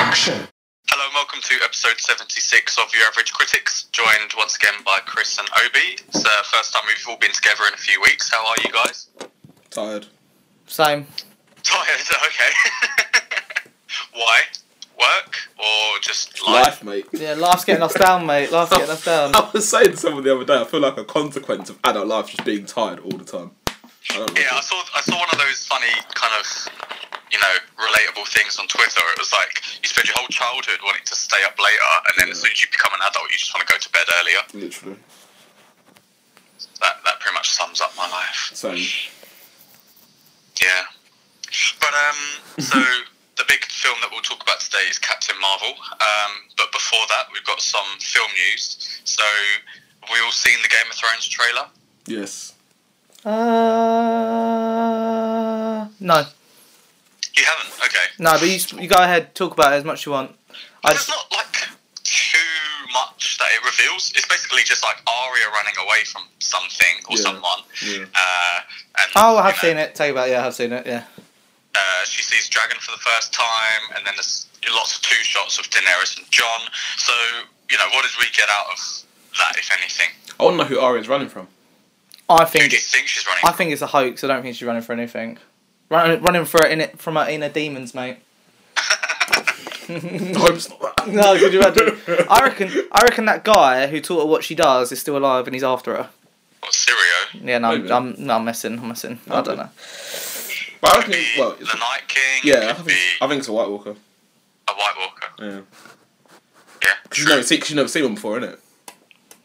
action. Hello and welcome to episode 76 of Your Average Critics, joined once again by Chris and Obi. It's the first time we've all been together in a few weeks. How are you guys? Tired. Same. Tired, okay. Why? Work or just life? Life, mate. Yeah, life's getting us down, mate. Life's getting us down. I was saying to someone the other day, I feel like a consequence of adult life is just being tired all the time. I don't Yeah, I saw I saw one of those funny kind of you know relatable things on Twitter. It was like you spend your whole childhood wanting to stay up later, and then as soon as you become an adult, you just want to go to bed earlier. Literally. That that pretty much sums up my life. Same. Yeah, but um, so the big film that we'll talk about today is Captain Marvel. Um, but before that, we've got some film news. So have we all seen the Game of Thrones trailer? Yes. Uh, no, You haven't? Okay. no. But you, you go ahead. Talk about it as much as you want. I There's just, not like too much that it reveals. It's basically just like Arya running away from something or Yeah. someone. Yeah. Uh, and, oh, I have you know, seen it. Take about. Yeah, I have seen it. Yeah. Uh, she sees Dragon for the first time, and then there's lots of two shots of Daenerys and John. So you know, what did we get out of that, if anything? I want to know who Arya's running from. I Who think do you think she's running? I think it's a hoax. I don't think she's running for anything. Running, running for it in it from her inner demons, mate. I hope it's not that. No, could you imagine? I reckon. I reckon that guy who taught her what she does is still alive and he's after her. Or Sirio? Yeah, no, I'm, Maybe. I'm, no, I'm messing. I'm messing. I don't know. But I Could reckon, be it- well, the it's, Night King. yeah, I Could think, be I think it's a White Walker. a White Walker. Yeah. Yeah. Because you've never, seen- 'cause you've never seen one before, innit?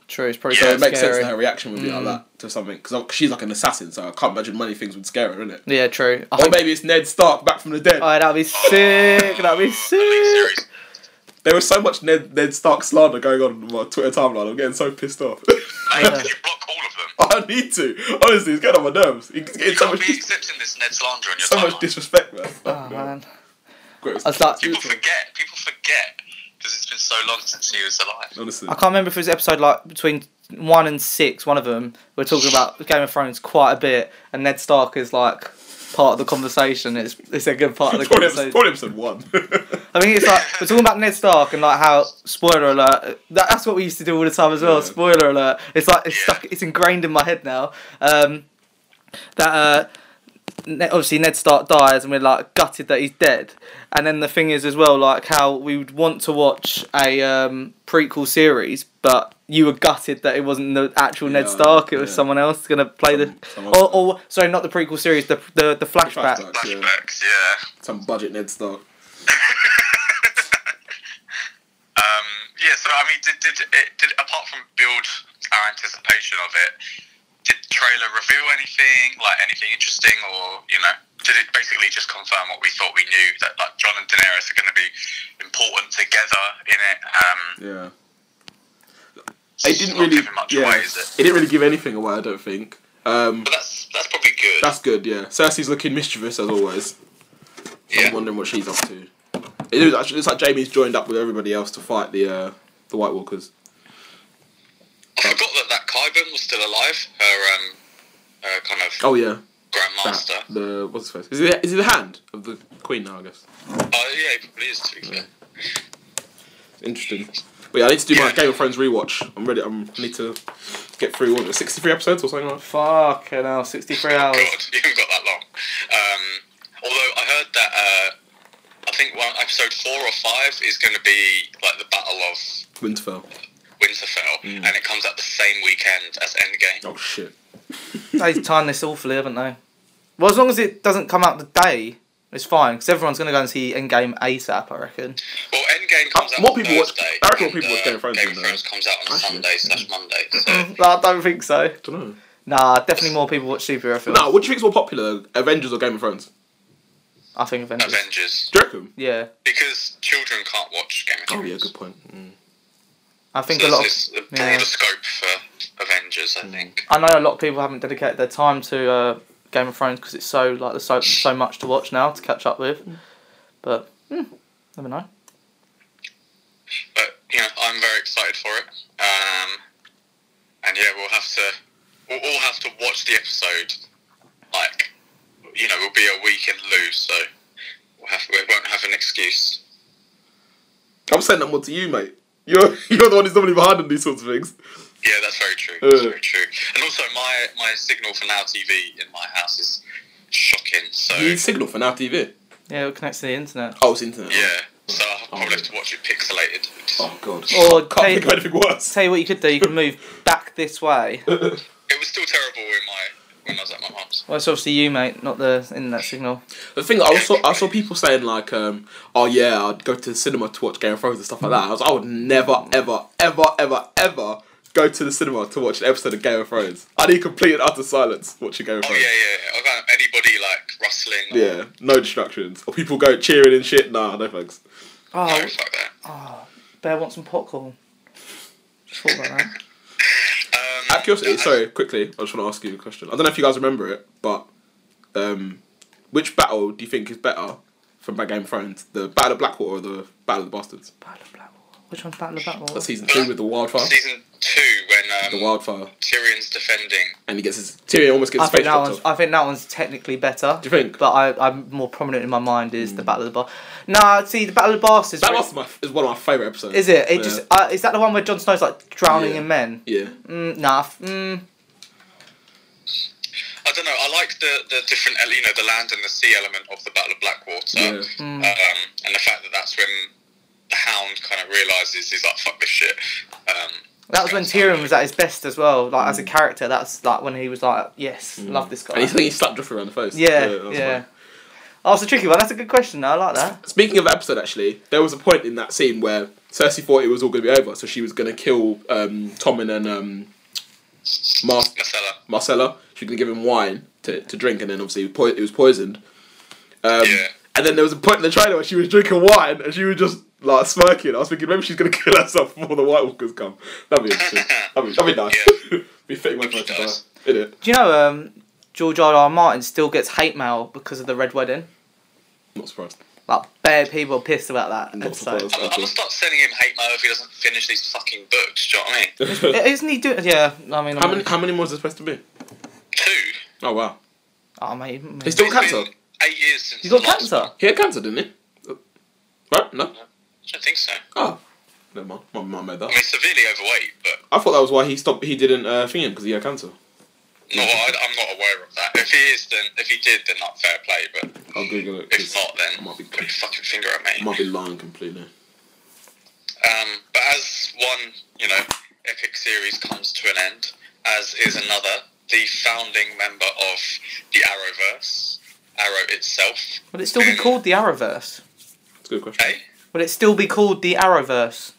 True, it's probably Yeah, So yeah, it makes scary. Mm. sense that her reaction would be like that to something. Because she's like an assassin, so I can't imagine many things would scare her, innit? Yeah, true. I Or think, maybe it's Ned Stark back from the dead. oh, that'd be sick. That'd be The lead sick. series. There was so much Ned, Ned Stark slander going on on my Twitter timeline. I'm getting so pissed off. Mate, could you block all of them? I need to. Honestly, it's getting on my nerves. It's getting You so can't much, be dis- accepting this Ned slander on your so much timeline. disrespect, man. Oh man. Gross. I was like- People forget. People forget because it's been so long since he was alive. Honestly, I can't remember if it was episode like between one and six, one of them. We're talking about Game of Thrones quite a bit, and Ned Stark is like part of the conversation. It's it's a good part of the probably episode, conversation. probably episode one. I mean, it's like we're talking about Ned Stark and like how spoiler alert. That, that's what we used to do all the time as well. Yeah. Spoiler alert. It's like it's Yeah. stuck. It's ingrained in my head now. Um, that uh, Ne- obviously Ned Stark dies and we're like gutted that he's dead. And then the thing is as well, like how we would want to watch a um, prequel series, but you were gutted that it wasn't the actual Ned Yeah, Stark. It was yeah. someone else gonna play the Some- someone- or, or sorry, not the prequel series, the the, the flashback. flashback. Yeah. Flashbacks, yeah. Some budget Ned Stark. Um, yeah, so I mean, did, did it did apart from build our anticipation of it, did the trailer reveal anything like anything interesting, or you know, did it basically just confirm what we thought we knew that like John and Daenerys are going to be important together in it? Um, Yeah. It it's didn't not really. giving much yeah, away, is it? didn't really give anything away. I don't think. Um, But that's that's probably good. that's good. Yeah, Cersei's looking mischievous as always. yeah. I'm wondering what she's up to. It is actually, it's like Jamie's joined up with everybody else to fight the uh, the White Walkers. I forgot that that Kyburn was still alive. Her um, her kind of Oh yeah, that, grandmaster. the what's his face? Is it is it the hand of the Queen now? I guess. Oh yeah, he probably is. To be fair. Interesting. But yeah, I need to do my Yeah. Game of Thrones rewatch. I'm ready. I'm I need to get through what 63 episodes or something like. that? Fucking hell, sixty three hours. God, you haven't got that long. Um, although I heard that uh, I think one episode four or five is going to be like the Battle of Winterfell. Winterfell, and it comes out the same weekend as Endgame. Mm. Oh shit. They've timed this awfully, haven't they? Well, as long as it doesn't come out the day, it's fine because everyone's gonna go and see Endgame ASAP. I reckon. Well, Endgame comes out More on people watch- Thursday. I reckon more and, people watch Game of Thrones Game of than Thrones comes out on Actually, Sunday slash Monday. So Mm. no, I don't think so. don't know. Nah, definitely more people watch superhero films. No, what do you think's more popular, Avengers or Game of Thrones? I think Avengers. Avengers, Do you reckon? Yeah, because children can't watch Game of Oh Thrones. yeah, good point. Mm. I think So a lot. Of, it's, it's a yeah. broader scope for Avengers, Mm. I think. I know a lot of people haven't dedicated their time to uh, Game of Thrones because it's so like there's so so much to watch now to catch up with. But hmm, never know. but you know, I'm very excited for it. Um, and yeah, we'll have to, we'll all have to watch the episode. Like, you know, we'll be a week in lieu, so we'll have, we won't have an excuse. I'm saying that more to you, mate. You're you're the one who's normally behind on these sorts of things. Yeah, that's very true. That's Uh. very true. And also, my, my signal for Now TV in my house is shocking. So You need signal for now TV. Yeah, it connects to the internet. Oh, it's internet. yeah, so I'll probably have to watch it pixelated. Oh god. Or can't think of take- anything worse. Tell you what you could do. You could move back this way. It was still terrible in my when I was at my mum's. Well, it's obviously you, mate, not the internet signal. The thing I saw I saw people saying like, um, oh yeah, I'd go to the cinema to watch Game of Thrones and stuff like that. I was I would never, ever, ever, ever, ever go to the cinema to watch an episode of Game of Thrones. I need complete and utter silence watching Game of Oh Thrones. yeah, yeah. I got anybody like rustling. or- Yeah, no distractions. Or people go cheering and shit. Nah, no thanks. Oh, No, fuck that. Bear wants some popcorn. Just thought about that. Um, Out of curiosity, sorry, quickly, I just want to ask you a question. I don't know if you guys remember it, but um, which battle do you think is better from Bad Game of Thrones? The Battle of Blackwater or the Battle of the Bastards? Battle of Blackwater. Which one's Battle of Blackwater? That's season two with the wildfire. Season two, The when um, wildfire. Tyrion's defending. And he gets his Tyrion almost gets I his face think that chopped one's. off. I think that one's technically better. Do you think? But I, I'm more prominent in my mind is the Battle of the Bar. Nah, see the Battle of the Bastards. That was my is one of my favourite episodes. Is it? It Yeah. just uh, is that the one where Jon Snow's like drowning Yeah. in men? Yeah. Mm, nah. f- Mm, I don't know. I like the, the different, ele- you know, the land and the sea element of the Battle of Blackwater, Yeah. um, mm. and the fact that that's when the Hound kind of realizes he's like, "Fuck this shit." Um, that was when Tyrion was at his best as well. Like as a character, that's like when he was like, yes, love this guy. Hmm. And he's he slapped Joffrey around the face. yeah, that yeah. was funny. Oh, it's a tricky one. That's a good question. I like that. Speaking of episode, actually, there was a point in that scene where Cersei thought it was all going to be over, so she was going to kill um, Tommen and um, Mar- Marcella. Marcella. She was going to give him wine to, to drink, and then obviously po- it was poisoned. Um, Yeah. And then there was a point in the trailer where she was drinking wine and she was just like smirking. I was thinking maybe she's going to kill herself before the White Walkers come. That'd be interesting. That'd be, that'd be nice. be fitting way for her to die. Nice. Isn't it? Do you know um, George R. R. Martin still gets hate mail because of the Red Wedding? Not surprised. Like, bare people are pissed about that. Not episode. surprised I'm, I'm at all. gonna start sending him hate mail if he doesn't finish these fucking books. Do you know what I mean? Isn't he doing? Yeah, I mean, How many, how many more is there supposed to be? Two. Oh, wow. Oh, mate, mate. He's still It's cancer. been Eight years since. He's got the last cancer. one. He had cancer, didn't he? Right? No? I don't think so. I Oh. Never mind. My mum made that. mean, severely overweight, but I thought that was why he stopped. He didn't uh, thing him because he had cancer. no, I, I'm not aware of that. If he is, then if he did, then not fair play. But I'll Google it. 'cause if not, then I might be, put your fucking finger at me. I might be lying completely. Um, but as one, you know, epic series comes to an end, as is another, the founding member of the Arrowverse, Arrow itself, Would it still be called the Arrowverse? It's a good question. eh? Would it still be called the Arrowverse?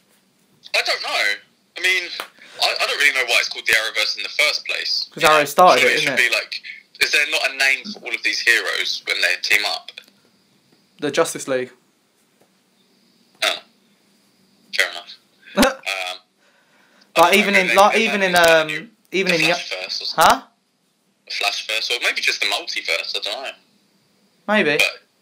I don't know. I mean, I, I don't really know why it's called the Arrowverse in the first place. 'Cause Arrow started Surely it, should didn't be like, is there not a name for all of these heroes when they team up? The Justice League. Oh, fair enough. like Um, even in like even in um even the in Flash verse, or something. huh The Flash verse, or maybe just the multiverse. I don't know. maybe.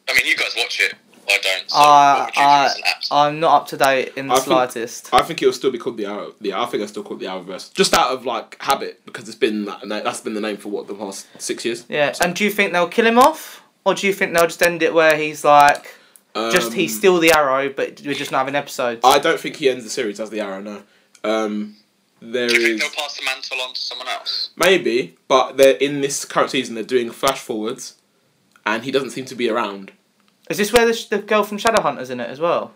But I mean, you guys watch it. I don't. So Uh, what would you I choose an app? I'm not up to date in the I think- slightest. I think it'll still be called the Arrow. Yeah, I think it'll still called the Arrowverse, just out of like habit because it's been that that's been the name for what the past six years. yeah, and do you think they'll kill him off, or do you think they'll just end it where he's like just Um, he's still the Arrow, but we're just not having episodes? I don't think he ends the series as the Arrow. No, um, there Do you think is they'll pass the mantle on to someone else? maybe, but they're in this current season. They're doing flash forwards, and he doesn't seem to be around. Is this where the, sh- the girl from Shadowhunters in it as well?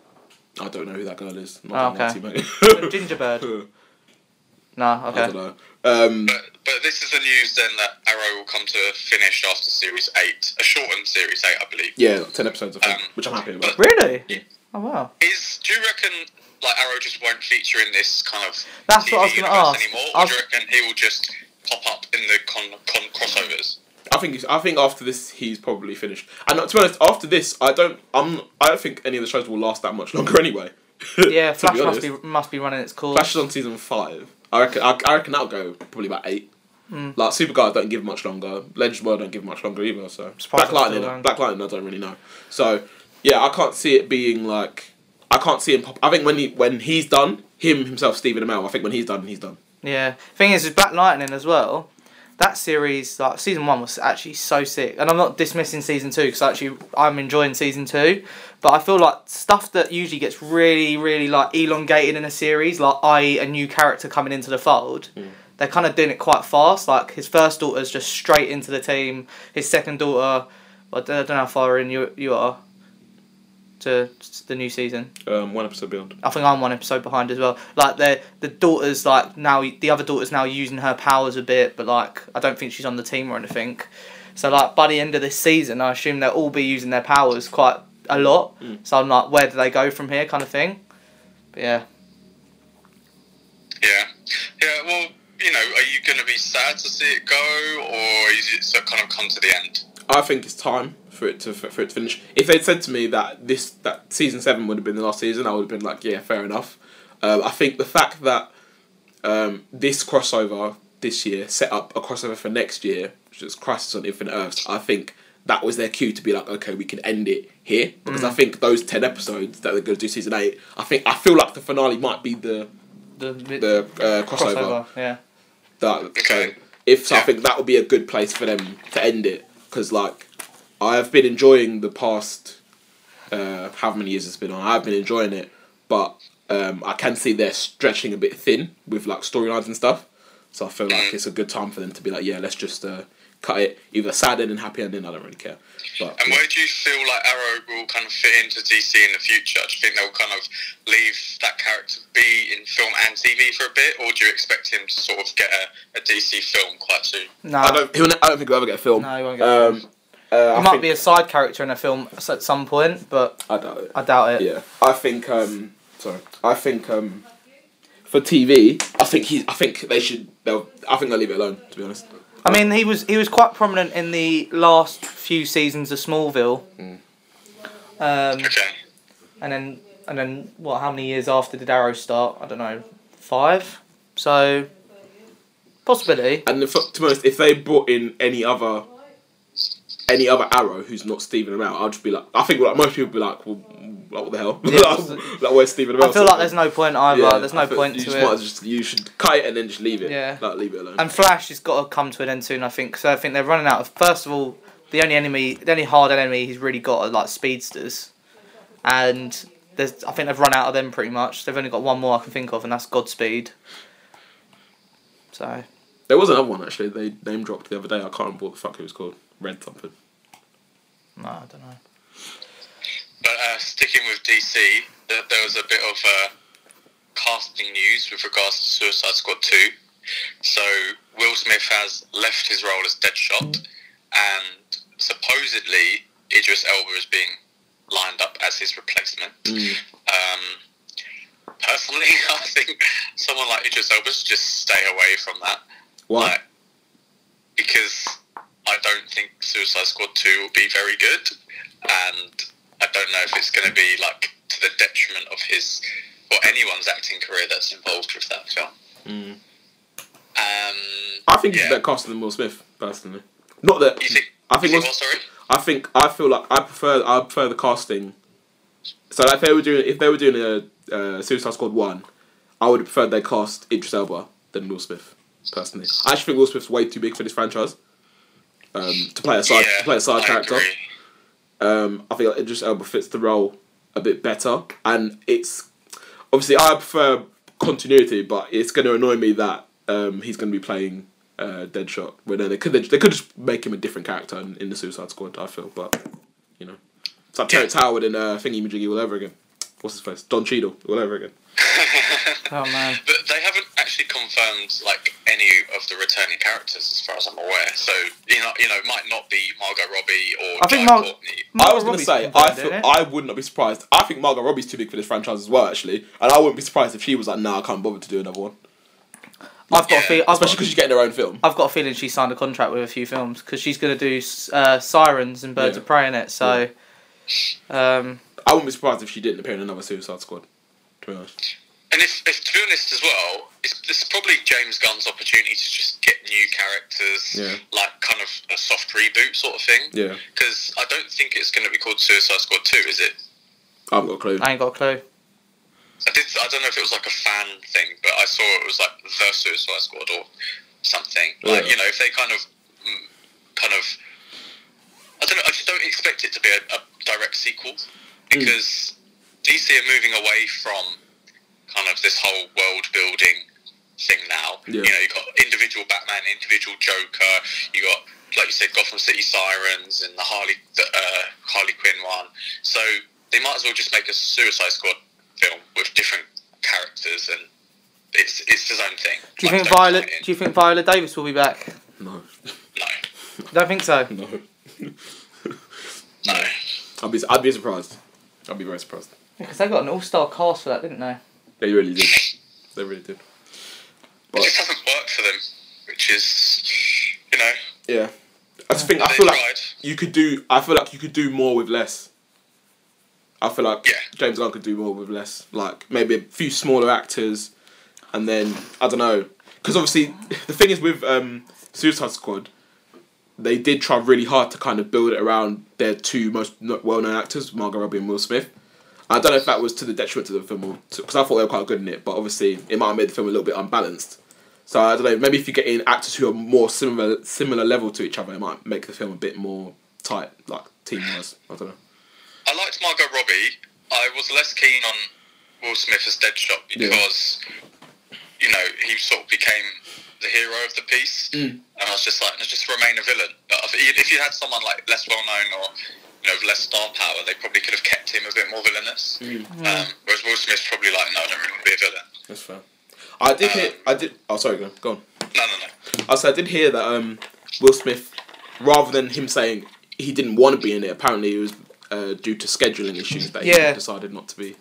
I don't know who that girl is. Oh, Not that okay. Nazi, The mate. Gingerbird. Nah, I okay. don't know. Um, But but this is the news then that Arrow will come to a finish after Series Eight, a shortened Series Eight, I believe. yeah, like ten episodes, I think, Um, which I'm happy about. Really? Yeah. Oh wow. Is do you reckon like Arrow just won't feature in this kind of That's TV what I was gonna universe ask. anymore, I or do you reckon he will just pop up in the con, con crossovers? I think he's- I think after this he's probably finished. And not- to be honest, after this I don't I'm I don't think any of the shows will last that much longer anyway. Yeah, To Flash must honest. be must be running its course. Flash is on season five. I reckon I, I reckon that'll go probably about eight. Mm. Like Supergirl don't give much longer. Legend World don't give much longer either. So surprised Black it's still Lightning, going. Black Lightning, I don't really know. So yeah, I can't see it being like I can't see him pop. I think when he when he's done, him himself, Stephen Amell. I think when he's done, he's done. Yeah. Thing is, with Black Lightning as well, that series, like season one, was actually so sick. And I'm not dismissing season two because actually I'm enjoying season two, but I feel like stuff that usually gets really, really like elongated in a series, like i.e. a new character coming into the fold. They're kind of doing it quite fast. Like his first daughter's just straight into the team. His second daughter, I don't I don't know how far in you you are to the new season. Um, one episode beyond. I think I'm one episode behind as well. Like the the daughter's like now the other daughter's now using her powers a bit, but like I don't think she's on the team or anything. So like by the end of this season, I assume they'll all be using their powers quite a lot. Hmm. So I'm like, where do they go from here, kind of thing. But yeah, Yeah. Yeah, well, you know, are you going to be sad to see it go, or is it so kind of come to the end? I think it's time for it to for, for it to finish. If they'd said to me that this that season seven would have been the last season, I would have been like, yeah, fair enough. Um, I think the fact that um, this crossover this year set up a crossover for next year, which is Crisis on Infinite Earths. I think that was their cue to be like, okay, we can end it here because I think those ten episodes that they're going to do season eight. I think I feel like the finale might be the the, the, the uh, crossover. crossover. Yeah, That Okay. so if so, I Yeah. think that would be a good place for them to end it because like I have been enjoying the past uh, how many years it's been on. I've been enjoying it, but um, I can see they're stretching a bit thin with like storylines and stuff. So I feel Mm. like it's a good time for them to be like, yeah, let's just uh, cut it either sad ending, happy ending. I don't really care. But And where do you feel like Arrow will kind of fit into DC in the future? Do you think they'll kind of leave that character be in film and TV for a bit, or do you expect him to sort of get a, a DC film quite soon? no, I don't. He'll, ne- I don't think he'll ever get a film. No, he won't get a um, uh, I it might think- be a side character in a film s- at some point, but I doubt it. I doubt it. Yeah, I think. Um, sorry, I think um, for TV, I think he. I think they should. They'll. I think they'll leave it alone. To be honest. I mean, he was he was quite prominent in the last few seasons of Smallville. Hmm. Um, Okay. and then and then what? How many years after did Arrow start? I don't know, five. So possibility. And if, to be honest, if they brought in any other, any other Arrow who's not Stephen Amell, I'd just be like. I think like most people would be like, well, like, what the hell? Yeah. like, like, where's Stephen Amell? I feel like there's no point either. Yeah, there's I no feel point you to just it. might as just- you should cut it and then just leave it. Yeah. Like leave it alone. And Flash has got to come to an end soon, I think. So I think they're running out of. First of all, the only enemy, the only hard enemy he's really got are like speedsters, and there's I think they've run out of them pretty much. They've only got one more I can think of, and that's Godspeed. So there was another one actually. They name dropped the other day. I can't remember what the fuck it was called. Red something. no, I don't know. But uh, sticking with DC, th- there was a bit of uh, casting news with regards to Suicide Squad 2. So Will Smith has left his role as Deadshot, and supposedly Idris Elba is being lined up as his replacement. Mm. Um, personally, I think someone like Idris Elba should just stay away from that. Why? Like, because I don't think Suicide Squad 2 will be very good, and I don't know if it's going to be like to the detriment of his or anyone's acting career that's involved with that film. Hmm. Um, I think he's Yeah. better casting than Will Smith, personally. Not that you think? I think you Will- what, sorry. I think I feel like I prefer I prefer the casting. So like, if they were doing if they were doing a uh, Suicide Squad one, I would have preferred they cast Idris Elba than Will Smith, personally. I actually think Will Smith's way too big for this franchise. Um, to play a side to play a side I character. agree. Um, I think Idris Elba fits the role a bit better, and it's obviously I prefer continuity, but it's going to annoy me that um, he's going to be playing uh, Deadshot. Well, no, they could they, could just make him a different character in, in the Suicide Squad. I feel, but you know, it's like Terrence Howard and uh, Thingy Majiggy all over again. What's his face? Don Cheadle all over again. Oh man. But they haven't actually confirmed like any of the returning characters, as far as I'm aware. So you know, you know, it might not be Margot Robbie or I think Jai Mar- Courtney. I was going to say, I feel, I would not be surprised. I think Margot Robbie's too big for this franchise as well, actually, and I wouldn't be surprised if she was like, "Nah, I can't bother to do another one," have got a feel. I've especially got, because she's getting her own film. I've got a feeling she signed a contract with a few films because she's gonna do uh, Sirens and Birds Yeah. of Prey in it. So, um, I wouldn't be surprised if she didn't appear in another Suicide Squad. To be honest, And if, if to be honest as well, it's, it's probably James Gunn's opportunity to just get new characters, Yeah. like kind of a soft reboot sort of thing. Yeah. Because I don't think it's going to be called Suicide Squad Two, is it? I haven't got a clue. I ain't got a clue. I did. I don't know if it was like a fan thing, but I saw it was like the Suicide Squad or something. Like Yeah. you know, if they kind of, mm, kind of, I don't know. I just don't expect it to be a, a direct sequel Hmm. because DC are moving away from kind of this whole world building thing now. Yeah. You know, you got individual Batman, individual Joker. You got like you said, Gotham City Sirens and the Harley the, uh, Harley Quinn one. So they might as well just make a Suicide Squad film with different characters and. It's, it's his own thing. Do Like, you think don't Violet? tie it in. Do you think Viola Davis will be back? No, No, Don't think so. no. no. I'd be, I'd be surprised. I'd be very surprised. Because they got an all-star cast for that, didn't they? They really did. They really did. It But just hasn't worked for them, which is, you know, yeah, I just think I they feel tried. like you could do. I feel like you could do more with less. I feel like Yeah. James Gunn could do more with less. Like maybe a few smaller actors, and then I don't know. Because obviously the thing is with um, Suicide Squad, they did try really hard to kind of build it around their two most kno- well-known actors, Margot Robbie and Will Smith. I don't know if that was to the detriment of the film or because I thought they were quite good in it, but obviously it might have made the film a little bit unbalanced. So I don't know. Maybe if you get in actors who are more similar similar level to each other, it might make the film a bit more tight, like team wise. I don't know. I liked Margot Robbie. I was less keen on Will Smith as Deadshot because, you know, he sort of became the hero of the piece, Mm. and I was just like, "No, just remain a villain. But if you- if you had someone like less well known or you know less star power, they probably could have kept him a bit more villainous. Mm. Um, whereas Will Smith's probably like, no, I don't really want to be a villain. That's fair. I did hear. I did. Oh, sorry. Go on. Go on. No, no, no. I said I did hear that um, Will Smith, rather than him saying he didn't want to be in it, apparently it was uh, due to scheduling issues that he Yeah. decided not to be.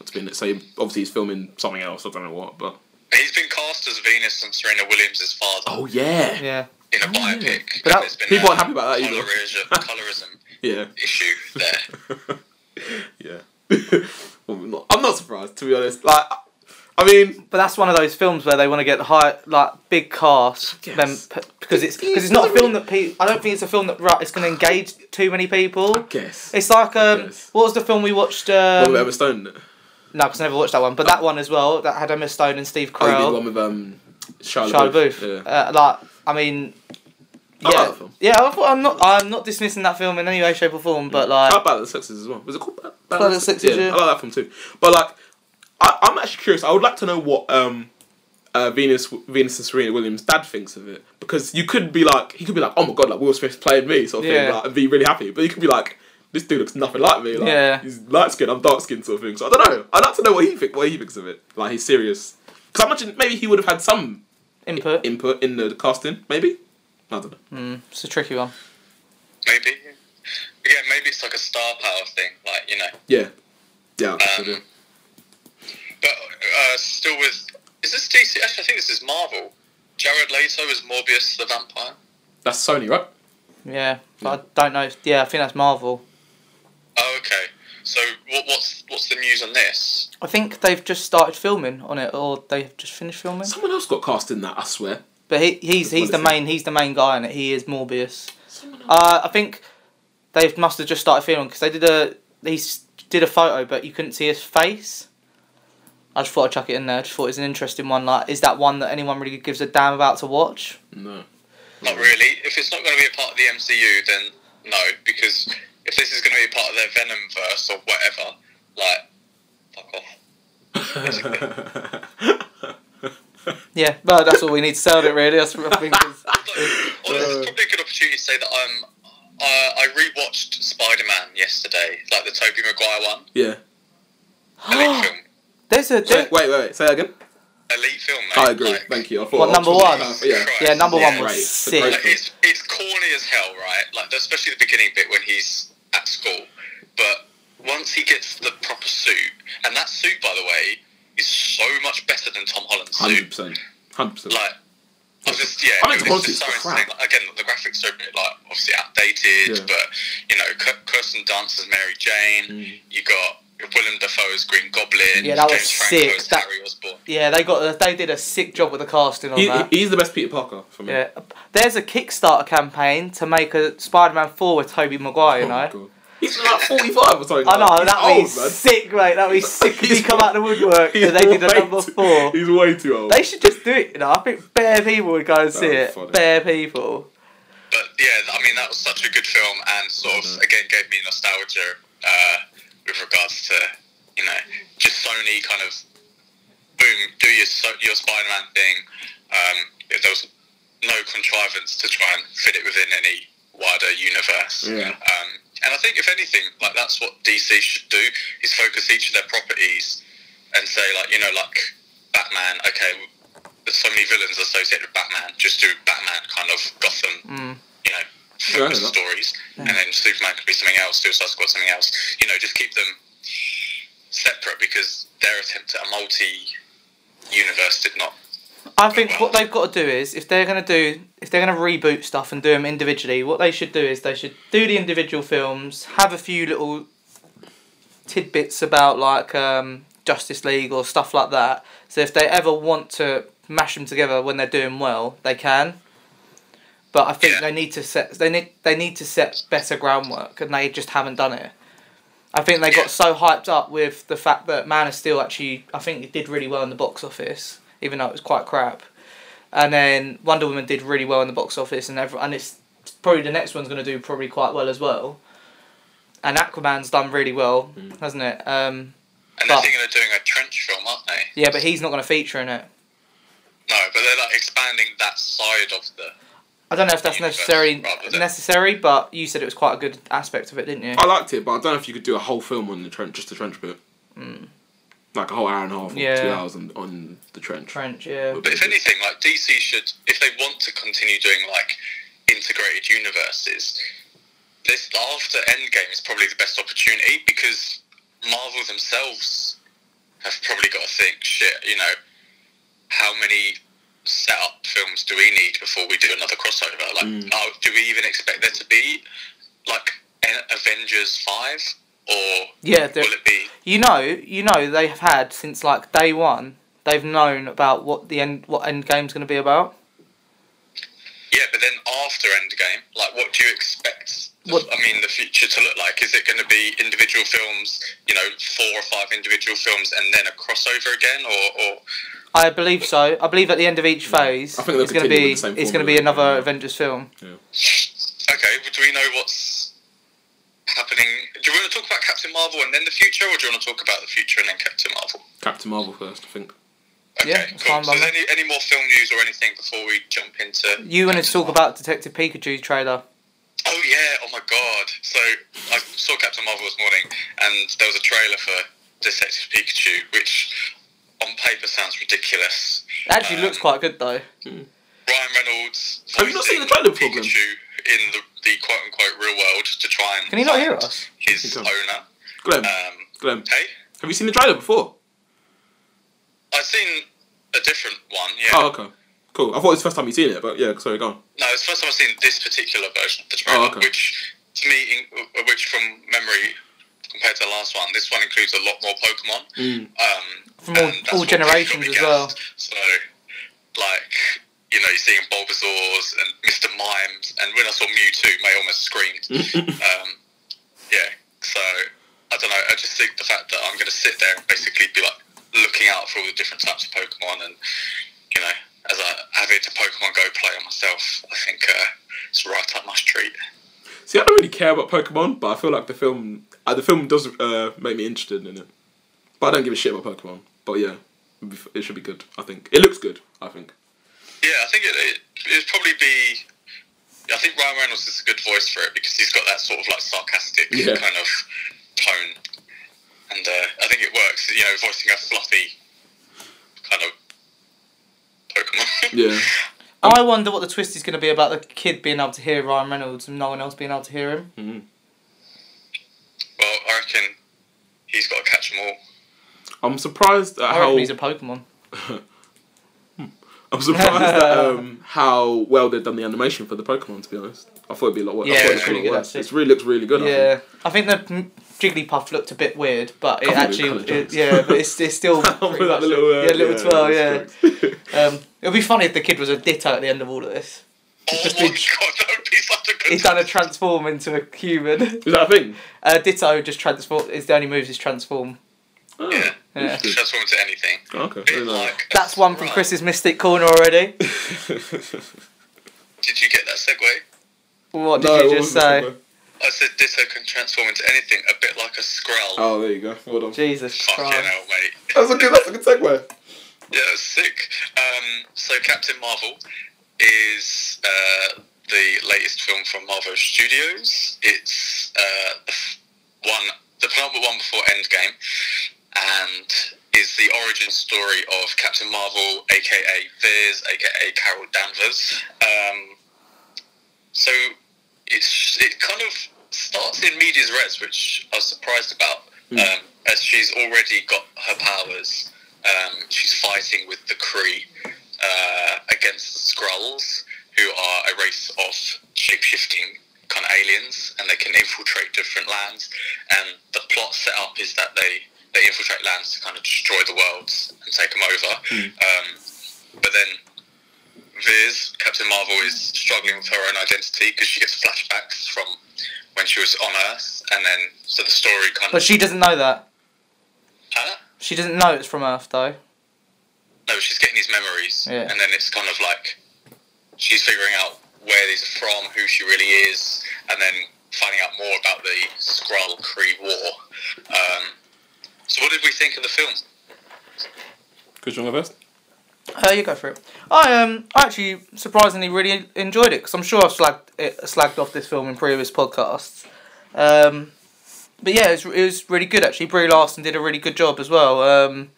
Not to be in it. So he, obviously he's filming something else. I don't know what, but He's been cast as Venus and Serena Williams' father. oh yeah, yeah. Yeah. in a biopic. But that- there's been people a aren't happy about that either. Colorism, colorism yeah. issue there. yeah. well, I'm not, I'm not surprised to be honest. Like, I mean, But that's one of those films where they want to get high, like big cast, Yes. then p- because it's It's- because it's not a it's film that pe- I don't think it's a film that right, it's going to engage too many people. guess It's like um, Yes. what was the film we watched? Robert Um, Emma Stone. no, because I never watched that one. But that one as well that had Emma Stone and Steve Oh, you mean the Carell, one with um, Shia Shia LaBeouf. LaBeouf. Yeah. Uh, like I mean, I yeah, like that film. yeah. I thought, I'm not I'm not dismissing that film in any way, shape, or form. But like, Mm. How about the Sexes as well? Was it called Bad- Bad Bad of the Sexes, yeah. I like that film too. But like, I, I'm actually curious. I would like to know what um, uh, Venus, Venus and Serena Williams' dad thinks of it because you could be like, he could be like, oh my god, like Will Smith playing me, sort of thing, Yeah. like, and be really happy. But you could be like, this dude looks nothing like me. Like, Yeah. he's light skinned, I'm dark skinned, sort of thing. So I don't know. I'd like to know what he think, what he thinks of it. Like he's serious. Because I imagine maybe he would have had some input. Mm, input in the casting. Maybe. I don't know. It's a tricky one. Maybe. Yeah, maybe it's like a star power thing, like, you know. Yeah. Yeah. I guess I do. Um, But uh, still with. Is this DC? Actually, I think this is Marvel. Jared Leto is Morbius the vampire. That's Sony, right? Yeah, but I don't know. Yeah, I think that's Marvel. Oh, okay. So what, what's what's the news on this? I think they've just started filming on it, or they've just finished filming. Someone else got cast in that. I swear. But he, he's That's he's the what it main he's the main guy in it. He is Morbius. Uh, I think they must have just started filming because they did a he s- did a photo, but you couldn't see his face. I just thought I'd chuck it in there. I just thought it was an interesting one. Like, is that one that anyone really gives a damn about to watch? No. Not really. If it's not going to be a part of the MCU, then no, because if this is going to be a part of their Venom verse or whatever, like, fuck off. Yeah, well, that's all we need to sell it really. That's what I think. is- Well, this is probably a good opportunity to say that I'm. Uh, I rewatched Spider Man yesterday, like the Tobey Maguire one. Yeah. Elite film. There's a Wait, there, wait, wait, wait. Say that again. Elite film, mate. I agree. Like, Thank you. I thought What, I number was one? talking about- Yeah. yeah, number Yeah, one was great. It's a sick. great Like, it's, it's corny as hell, right? Like, especially the beginning bit when he's at school. But once he gets the proper suit, and that suit, by the way, is so much better than Tom Holland's Hundred suit. percent. Hundred percent. Like, I was just yeah. I mean, it the was quality's just so crap. insane. Like, again, the graphics are a bit like obviously outdated, Yeah. but you know, Cur- Kirsten Dunst as Mary Jane. Mm. You got Willem Dafoe's Green Goblin. Yeah, that was James sick. Franco's That- Harry Osborn. Yeah, they got a- they did a sick job with the casting on He, that. he- he's the best Peter Parker for me. Yeah, there's a Kickstarter campaign to make a Spider-Man four with Tobey Maguire. You Oh my know, God. He's like 45 or something. I know He's that old, would Oh, be man. sick, mate. That would be sick. if He's he come out the woodwork He's and they did a way number too- four. He's way too old. They should just do it. You know, I think bare people would go and see would be it. funny. Bare people. But yeah, I mean that was such a good film, and sort of again gave me nostalgia uh, with regards to you know just Sony kind of boom, do your so- your Spider-Man thing. Um, if there was no contrivance to try and fit it within any wider universe. Yeah. Um, and I think if anything, like that's what DC should do is focus each of their properties and say like you know like Batman. Okay, there's so many villains associated with Batman. Just do Batman kind of Gotham Mm. you know, Fair focus enough. stories, and then Superman could be something else, Suicide Squad something else. You know, just keep them separate because their attempt at a multi-universe did not. I think what they've got to do is if they're gonna do if they're gonna reboot stuff and do them individually, what they should do is they should do the individual films, have a few little tidbits about like um, Justice League or stuff like that. So if they ever want to mash them together when they're doing well, they can. But I think Yeah. they need to set they need they need to set better groundwork, and they just haven't done it. I think they Yeah. got so hyped up with the fact that Man of Steel actually, I think it did really well in the box office, even though it was quite crap. And then Wonder Woman did really well in the box office, and every, and it's probably the next one's going to do probably quite well as well. And Aquaman's done really well, Mm. hasn't it? Um, And they're But- thinking of doing a trench film, aren't they? yeah, but he's not going to feature in it. No, but they're like expanding that side of the. I don't know if that's Universe necessarily rather than- Oh. necessary, but you said it was quite a good aspect of it, didn't you? I liked it, but I don't know if you could do a whole film on the trench, just the trench bit. Like a whole hour and a half, or two Hmm. Yeah. hours on, on the trench. Trench, yeah. But if anything, like DC should, if they want to continue doing like integrated universes, this after Endgame is probably the best opportunity because Marvel themselves have probably got to think, shit, you know, how many setup films do we need before we do another crossover? Like, Mm. oh, do we even expect there to be like an Avengers five, or Yeah, there- will it be? You know, you know they have had since like day one. They've known about what the end, what end game's going to be about. Yeah, but then after Endgame, like, what do you expect? What- I mean, the future to look like? Is it going to be individual films? You know, four or five individual films, and then a crossover again, or, or I believe so. I believe at the end of each phase, I think they'll it's going to continue be with the same it's going to formula, be another yeah. Avengers film. okay, well, do we know what's happening? Do you want to talk about Captain Marvel and then the future, or do you want to talk about the future and then Captain Marvel? Captain Marvel first, I think. Okay, Yeah, it's cool. fine So, by is any any more film news or anything before we jump into? You wanted to Captain talk Marvel? about Detective Pikachu trailer? Oh yeah! Oh my god! So I saw Captain Marvel this morning, and there was a trailer for Detective Pikachu, which on paper sounds ridiculous. It actually looks Um, quite good though. Ryan Reynolds. Have you not voicing seen the trailer before, Glenn? Pikachu in the, the quote unquote real world to try and Can he not find hear us? He His can't. owner. Glenn, Um, Glenn, hey, have you seen the trailer before? I've seen a different one. Yeah. Oh, okay. Cool. I thought it was the first time you'd seen it, but yeah, sorry, go on. No, it's the first time I've seen this particular version of the trailer, Oh, okay. which to me, in, which from memory compared to the last one, this one includes a lot more Pokemon. Mm. Um, From all- and that's all what got generations me as well. gassed. So, like, you know, you're seeing Bulbasaur's and Mr. Mimes, and when I saw Mewtwo, mate almost screamed. um, yeah, so I don't know. I just think the fact that I'm going to sit there and basically be like looking out for all the different types of Pokemon, and you know, as an avid Pokemon Go player myself, I think uh, it's right up my street. See, I don't really care about Pokemon, but I feel like the film, uh, the film does uh, make me interested in it. But I don't give a shit about Pokemon. But yeah, it'd be f- it should be good. I think it looks good. I think. Yeah, I think it, it it'd probably be. I think Ryan Reynolds is a good voice for it because he's got that sort of like sarcastic Yeah. kind of tone, and uh, I think it works. You know, voicing a fluffy kind of Pokemon. Yeah. Um, I wonder what the twist is going to be about the kid being able to hear Ryan Reynolds and no one else being able to hear him. Well, I reckon he's got to catch them all. I'm surprised at I reckon how he's a Pokemon. I'm surprised at um, how well they've done the animation for the Pokemon. To be honest, I thought it'd be a lot worse. I Yeah, thought it it's was a really lot good, worse. actually. It really looks really good. I Yeah, think. I think the mm, Jigglypuff looked a bit weird, but it Covered in actually, coloured it, jokes. yeah, but it's, it's still pretty With that much little, uh, yeah, little twirl, that's yeah. correct. Um, it would be funny if the kid was a ditto at the end of all of this. Oh just my been- god, don't be such a good. He's done a transform into a human. Is that a thing? Uh, Ditto just transform. Is the only moves is transform. Oh, Yeah. interesting. Transform into anything. Oh, okay. I Bit didn't know that. like a That's one from frog. Chris's Mystic Corner already. Did you get that segue? What did No, you what just was the say? segue? I said Ditto can transform into anything, a bit like a Skrull. Oh, there you go. Well done. Jesus Fucking Christ. hell, mate. That's a good. That's a good segue. Yeah, that's sick. Um, so Captain Marvel is uh, the latest film from Marvel Studios. It's uh, the f- one, the penultimate one before Endgame, and is the origin story of Captain Marvel, aka Viz, aka Carol Danvers. Um, so it's it kind of starts in media's res, which I was surprised about, um, as she's already got her powers. Um, she's fighting with the Kree uh, against the Skrulls, who are a race of shapeshifting kind of aliens, and they can infiltrate different lands. And the plot set up is that they they infiltrate lands to kind of destroy the worlds and take them over. Hmm. Um, but then Viz, Captain Marvel, is struggling with her own identity because she gets flashbacks from when she was on Earth, and then so the story kind of. But she doesn't know that. Huh? She doesn't know it's from Earth though. No, she's getting these memories, Yeah. and then it's kind of like she's figuring out where these are from, who she really is, and then finding out more about the Skrull Kree War. Um, so, what did we think of the film? Good job, first. Uh, you go for it. I um, I actually surprisingly really enjoyed it because I'm sure I've slagged it, slagged off this film in previous podcasts. Um, but yeah, it was, it was really good actually. Brie Larson did a really good job as well. Um,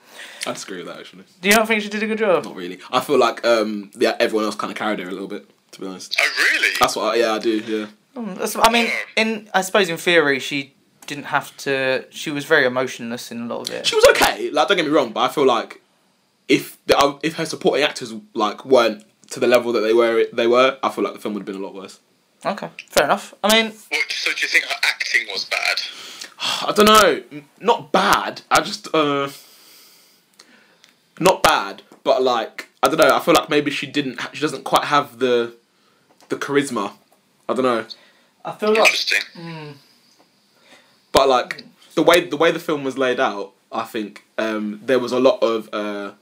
I disagree with that actually. do you not think she did a good job? Not really. I feel like um, yeah, everyone else kind of carried her a little bit. To be honest, Oh, really? that's what. I, yeah, I do. Yeah. Mm, that's- I mean, in I suppose in theory she didn't have to. She was very emotionless in a lot of it. She was okay. Like, don't get me wrong, but I feel like if the, uh, if her supporting actors like weren't to the level that they were, they were. I feel like the film would have been a lot worse. Okay, fair enough. I mean, What, so, do you think her acting was bad? I don't know. Not bad. I just uh, not bad, but like I don't know. I feel like maybe she didn't. ha- She doesn't quite have the the charisma. I don't know. I feel like Interesting. But like the way the way the film was laid out, I think um, there was a lot of uh,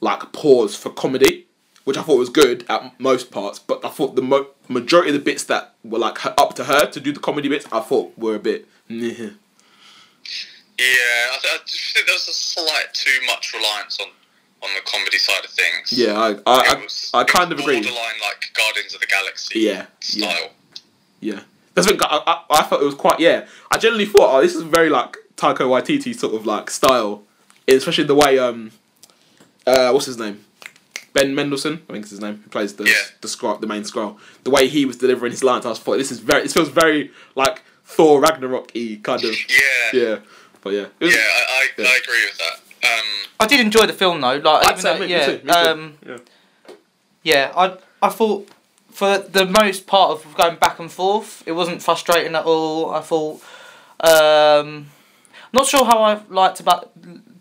like pause for comedy, which I thought was good at m- most parts. But I thought the mo- majority of the bits that were like her, up to her to do the comedy bits, I thought were a bit. meh. Yeah, I, th- I just think there was a slight too much reliance on on the comedy side of things. Yeah, I I, It was- I, I it kind of was agree. Borderline like Guardians of the Galaxy. Yeah, Style. yeah, yeah. That's been, I, I, I felt it was quite yeah. I generally thought oh this is very like Taiko Waititi sort of like style, especially the way um, uh, what's his name, Ben Mendelsohn I think is his name who plays the Yeah. the scroll the main scroll. The way he was delivering his lines, I was thought this is very. This feels very like Thor Ragnarok y kind of Yeah. Yeah. yeah. But yeah, it was- I, I, Yeah. I agree with that. Um, I did enjoy the film though. Like, I'd even though, say me, me yeah, too, me too. um, yeah. yeah. I I thought for the most part of going back and forth, it wasn't frustrating at all. I thought, um, not sure how I liked about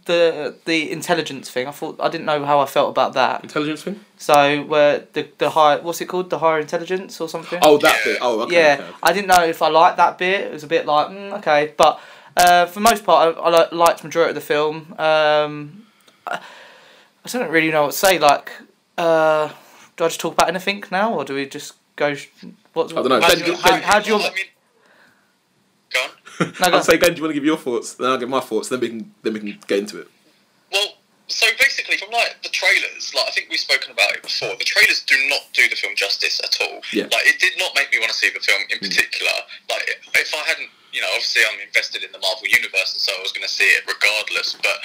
the the intelligence thing. I thought I didn't know how I felt about that. Intelligence thing? So where the the higher what's it called the higher intelligence or something? Oh, that Yeah. bit. Oh, okay. yeah, okay, okay. I didn't know if I liked that bit. It was a bit like mm, okay, but uh, for the most part, I, I li- liked majority of the film. Um, I, I don't really know what to say. Like, uh, do I just talk about anything now, or do we just go? sh- What, I dunno. How, Ben- do you- Ben- how, how do you? I mean, go on. No, go I'll on. say, Glenn, do you want to give your thoughts? Then I'll give my thoughts. Then we can then we can get into it. Well, so basically, from like the trailers, like I think we've spoken about it before, the trailers do not do the film justice at all. Yeah. Like it did not make me want to see the film Mm. in particular. Like if I hadn't, you know, obviously I'm invested in the Marvel universe, and so I was going to see it regardless. But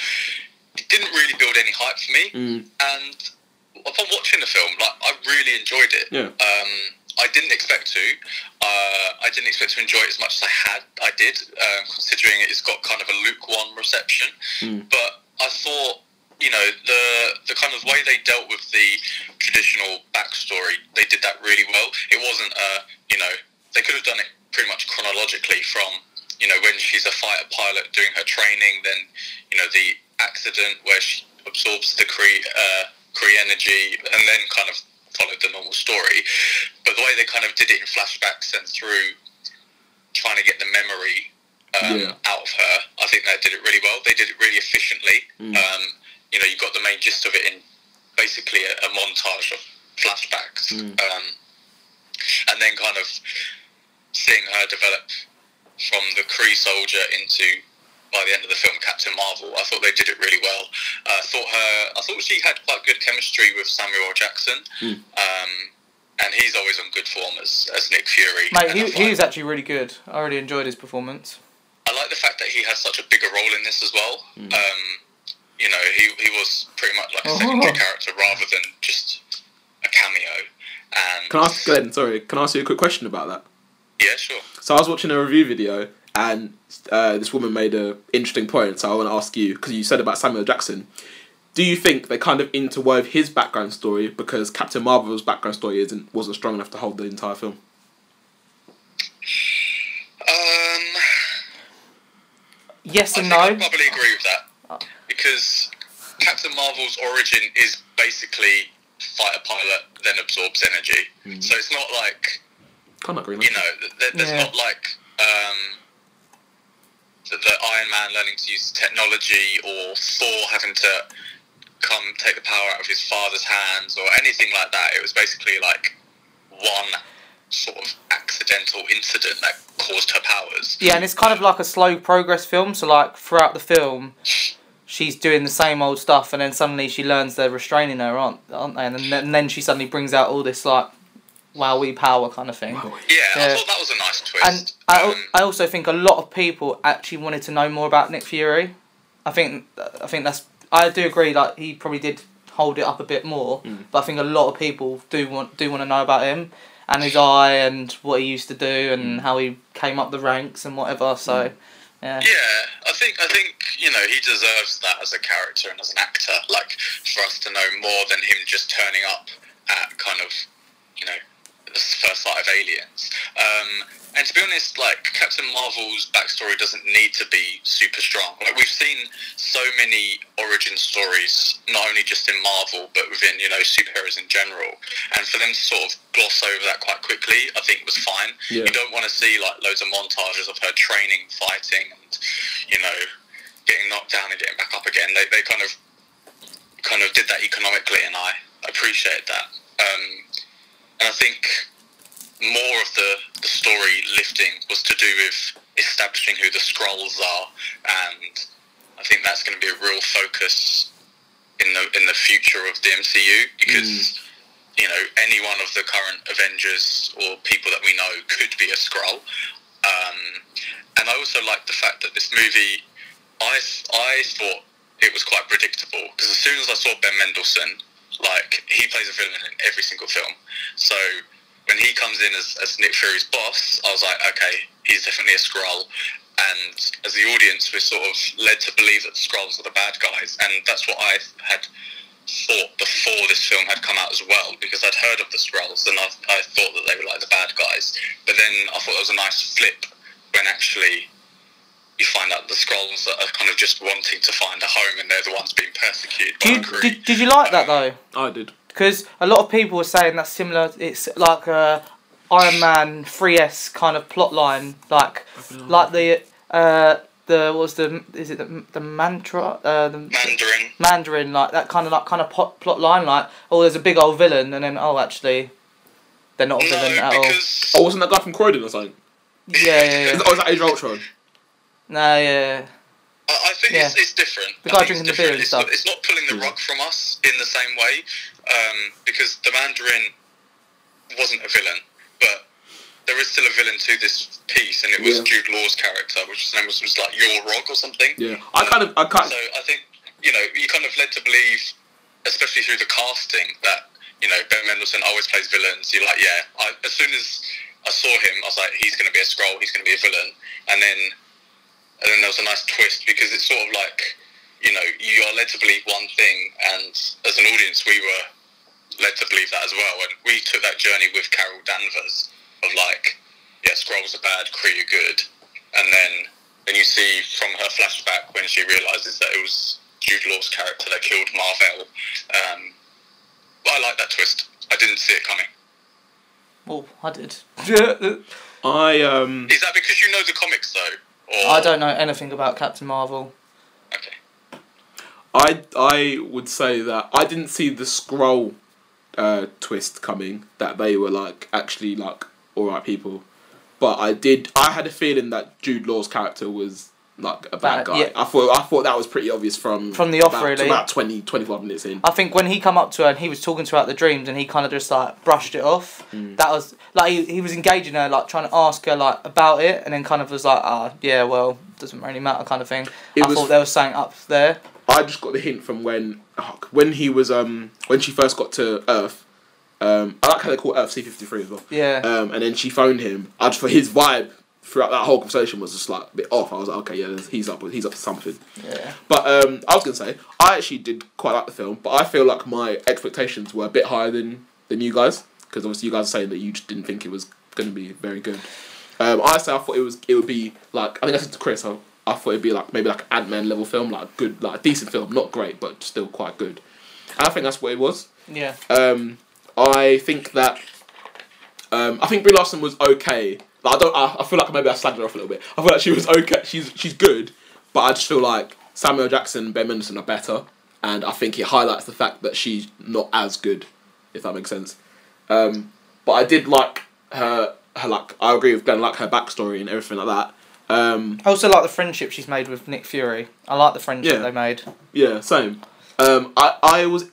it didn't really build any hype for me. Mm. And upon watching the film, like I really enjoyed it. Yeah. Um, I didn't expect to. Uh, I didn't expect to enjoy it as much as I had. I did, um, considering it's got kind of a lukewarm reception. But I thought, you know, the the kind of way they dealt with the traditional backstory, they did that really well. It wasn't, uh, you know, they could have done it pretty much chronologically from, you know, when she's a fighter pilot doing her training, then, you know, the accident where she absorbs the Kree, uh, Kree energy, and then kind of followed the normal story. But the way they kind of did it in flashbacks and through trying to get the memory um, Yeah. out of her, I think that did it really well. They did it really efficiently. Um, you know, you got the main gist of it in basically a, a montage of flashbacks. Um, and then kind of seeing her develop from the Kree soldier into by the end of the film Captain Marvel. I thought they did it really well. Uh, I thought her, I thought she had quite good chemistry with Samuel L. Jackson, um, and he's always on good form as, as Nick Fury. And Mate, I he, find- he is actually really good. I really enjoyed his performance. I like the fact that he has such a bigger role in this as well. Um, you know, he, he was pretty much like a Oh. secondary character rather than just a cameo. And Can I ask Glenn? Sorry, can I ask you a quick question about that? yeah, sure. So I was watching a review video, and uh, this woman made a interesting point. So I want to ask you because you said about Samuel Jackson. Do you think they kind of interwove his background story because Captain Marvel's background story isn't wasn't strong enough to hold the entire film? Um, Yes I and think I no. probably agree with Oh. that because Captain Marvel's origin is basically fighter pilot, then absorbs energy. So it's not like Kind of agree. you know, th- th- there's Yeah. not like um, the, the Iron Man learning to use technology or Thor having to come take the power out of his father's hands or anything like that. It was basically like one sort of accidental incident that caused her powers. Yeah, and it's kind of like a slow progress film. So like throughout the film, she's doing the same old stuff, and then suddenly she learns they're restraining her, aren't aren't they? And then, and then she suddenly brings out all this like, wow, we power kind of thing. Yeah, I Yeah. thought that was a nice twist. And I, al- Um, I also think a lot of people actually wanted to know more about Nick Fury. I think I think that's I do agree. Like he probably did hold it up a bit more, but I think a lot of people do want do want to know about him and his eye and what he used to do and how he came up the ranks and whatever. So, yeah. Yeah, I think I think you know he deserves that as a character and as an actor. Like for us to know more than him just turning up at kind of you know the first sight of aliens. Um, and to be honest, like Captain Marvel's backstory doesn't need to be super strong. Like we've seen so many origin stories, not only just in Marvel but within you know superheroes in general. And for them to sort of gloss over that quite quickly, I think was fine. Yeah. You don't want to see like loads of montages of her training, fighting, and you know getting knocked down and getting back up again. They they kind of kind of did that economically, and I appreciate that. Um, and I think more of the, the story lifting was to do with establishing who the scrolls are, and I think that's going to be a real focus in the in the future of the MCU because you know any one of the current Avengers or people that we know could be a scroll. Um, and I also like the fact that this movie, I I thought it was quite predictable because as soon as I saw Ben Mendelsohn, like he plays a villain in every single film, so when he comes in as, as Nick Fury's boss, I was like, okay, he's definitely a Skrull. And as the audience, we're sort of led to believe that Skrulls are the bad guys, and that's what I had thought before this film had come out as well, because I'd heard of the Skrulls and I, I thought that they were like the bad guys. But then I thought it was a nice flip when actually you find out the Skrulls are kind of just wanting to find a home, and they're the ones being persecuted. by Do the you, Kree. did, did you like that though? I did. Because a lot of people were saying that's similar. It's like a Iron Man 3s kind of plot line, like like the uh the what's the is it the, the mantra uh the Mandarin. Mandarin like that kind of like kind of pot, plot line like oh there's a big old villain and then oh actually they're not a villain No, at all. because Oh, wasn't that guy from Croydon or something? Yeah, yeah, yeah. Is- Oh, is that Age of Ultron? no, yeah. I I think it's, Yeah. it's different. The I guy think it's drinking the beer different. and it's stuff. Not, it's not pulling the Hmm. rug from us in the same way, um, because the Mandarin wasn't a villain, but there is still a villain to this piece, and it was Yeah. Jude Law's character, which his name was, was like Your Rock or something. Yeah. I kind of, I kind. So I think you know you kind of led to believe, especially through the casting, that you know Ben Mendelsohn always plays villains. You're like, yeah. I, as soon as I saw him, I was like, he's going to be a scroll. He's going to be a villain. And then, and then there was a nice twist because it's sort of like, you know, you are led to believe one thing, and as an audience, we were led to believe that as well. And we took that journey with Carol Danvers of like, yeah, Skrulls are bad, Kree are good. And then then you see from her flashback when she realizes that it was Jude Law's character that killed Marvel. Um, but I like that twist. I didn't see it coming. Oh, I did. I um Is that because you know the comics though? Or I don't know anything about Captain Marvel. Okay. I I would say that I didn't see the scroll uh, twist coming that they were like actually like all right people, but I did I had a feeling that Jude Law's character was like a bad Bad, guy. yeah. I thought I thought that was pretty obvious from From the off, about, really. about 20, 25 minutes in. I think when he come up to her and he was talking to her about the dreams and he kind of just like brushed it off. Mm. That was like he, he was engaging her, like trying to ask her like about it, and then kind of was like, ah, yeah, well, doesn't really matter, kind of thing. It I was- thought there was something up there. I just got the hint from when oh, when he was um when she first got to Earth. Um, I like how they call Earth C fifty three as well. Yeah. Um, and then she phoned him. I just for his vibe throughout that whole conversation was just like a bit off. I was like, okay, yeah, he's up, he's up to something. Yeah. But um, I was gonna say I actually did quite like the film, but I feel like my expectations were a bit higher than than you guys because obviously you guys are saying that you just didn't think it was gonna be very good. Um, I say I thought it was it would be like I think I said to Chris I, I thought it'd be like maybe like Ant Man level film, like a good like a decent film, not great but still quite good. And I think that's what it was. Yeah. Um, I think that um, I think Brie Larson was okay. Like, I don't. I, I feel like maybe I slagged her off a little bit. I feel like she was okay. She's she's good, but I just feel like Samuel Jackson, and Ben Mendelsohn are better, and I think it highlights the fact that she's not as good, if that makes sense. Um, but I did like her. Her like I agree with Glenn. Like her backstory and everything like that. Um, I also like the friendship she's made with Nick Fury. I like the friendship Yeah. they made. Yeah, same. Um, I I was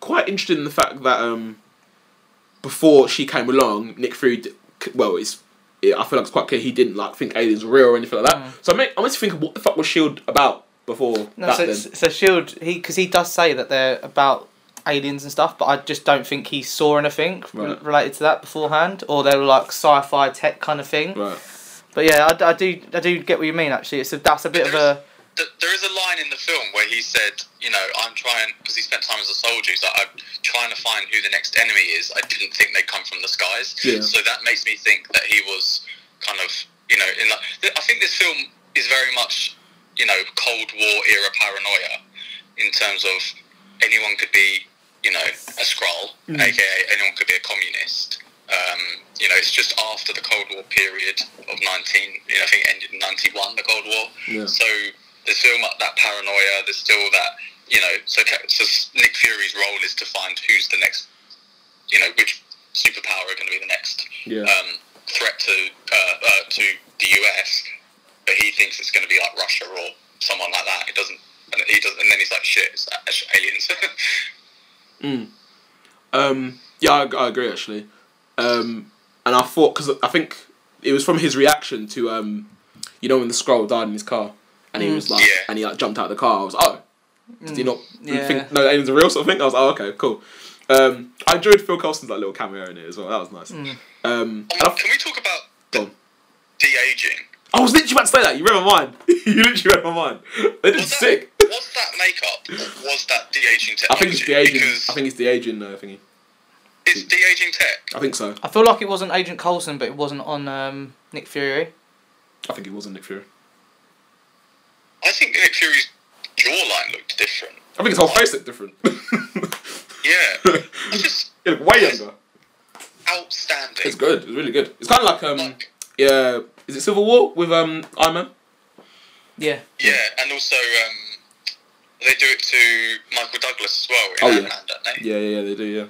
quite interested in the fact that um, before she came along, Nick Fury. d- c- Well, it's it, I feel like it's quite clear he didn't like think aliens were real or anything like that. So I mean, I was thinking, what the fuck was Shield about before Mm. No, that? so, then so Shield, he because he does say that they're about aliens and stuff, but I just don't think he saw anything re- Right. related to that beforehand, or they were like sci-fi tech kind of thing. right. But yeah, I, I do I do get what you mean. Actually, it's a, that's a bit of a Th- There is a line in the film where he said, "You know, I'm trying because he spent time as a soldier. He's like, I'm trying to find who the next enemy is. I didn't think they'd come from the skies. Yeah. So that makes me think that he was kind of, you know, in like. th- I think this film is very much, you know, Cold War era paranoia, in terms of anyone could be, you know, a Skrull, aka anyone could be a communist. Um, you know, it's just after the Cold War period of 19, you know, I think it ended in 91, the Cold War. Yeah. So there's still mu- that paranoia. There's still that you know. So, ca- so s- Nick Fury's role is to find who's the next, you know, which superpower are going to be the next Yeah. um, threat to uh, uh, to the US. But he thinks it's going to be like Russia or someone like that. It doesn't. And he does, and then he's like, "Shit, it's actually aliens." Um, yeah, I, I agree actually. Um, and I thought because I think it was from his reaction to um, you know when the scroll died in his car, and he was like, Mm. Yeah. Mm. and he like jumped out of the car. I was oh, did he not yeah. think no aliens are real sort of thing? I was oh okay cool. Um, I enjoyed Phil Coulson's like little cameo in it as well. That was nice. Mm. Um, and I, Can we talk about go on. de aging? I was literally about to say that. You read my mind. you literally read my mind. They did Was that, sick. was that makeup? Or was that de aging I technology? think it's the aging. Because I think it's the aging uh, thingy. it's de aging tech. I think so. I feel like it wasn't Agent Coulson, but it wasn't on um, Nick Fury. I think it wasn't Nick Fury. I think Nick Fury's jawline looked different. I think his whole face looked different. Yeah, I just He looked way younger. outstanding. It's good. It's really good. It's kind of like um, Like- yeah. Is it Civil War with um Iron Man? Yeah. Yeah, and also um, they do it to Michael Douglas as well in Oh, yeah. Ant Man, don't they? Yeah, yeah, yeah, they do. Yeah.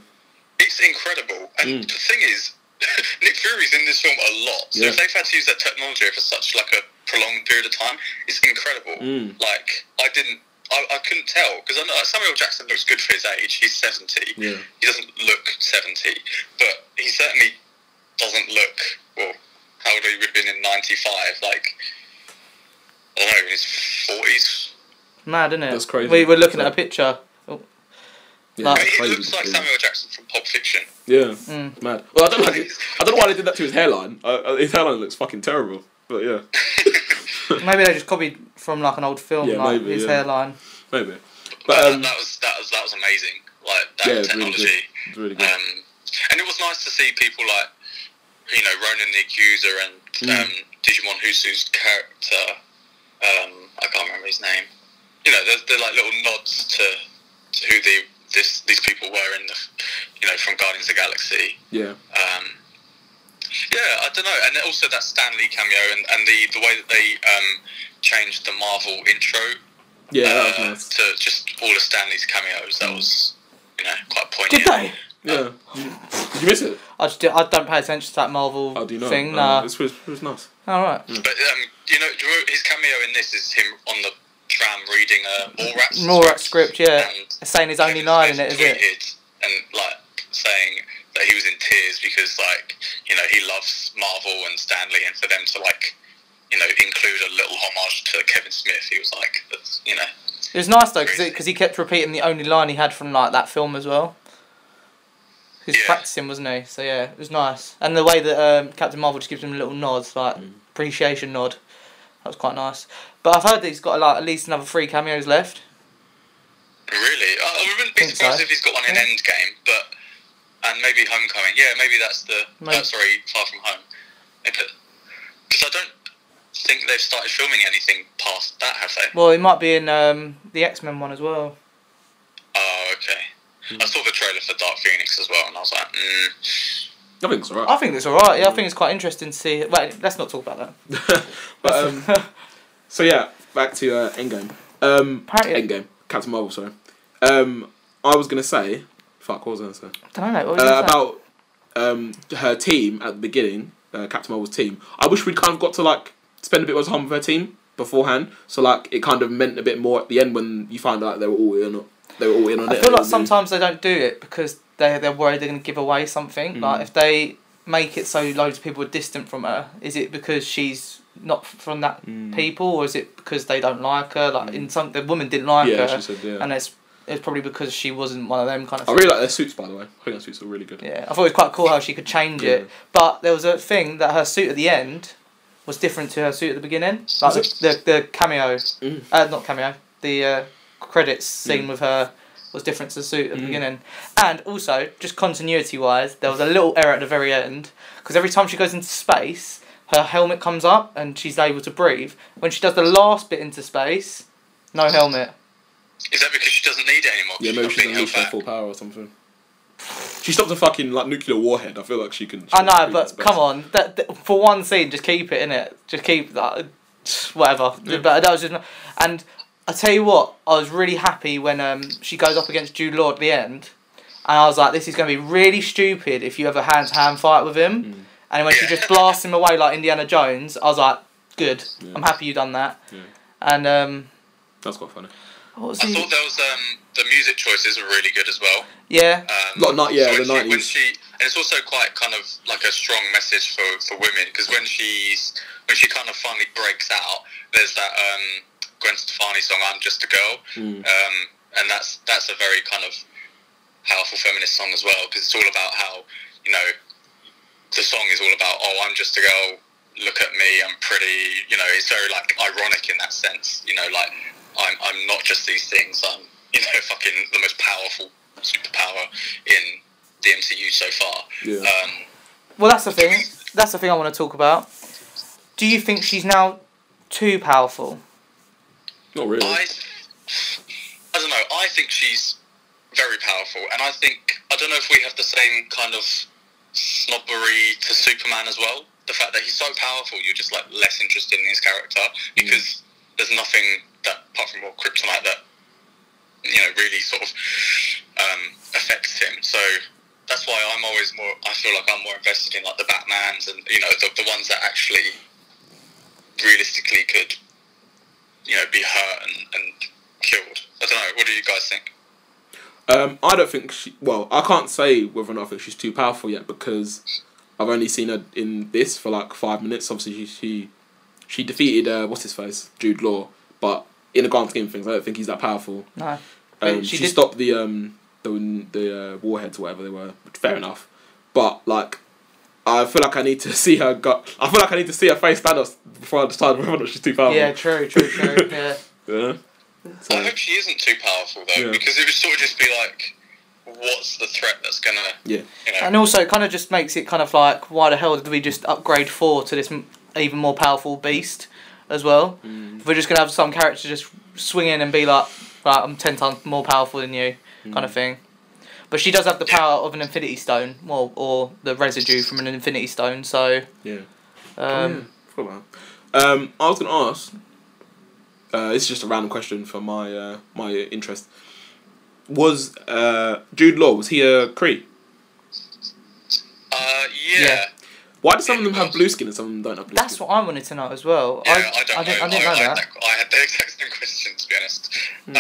It's incredible. And Mm. the thing is, Nick Fury's in this film a lot. So Yeah. if they've had to use that technology for such like a prolonged period of time, it's incredible. Mm. Like I didn't. I, I couldn't tell because I know Samuel Jackson looks good for his age. He's seventy. Yeah. He doesn't look seventy, but he certainly doesn't look well. How old he would have been in ninety five? Like I don't know, in his forties, Mad, isn't it? That's crazy. We were looking at a picture. Oh, Yeah. Like- But it's he crazy. looks like yeah. Samuel Jackson from Pulp Fiction. Yeah. Mm. Mad. Well, I don't know. how- I don't know why they did that to his hairline. Uh, Uh, his hairline looks fucking terrible. But yeah, Maybe they just copied from like an old film, Yeah, like maybe, his yeah. hairline. maybe. But But that- um, that was that was that was amazing. Like that yeah, it's really good. technology, It's really good. um, and it was nice to see people like you know Ronan the Accuser and Mm. um, Digimon Husu's character. Um, I can't remember his name. You know, they're, they're like little nods to, to who the this these people were in the you know, from Guardians of the Galaxy. Yeah. Um, yeah, I don't know, and also that Stan Lee cameo and, and the, the way that they um, changed the Marvel intro Yeah, that was uh, nice. to just all of Stanley's cameos. That was, you know, quite Did poignant. they? Yeah. Did did you miss it? I just do, I don't pay attention to that Marvel Oh, do you know? thing. No, Mm. nah. It was, it was nice. All right. But um, you know, do you remember his cameo in this is him on the tram reading a Mallrats Morat script, yeah. And Saying his only Kevin line in Smith it, is it? tweeted And like saying that he was in tears because like you know he loves Marvel and Stanley, and for them to like you know include a little homage to Kevin Smith, he was like, that's, you know, It was nice though, because he kept repeating the only line he had from like that film as well. He was Yeah. practicing, wasn't he? So yeah, it was nice. And the way that um, Captain Marvel just gives him little nods, like Mm. appreciation nod, that was quite nice. But I've heard that he's got like at least another three cameos left. Really? I, I wouldn't be Think surprised so. if he's got one in Yeah. Endgame, but and maybe Homecoming. Yeah, maybe that's the. Maybe. uh, sorry, Far From Home. Because I don't think they've started filming anything past that, have they? Well, he might be in um, the X Men one as well. Oh, okay. Hmm. I saw the trailer for Dark Phoenix as well, and I was like, mm. I think it's I alright. think that's alright. Yeah, I think it's quite interesting to see. Wait, let's not talk about that. but um, so yeah, back to uh, Endgame. Um, Apparently- Endgame. Captain Marvel. Sorry. Um, I was gonna say, fuck. What was I gonna say? don't know. What was uh, that? about um, her team at the beginning, uh, Captain Marvel's team. I wish we'd kind of got to like spend a bit more time with her team beforehand, so like it kind of meant a bit more at the end when you found out they were all in. They were all in on I it. feel and like they sometimes they don't do it because they they're worried they're going to give away Mm. something. Like if they make it so loads of people are distant from her, is it because she's not f- from that Mm. people, or is it because they don't like her? Like in some, the woman didn't like knew. Mm. yeah, her, she said yeah. and it's it's probably because she wasn't one of them kind of. I thing. really like their suits, by the way. I think their suits are really good. Yeah, I thought it was quite cool how she could change Yeah. it. But there was a thing that her suit at the end was different to her suit at the beginning. Like Was the, the, the cameo, Mm. uh, not cameo, the uh, credits scene with her was different to the suit at the Mm. beginning. And also, just continuity wise, there was a little error at the very end because every time she goes into space, her helmet comes up and she's able to breathe. When she does the last bit into space, no helmet. is that because she doesn't need it anymore? Yeah, maybe not she's being gonna held reach her back. full power or something. She stopped a fucking like nuclear warhead. I feel like she can. she I can know, do but this best. come on, that, that- for one scene, just keep it in it. Just keep that, whatever. But that was just, and I tell you what, I was really happy when um she goes up against Jude Law at the end, and I was like, this is gonna be really stupid if you have a hand to hand fight with him, Mm. and when she just blasts him away like Indiana Jones, I was like, good, Yeah. I'm happy you done that, Yeah. and um. That's quite funny. What was I he? thought there was um, the music choices were really good as well. Yeah, Um, Lot of ni- yeah, when the she- When 90s. she, and it's also quite kind of like a strong message for, for women because when she's when she kind of finally breaks out, there's that um, Gwen Stefani song "I'm Just a Girl," Mm. um, and that's that's a very kind of powerful feminist song as well because it's all about how you know the song is all about oh I'm just a girl, look at me, I'm pretty. You know, it's very like ironic in that sense. You know, like I'm I'm not just these things. I'm you know fucking the most powerful superpower in the MCU so far. Yeah. Um, Well, that's the thing. That's the thing I want to talk about. Do you think she's now too powerful? Not really. I, I don't know. I think she's very powerful, and I think I don't know if we have the same kind of snobbery to Superman as well. The fact that he's so powerful, you're just like less interested in his character because there's nothing that apart from what Kryptonite that you know really sort of um, affects him. So that's why I'm always more. I feel like I'm more invested in like the Batman's and you know the, the ones that actually realistically could you know be hurt and, and killed. I don't know. What do you guys think? Um, I don't think she. Well, I can't say whether or not I think she's too powerful yet because I've only seen her in this for like five minutes. Obviously, she she, she defeated uh, what's his face Jude Law, but in the grand scheme of things, I don't think he's that powerful. No. Um, But she she did- stopped the um the the uh, warheads, or whatever they were. which Mm. Fair enough, but like. I feel like I need to see her go. I feel like I need to see her face Thanos before I decide whether or not she's too powerful. Yeah, true, true, true. Yeah. Yeah. I So, hope she isn't too powerful though, Yeah. because it would sort of just be like, what's the threat that's gonna yeah. you know? And also, it kind of just makes it kind of like, why the hell did we just upgrade four to this m- even more powerful beast as well? If we're just gonna have some character just swing in and be like, right, I'm ten times more powerful than you, kind of thing. But she does have the power of an Infinity Stone, well, or the residue from an Infinity Stone. So Yeah. um, Forgot about that. Um, I was gonna ask. Uh, this is just a random question for my uh, my interest. Was uh, Jude Law was he a Cree? Uh, yeah. Yeah. Why do some of them have blue skin and some of them don't have blue that's skin? what I wanted to know as well. Yeah, I, I don't I didn't, know. I didn't know I, had that. Hmm. I had the exact same question, to be honest. Um,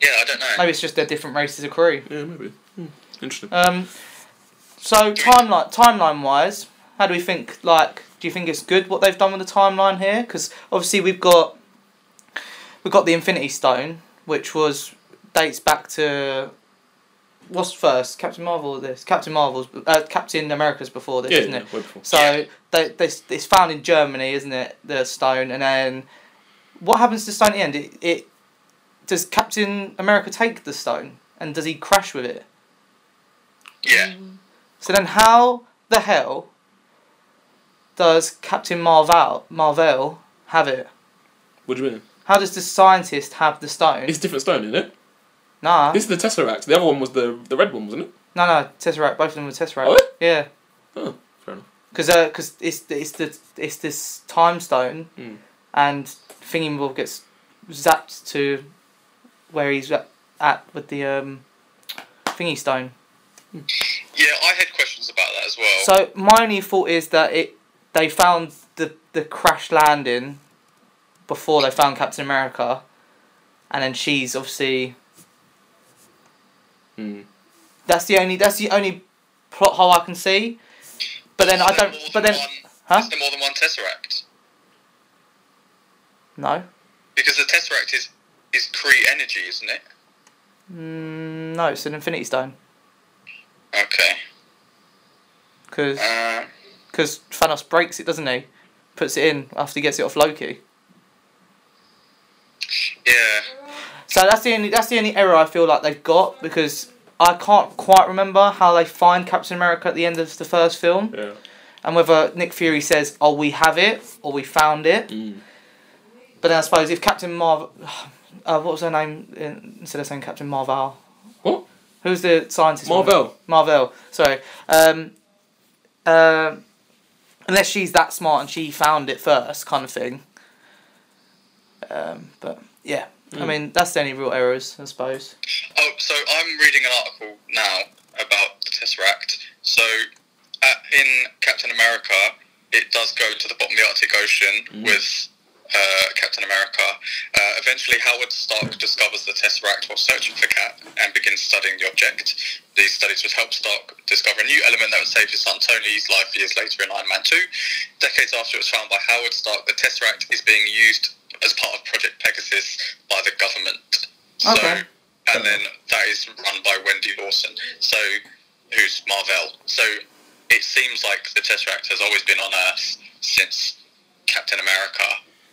yeah, I don't know. Maybe it's just they're different races of crew. Yeah, maybe. Hmm. Interesting. Um, so timeline timeline wise, how do we think? Like, do you think it's good what they've done with the timeline here? Because obviously we've got we've got the Infinity Stone, which was dates back to what's first Captain Marvel. or This Captain Marvel's uh, Captain America's before this, yeah, isn't yeah, it? way before. So they, they, it's found in Germany, isn't it? The stone, and then what happens to the stone at the end? It, it does Captain America take the stone, and does he crash with it? yeah. So then, how the hell does Captain Marvel Marvel have it? What do you mean? How does the scientist have the stone? It's a different stone, isn't it? nah, This is the Tesseract. The other one was the the red one, wasn't it? no, no, Tesseract. Both of them were Tesseract. Oh, really? Yeah, Oh, fair enough. because uh, 'cause it's the- it's the it's this time stone, Mm. and Thingy Wolf gets zapped to where he's at, at with the um, Thingy stone. Yeah, I had questions about that as well. So my only thought is that it they found the the crash landing before they found Captain America, and then she's obviously Hmm. that's the only that's the only plot hole I can see. But then I Is there don't. more But than then one- Huh? Is there more than one Tesseract? no, Because the Tesseract is is Cree energy, isn't it? Mm, no, it's an Infinity Stone Okay. because Uh, Thanos breaks it, doesn't he? Puts it in after he gets it off Loki. yeah. So that's the only that's the only error I feel like they've got because I can't quite remember how they find Captain America at the end of the first film Yeah. and whether Nick Fury says, "Oh, we have it" or "We found it." Mm. But then I suppose if Captain Marvel, uh, what was her name in- instead of saying Captain Marvel? What? Who's the scientist? woman? Marvel. Marvel. Sorry. Um, um, unless she's that smart and she found it first, kind of thing. Um, but yeah, I Mm. mean that's the only real errors, I suppose. Oh, so I'm reading an article now about the Tesseract. So at, in Captain America, it does go to the bottom of the Arctic Ocean with uh, Captain America. Uh, eventually, Howard Stark discovers the Tesseract while searching for Cap and begins studying the object. These studies would help Stark discover a new element that would save his son Tony's life years later in Iron Man 2. Decades after it was found by Howard Stark, the Tesseract is being used as part of Project Pegasus by the government. Okay. So, and then that is run by Wendy Lawson, so who's Marvel. So it seems like the Tesseract has always been on Earth since Captain America,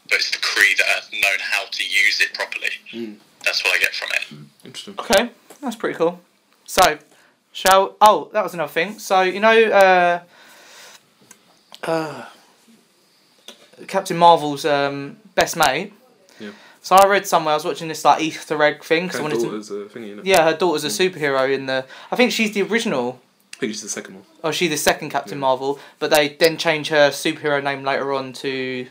but it's the Kree that have known how to use it properly. Mm. That's what I get from it. Interesting. Okay, that's pretty cool. So, shall oh that was another thing. So you know, uh, uh, Captain Marvel's um, best mate. Yeah. So I read somewhere I was watching this like Easter egg thing. 'cause I Kind wanted of to, daughter's Hmm. uh, thingy, innit? yeah, her daughter's a superhero in the. I think she's the original, I think it's the second one. or she's the second Captain Yeah. Marvel. But they then change her superhero name later on to.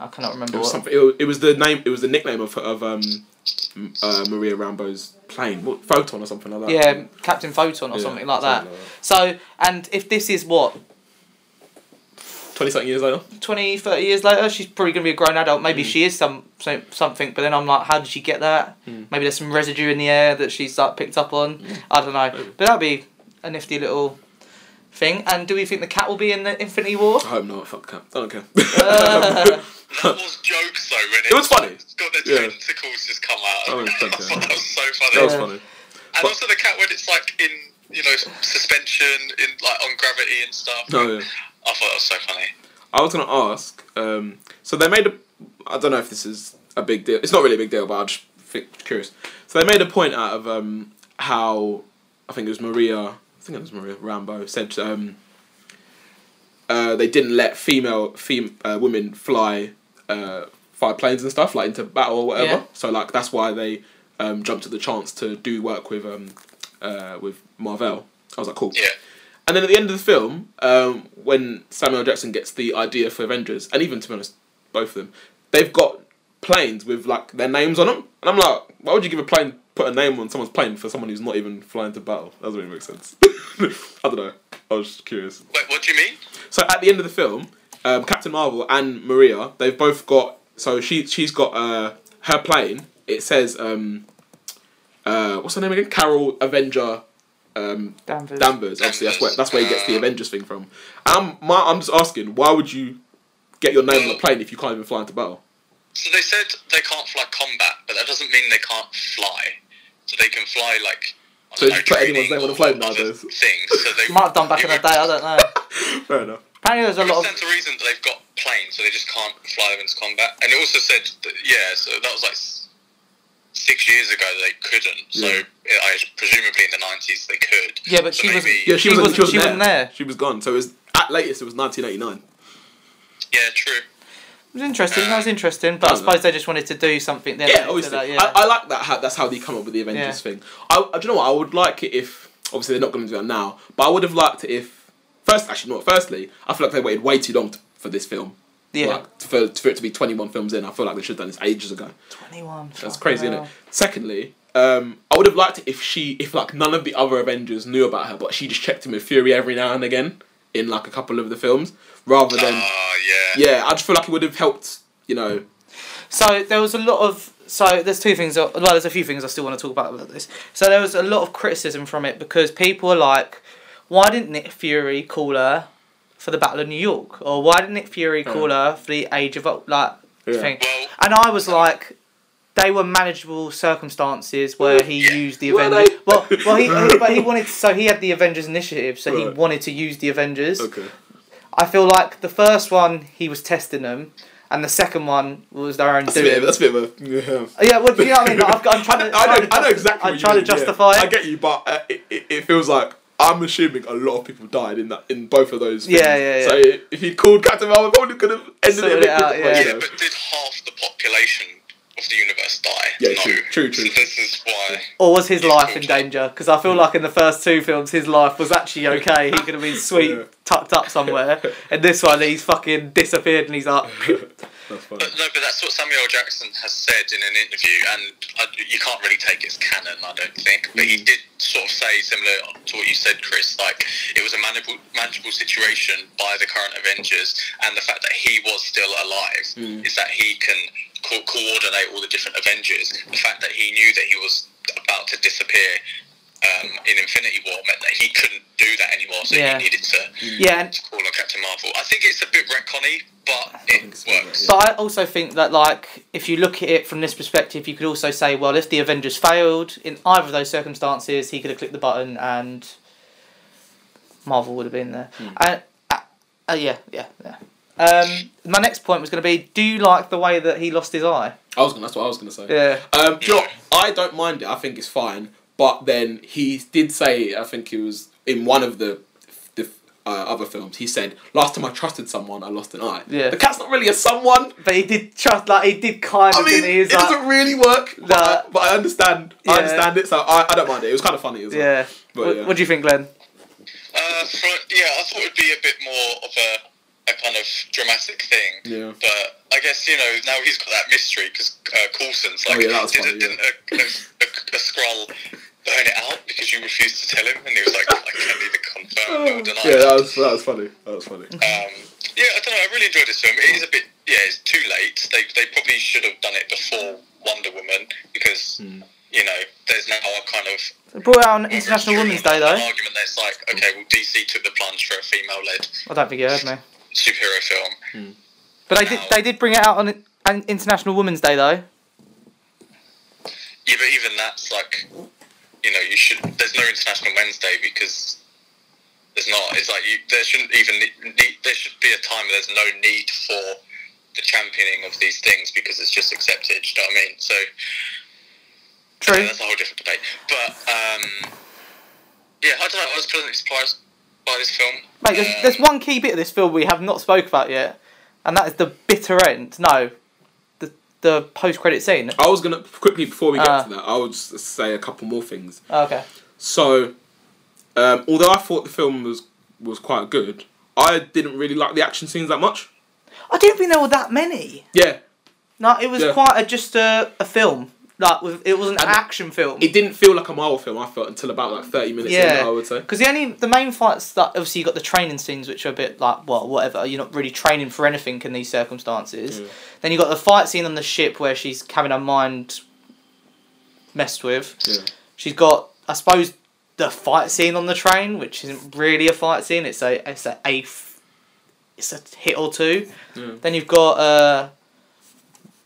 I cannot It remember was what. something. It was, it was the name. It was the nickname of of um, m- uh, Maria Rambo's plane, what, photon or something like that. Yeah, Captain Photon or Yeah, something like that. something like that. So, and if this is what Twenty something years later. 20, 30 years later, she's probably going to be a grown adult. Mm. Maybe she is some, some something, but then I'm like, how did she get that? Mm. Maybe there's some residue in the air that she's like picked up on. I don't know, but that'd be a nifty little thing. And do we think the cat will be in the Infinity War? I hope not. Fuck cap. I don't care. Uh, That was jokes though, when it, It was funny. it's Got the Yeah. tentacles just come out. Oh, it's I fantastic. thought that was so funny. that was Yeah. funny. and also the cat when it's like in you know suspension in like on gravity and stuff. No, Oh, yeah. I thought that was so funny. I was gonna ask. Um, so they made a. I don't know if this is a big deal. It's not really a big deal, but I'm just fi- curious. So they made a point out of um, how I think it was Maria. I think it was Maria Rambo said um, uh, they didn't let female fem- uh, women fly uh, fly planes and stuff like into battle or whatever. Yeah. So like that's why they um, jumped at the chance to do work with um, uh, with Marvel. I was like, cool. Yeah. And then at the end of the film, um, when Samuel Jackson gets the idea for Avengers, and even to be honest, both of them, they've got planes with like their names on them, and I'm like, why would you give a plane put a name on someone's plane for someone who's not even flying to battle? That doesn't really make sense. I don't know. I was just curious. Wait, what do you mean? So at the end of the film, um, Captain Marvel and Maria, they've both got. So she she's got uh, her plane. It says um, uh, what's her name again? Carol Avenger. Um, Danvers. Danvers, obviously that's where that's where he gets the Avengers thing from. Um, my, I'm just asking, why would you get your name on a plane if you can't even fly into battle? So they said they can't fly combat, but that doesn't mean they can't fly. So they can fly like. I So don't just know, put anyone's training name on the or plane other nowadays. Things. So they Might have done back in the day. I don't know. Fair enough. Apparently, there's a lot of sense the reason that they've got planes, so they just can't fly them into combat. And it also said, that, yeah, so that was like s- six years ago that they couldn't. So Yeah. yeah, I presumably in the nineties they could. Yeah, but so she was- maybe, Yeah, she, She wasn't, wasn't- she wasn't she wasn't there. there. She was gone. So it was at latest it was 1989. yeah, true. It was interesting. That was interesting, but I Yeah. suppose they just wanted to do something. Then Yeah, after obviously. that, I, I like that. How, that's how they come up with the Avengers thing. I, I do you know what I would like it if obviously they're not going to do that now, but I would have liked it if first actually not firstly I feel like they waited way too long to, for this film. yeah, Like, for, for it to be 21 films in, I feel like they should have done this ages ago. twenty-one. That's crazy, isn't it? Secondly, um, I would have liked it if she, if like none of the other Avengers knew about her, but she just checked in with Fury every now and again in like a couple of the films, rather Ah, than yeah. Um, yeah. I just feel like it would have helped, you know. So there was a lot of so there's two things. uh, Well, there's a few things I still want to talk about about this. So there was a lot of criticism from it because people are like, why didn't Nick Fury call her for the Battle of New York, or why didn't Nick Fury call her for the Age of Ul- like Hmm. Yeah. thing? Well- And I was like. They were manageable circumstances where he Yeah. used the Were Avengers. they? Well, well, he, but he wanted so he had the Avengers initiative, so he Right. wanted to use the Avengers. Okay. I feel like the first one he was testing them, and the second one was their own That's a bit. doing. Of, that's a bit of a. Yeah. Yeah, well, do you know what I mean? Like, I've got, I'm I, trying know- to. I know. trying to I know justi- exactly. I'm trying to justify it. I it. get you, but uh, it, it, it feels like I'm assuming a lot of people died in that in both of those. Films. Yeah, yeah, yeah. So i- if he called Captain Marvel, probably could have ended it a Sorted bit it out, quicker, but, yeah. you Yeah, know. but did half the population of the universe die? Yeah, no. true, true, true. So this is why. Or was his life in danger? Because I feel like in the first two films, his life was actually okay. He could have been sweet, Yeah. tucked up somewhere. And this one, he's fucking disappeared and he's like, That's fine. But no, but that's what Samuel Jackson has said in an interview, and I, you can't really take it as canon, I don't think. But Mm. he did sort of say similar to what you said, Chris. Like it was a manageable, manageable situation by the current Avengers, and the fact that he was still alive Mm. is that he can co- coordinate all the different Avengers. The fact that he knew that he was about to disappear. Um, in Infinity War meant that he couldn't do that anymore, so Yeah. he needed to, Mm. yeah. And, to call on Captain Marvel. I think it's a bit retconny, but it think it's a bit works. but I also think that, like, if you look at it from this perspective, you could also say, well, if the Avengers failed in either of those circumstances, he could have clicked the button and Marvel would have been there. And, uh, uh, yeah, yeah, yeah. Um, my next point was going to be: Do you like the way that he lost his eye? I was gonna. That's what I was gonna say. Yeah. Um, do you know what? I don't mind it. I think it's fine. But then he did say, I think it was in one of the the uh, other films. He said, "Last time I trusted someone, I lost an eye." Yeah. The cat's not really a someone. But he did trust, like he did kind of. I mean, didn't he? He was it like- doesn't really work. But, I, Nah. but I understand. Yeah. I understand it. So I, I don't mind it. It was kind of funny as well. yeah. But what, yeah. what do you think, Glenn? Uh, for, yeah, I thought it'd be a bit more of a, a kind of dramatic thing. Yeah. But I guess you know now he's got that mystery because uh, Coulson's like Oh, yeah, that was did, funny, a, did a, a, a, a scroll burn it out because you refused to tell him, and he was like, I can neither confirm nor deny. Yeah, that was that was funny. That was funny. Um, yeah, I don't know. I really enjoyed this film. It is a bit, yeah, it's too late. They, they probably should have done it before Wonder Woman because Hmm. you know there's now a kind of They brought out on International Women's Day, An though. argument that's like, okay, well, DC took the plunge for a female-led I don't think you heard me. superhero film. But they did. They did bring it out on an International Women's Day, though. Yeah, but even that's like, you know, you should. There's no International Wednesday because there's not. It's like you, there shouldn't even need, there should be a time where there's no need for the championing of these things because it's just accepted. Do you know what I mean? So True. that's a whole different debate. But um, yeah, I don't know. I was pleasantly surprised by this film. Mate, there's, there's Um, one key bit of this film we have not spoke about yet, and that is the bitter end. No, the the post credit scene. I was gonna quickly before we get Uh. to that. I would just say a couple more things. Oh, Okay. So, um, although I thought the film was was quite good, I didn't really like the action scenes that much. I didn't think there were that many. Yeah, No, it was Yeah. quite a, just a, a film. Like with- it was an And action film. it didn't feel like a Marvel film. I felt until about like thirty minutes. Yeah. in, I would say. Because the only the main fights that obviously you got the training scenes, which are a bit like well whatever you're not really training for anything in these circumstances. Then you got the fight scene on the ship where she's having her mind messed with. Yeah. She's got I suppose the fight scene on the train, which isn't really a fight scene. It's a it's a, a f- it's a hit or two. Yeah. Then you've got uh,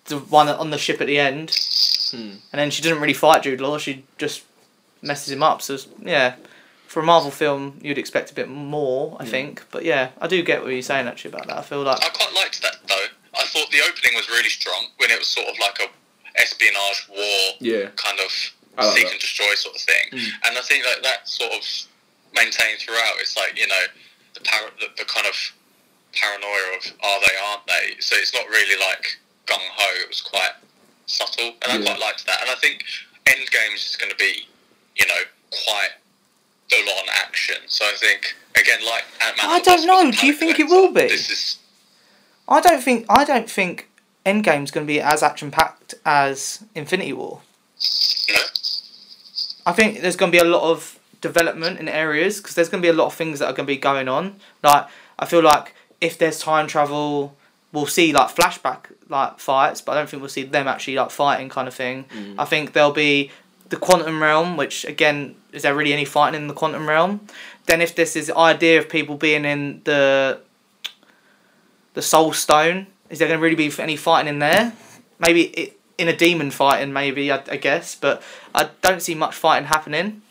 the one on the ship at the end, and then she doesn't really fight Jude Law. She just messes him up. So it's- yeah, for a Marvel film, you'd expect a bit more, I think. But yeah, I do get what you're saying actually about that. I feel like I quite liked that though. I thought the opening was really strong when it was sort of like a espionage war Yeah. kind of I like seek that. and destroy sort of thing, Mm. and I think like that sort of maintained throughout. It's like you know the par- the, the kind of paranoia of are they aren't they? So it's not really like gung ho. It was quite subtle, and I Yeah. quite liked that. And I think Endgame is going to be you know quite full on action. So I think again like Ant-Man I and the don't know. Wasp and Do you Panic think it Cleanser, will be? This is I don't think I don't think Endgame's going to be as action packed as Infinity War. you know. I think there's going to be a lot of development in areas because there's going to be a lot of things that are going to be going on. Like I feel like if there's time travel, we'll see like flashback like fights, but I don't think we'll see them actually like fighting kind of thing. I think there'll be the quantum realm, which again, is there really any fighting in the quantum realm? Then if this is the idea of people being in the the soul stone, is there going to really be any fighting in there? maybe it, in a demon fighting, maybe I, I guess, but I don't see much fighting happening.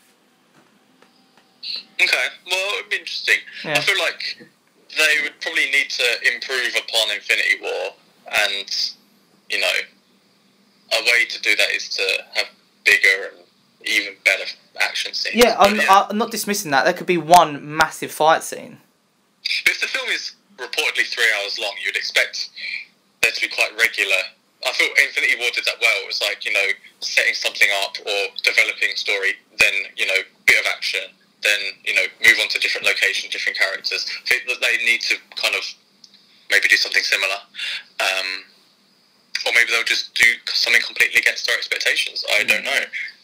Okay, well, it'd be interesting. Yeah. I feel like they would probably need to improve upon Infinity War, and you know, a way to do that is to have bigger and even better action scenes. Yeah, But I'm, I'm not dismissing that. There could be one massive fight scene. if the film is reportedly three hours long, you'd expect there to be quite regular. I thought Infinity War did that well. It was like you know setting something up or developing story, then you know bit of action, then you know move on to different location, different characters. I think that they need to kind of maybe do something similar, um, or maybe they'll just do something completely against our expectations. I don't know.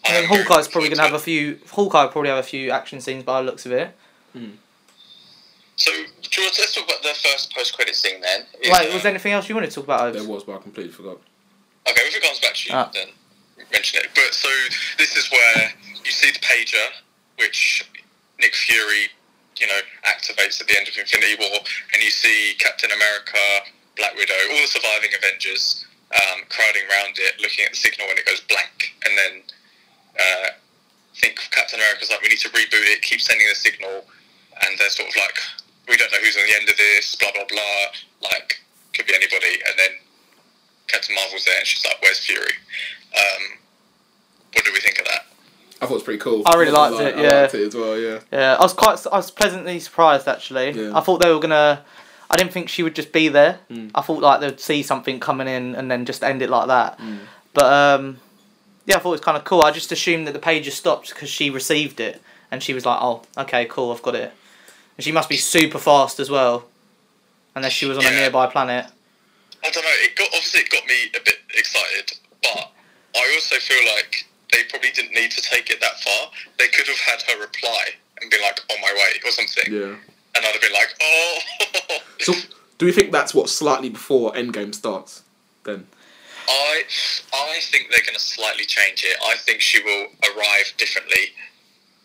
And then I'm very Hawkeye's probably gonna have a forward few. Hawkeye will probably have a few action scenes by the looks of it. to it. So George, let's talk about the first post-credit scene then. Is, Wait, was um, there anything else you want to talk about? There Obes? was, but I completely forgot. Okay, if it comes back to you, Ah. then mention it. But so this is where you see the pager, which Nick Fury, you know, activates at the end of Infinity War, and you see Captain America, Black Widow, all the surviving Avengers um, crowding around it, looking at the signal, and it goes blank, and then. Uh, I think Captain America's like, we need to reboot it, keep sending the signal, and they're sort of like, we don't know who's on the end of this, blah, blah, blah, like, could be anybody. And then Captain Marvel's there, and she's like, where's Fury? Um, what do we think of that? I thought it was pretty cool. I really Not liked gonna it, lie, yeah. I liked it as well. Yeah. Yeah, I was quite. s- I was pleasantly surprised actually. Yeah. I thought they were gonna. I didn't think she would just be there. I thought like they'd see something coming in and then just end it like that. But um, yeah, I thought it was kind of cool. I just assumed that the page just stopped because she received it and she was like, "Oh, okay, cool, I've got it." And she must be super fast as well, unless she was on a Yeah. nearby planet. I don't know. It got obviously it got me a bit excited, but I also feel like they probably didn't need to take it that far. They could have had her reply and be like, "On my way" or something, Yeah. and I'd have been like, "Oh." So, do we think that's what slightly before Endgame starts? Then. I I think they're going to slightly change it. I think she will arrive differently.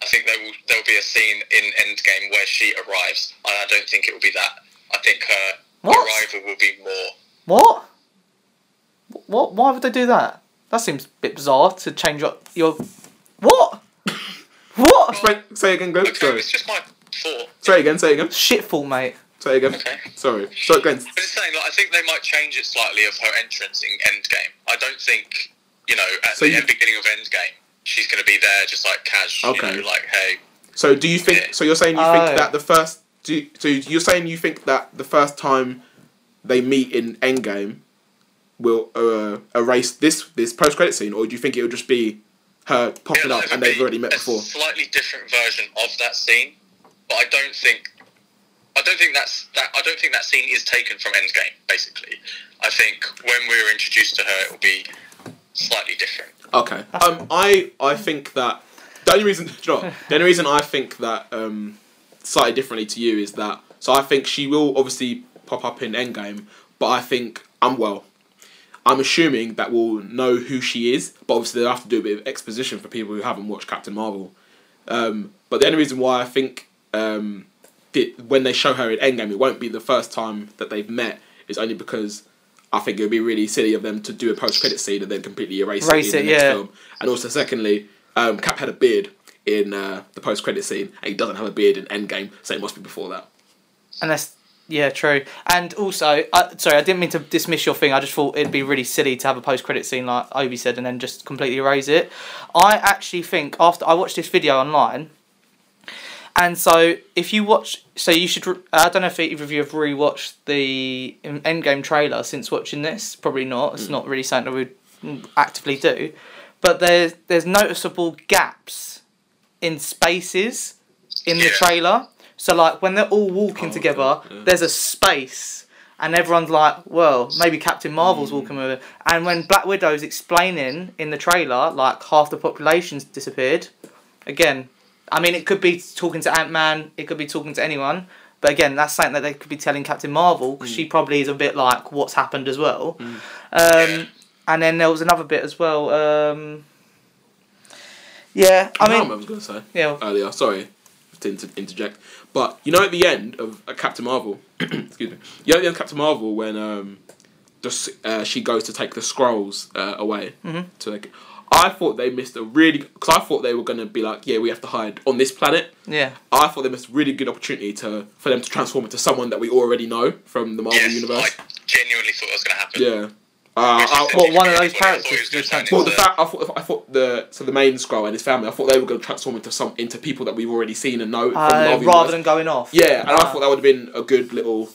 I think there will there will be a scene in Endgame where she arrives, and I don't think it will be that. I think her What? arrival will be more. What? What? Why would they do that? That seems a bit bizarre to change your your. What? what? Frank, say again, Glenn. Okay, Sorry. it's just my thought. Say again. Say again. Shitful, mate. Say again. Okay. Sorry. Sorry, Glenn. I'm just saying, like, I think they might change it slightly of her entrance in Endgame. I don't think you know at So the you- beginning of Endgame she's going to be there just like cash. Okay. You know, like hey, So, do you Yeah. think? So, you're saying you Oh. think that the first? Do you, so you're saying you think that the first time they meet in Endgame will uh, erase this this post credit scene, or do you think it'll just be her popping It'll up either and they've be already met a before. slightly different version of that scene, but I don't think, I don't think that's that. I don't think that scene is taken from Endgame. Basically, I think when we were introduced to her, it will be slightly different. Okay. Um, I I think that the only reason do you know what? the only reason I think that um, slightly differently to you is that so I think she will obviously pop up in Endgame, but I think I'm well. I'm assuming that we'll know who she is, but obviously they'll have to do a bit of exposition for people who haven't watched Captain Marvel. Um, but the only reason why I think um, the, when they show her in Endgame, it won't be the first time that they've met. Is only because I think it would be really silly of them to do a post-credit scene and then completely erase Erase it in it, the next yeah. film. And also, secondly, um, Cap had a beard in uh, the post-credit scene, and he doesn't have a beard in Endgame, so it must be before that. Unless, yeah, true. And also, uh, sorry, I didn't mean to dismiss your thing. I just thought it'd be really silly to have a post-credit scene like Obi said, and then just completely erase it. I actually think after I watched this video online, and so if you watch, so you should. re- I don't know if either of you have rewatched the um, Endgame trailer since watching this. Probably not. It's not really something that we would actively do. But there's there's noticeable gaps in spaces in the Yeah. trailer. So like when they're all walking Oh, together, okay, yeah. there's a space, and everyone's like, "Well, maybe Captain Marvel's Hmm. walking over." And when Black Widow's explaining in the trailer, like half the population's disappeared. Again, I mean, it could be talking to Ant Man. It could be talking to anyone. But again, that's something that they could be telling Captain Marvel 'cause Hmm. she probably is a bit like what's happened as well. Um, and then there was another bit as well. Um, yeah, I No, mean, I was going to say. yeah, earlier. Uh, Sorry to inter- interject, but you know at the end of uh, Captain Marvel, excuse me. You know at the end of Captain Marvel when um, the, s- uh, she goes to take the scrolls uh, away. Mm-hmm. To like, I thought they missed a really because I thought they were gonna be like, yeah, we have to hide on this planet. yeah. I thought they missed a really good opportunity to for them to transform into someone that we already know from the Marvel Yes, universe. I genuinely thought that was going to happen. Yeah. Uh, I, Which is well, What, one of anybody, I those thought it characters was gonna just turn well, the into- fact I thought I thought the so the main scroll and his family, I thought they were going to transform into some into people that we've already seen and know from the Uh, Marvel universe. rather than going off. Yeah, and I Ah. thought that would have been a good little.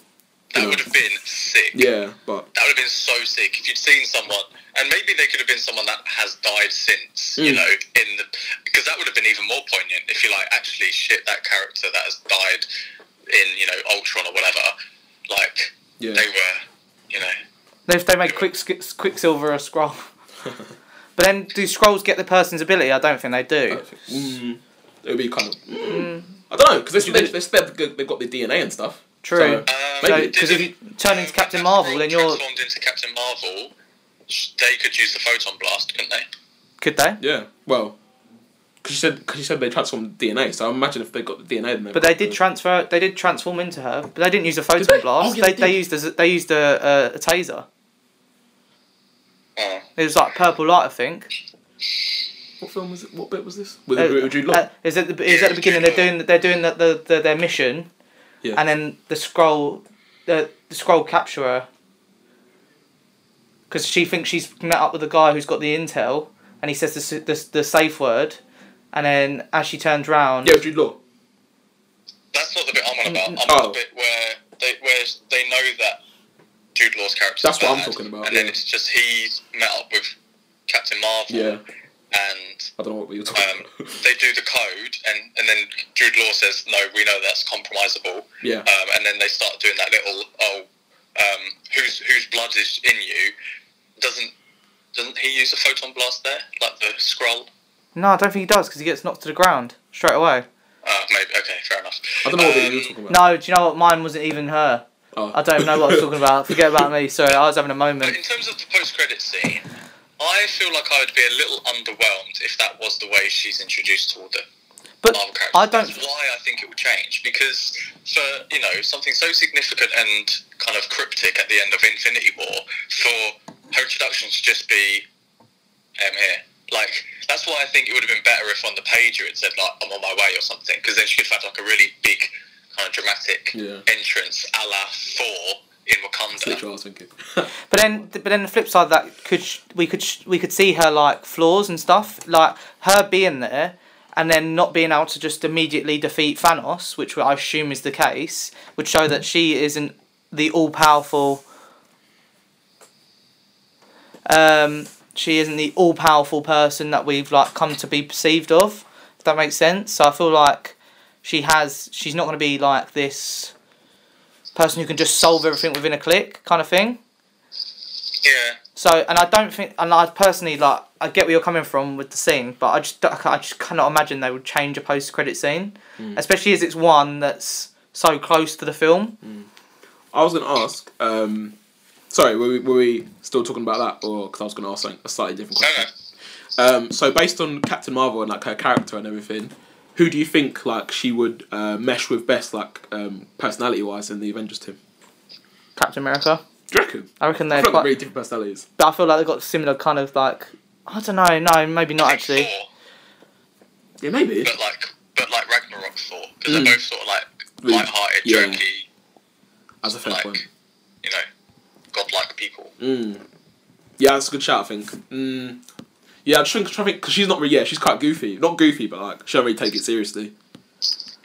That Yeah. would have been sick. Yeah, but That would have been so sick if you'd seen someone, and maybe they could have been someone that has died since, you Mm. know, in the because that would have been even more poignant if you like actually shit that character that has died in you know Ultron or whatever, like yeah, they were, you know, If they make quick Quicksilver a scroll. but then, do scrolls get the person's ability? I don't think they do. mm, it would be kind of. mm, Mm. I don't know because they, they, they, they've, they've got the DNA and stuff. True. So, um, Maybe. did Because if you it- turn into when Captain that Marvel, then scroll you're transformed into Captain Marvel. sh- They could use the photon blast, couldn't they? could they? yeah, well, because you said because you said they transformed DNA, so I imagine if they got the DNA, then they've But got they did the- transfer. They did transform into her, but they didn't use a photon they? blast. Oh, yeah, they, they they did. used a, they used a, uh, a taser. Oh. It was like purple light, I think. what film was it? What bit was this? With, Uh, with Jude Law. uh, is at the is at the beginning they're doing they're doing the, the, the their mission, Yeah. and then the scroll the, the scroll capture her because she thinks she's met up with the guy who's got the intel, and he says the s- the, s- the safe word, and then as she turns round, yeah, with Jude Law. That's not the bit I'm on about. I'm Oh. on the bit where they where they know that Jude Law's character. That's what I'm talking about, And yeah. then it's just he's met up with Captain Marvel. Yeah, And I don't know what we were talking. um, about. they do the code, and and then Jude Law says, "No, we know that's compromisable." yeah, Um, and then they start doing that little, "Oh, um, whose whose blood is in you?" Doesn't doesn't he use a photon blast there, like the scroll? no, I don't think he does because he gets knocked to the ground straight away. Uh, maybe okay, fair enough. I don't know what bit Um, we were talking about. No, do you know what? Mine wasn't even her. Oh. I don't know what I was talking about. Forget about me. Sorry, I was having a moment. But in terms of the post-credit scene, I feel like I would be a little underwhelmed if that was the way she's introduced to all the But Marvel characters. I don't. That's why I think it will change because for you know something so significant and kind of cryptic at the end of Infinity War, for her introduction to just be um, here. Like that's why I think it would have been better if on the pager it said like I'm on my way or something, because then she could have had like a really big kind of dramatic Yeah. entrance, a la Thor in Wakanda. That's literally what I was thinking. But then, but then the flip side of that could sh- we could sh- we could see her like flaws and stuff, like her being there and then not being able to just immediately defeat Thanos, which I assume is the case, would show that she isn't the all powerful. Um, she isn't the all powerful person that we've like come to be perceived of. If that makes sense. So I feel like she has she's not gonna be like this person who can just solve everything within a click kind of thing. Yeah. So, and I don't think, and I personally like, I get where you're coming from with the scene, but I just, don't- I ca- I just cannot imagine they would change a post-credit scene, Mm. especially as it's one that's so close to the film. I was going to ask. Um, sorry, were we, were we still talking about that, or because I was going to ask something, a slightly different No, no. question? Um, so based on Captain Marvel and like her character and everything, who do you think like she would uh, mesh with best, like um, personality wise, in the Avengers team? Captain America. Do you reckon? I reckon I feel they're like they're quite. really different personalities. but I feel like they've got similar kind of like. I don't know. No, maybe not Like actually. Thor, Yeah, maybe. but like, but like Ragnarok Thor, because Mm. they're both sort of like Really- light-hearted, yeah. jokey, As a fair like, point. you know, godlike people. Mm. Yeah, that's a good shout. I think. Mm. Yeah, I'm trying trying to think because she's not really. Yeah, she's quite goofy. Not goofy, but like she don't really take it seriously.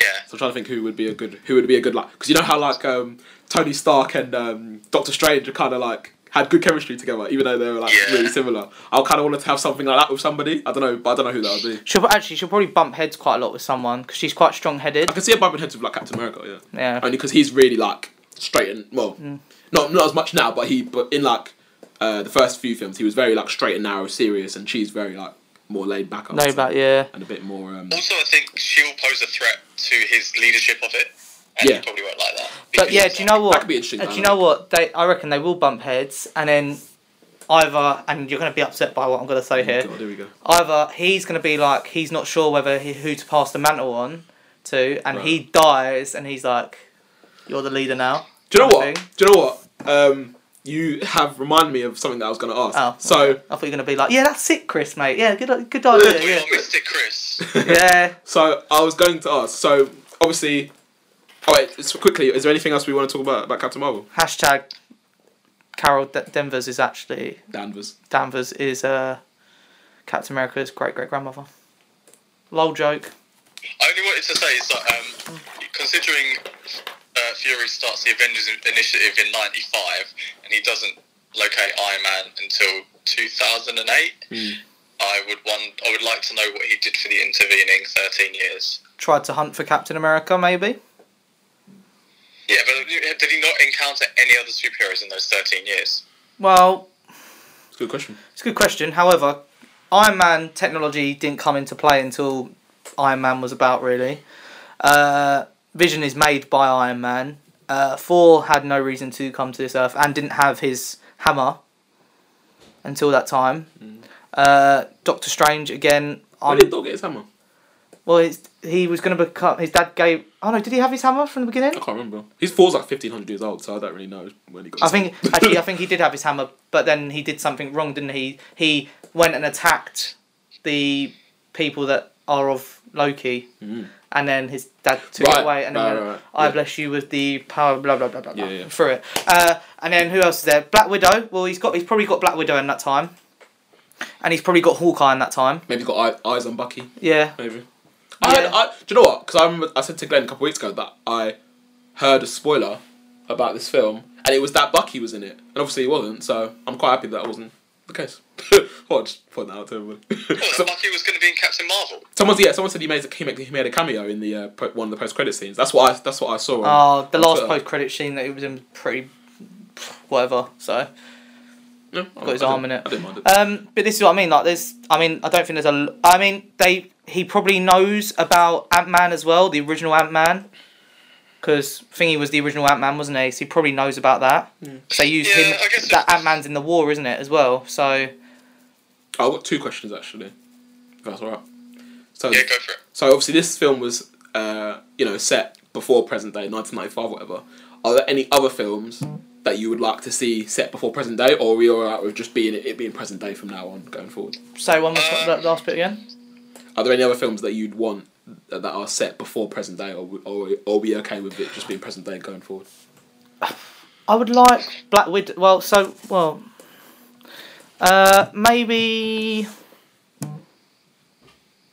Yeah. So I'm trying to think who would be a good who would be a good like because you know how like um, Tony Stark and um, Doctor Strange are kind of like had good chemistry together, even though they were like Yeah. really similar. I kind of wanted to have something like that with somebody. I don't know, but I don't know who that would be. She'll actually she'll probably bump heads quite a lot with someone because she's quite strong-headed. I can see a bumping heads with like Captain America, yeah. Yeah. Only because he's really like straight and well, not not as much now, but he but in like uh, the first few films he was very like straight and narrow, serious, and she's very like more laid back. I would No, say, but yeah. and a bit more. Um, Also, I think she'll pose a threat to his leadership of it, and Yeah. he probably won't like that. But because yeah, it's do you like- know what? could be interesting, uh, do you I know what? They, I reckon they will bump heads, and then either, and you're going to be upset by what I'm going to say here. Oh God, here we go. Either he's going to be like, he's not sure whether he, who to pass the mantle on to, and he dies, and he's like, "You're the leader now." Do you know kind what? of thing. Do you know what? Um, you have reminded me of something that I was going to ask. Oh. So I thought you were going to be like, "Yeah, that's it, Chris, mate. Yeah, good, good We idea. are Mystic Chris. Yeah, yeah." so I was going to ask. So obviously, oh wait, it's quickly. Is there anything else we want to talk about about Captain Marvel? Hashtag Carol D- Danvers is actually Danvers. Danvers is uh, Captain America's great great grandmother. Lol joke. I only wanted to say is that um, considering uh, Fury starts the Avengers in- initiative in '95 and he doesn't locate Iron Man until 2008, Hmm. I would want I would like to know what he did for the intervening 13 years. tried to hunt for Captain America, maybe. Yeah, but did he not encounter any other superheroes in those 13 years? Well, It's a good question. it's a good question. However, Iron Man technology didn't come into play until Iron Man was about, really. Uh, Vision is made by Iron Man. Uh, Thor had no reason to come to this Earth and didn't have his hammer until that time. Uh, Doctor Strange, again. Why I'm- did Thor get his hammer? well, it's, he was going to become. His dad gave. Oh no, did he have his hammer from the I beginning? can't remember. His Thor's like fifteen hundred years old, so I don't really know when he got. I his think hammer. actually I think he did have his hammer, but then he did something wrong, didn't he? He went and attacked the people that are of Loki, and then his dad took Mm. Right, it away, and then right, went, right, right, I yeah. bless you with the power, blah blah blah blah blah, Yeah, yeah. through it. Uh, and then who else is there? Black Widow. Well, he's got he's probably got Black Widow in that time, and he's probably got Hawkeye in that time. maybe he's got eye- eyes on Bucky. Yeah, Maybe. I, heard, Yeah. I do you know what? Because I remember I said to Glenn a couple weeks ago that I heard a spoiler about this film, and it was that Bucky was in it, and obviously he wasn't. So I'm quite happy that wasn't the case. well, I just point that out to everybody. Well, So- Bucky was going to be in Captain Marvel. someone's yeah, someone said he made a, he made, he made a cameo in the uh, po- one of the post credit scenes. That's what I that's what I saw. on- oh, the on last Twitter. post credit scene that he was in was pretty, whatever. So. No, I- got his I arm in didn't- it. I didn't mind it. Um, but this is what I mean. Like, there's. I mean, I don't think there's a. l- I mean, they. He probably knows about Ant Man as well, the original Ant Man, because Thingy was the original Ant Man, wasn't he? So he probably knows about that. 'Cause they use Yeah, him. I guess That it's- Ant Man's in the war, isn't it? As well. So Oh, I've got two questions actually. If that's alright. So Yeah, go for it. So obviously, this film was, uh, you know, set before present day, nineteen ninety five, whatever. Are there any other films that you would like to see set before present day, or are we alright with just being it being present day from now on going forward? say one more Uh, time, that last bit again. Are there any other films that you'd want that that are set before present day, or or or are we okay with it just being present day going forward? I would like Black Widow. Well, so well. Uh, maybe.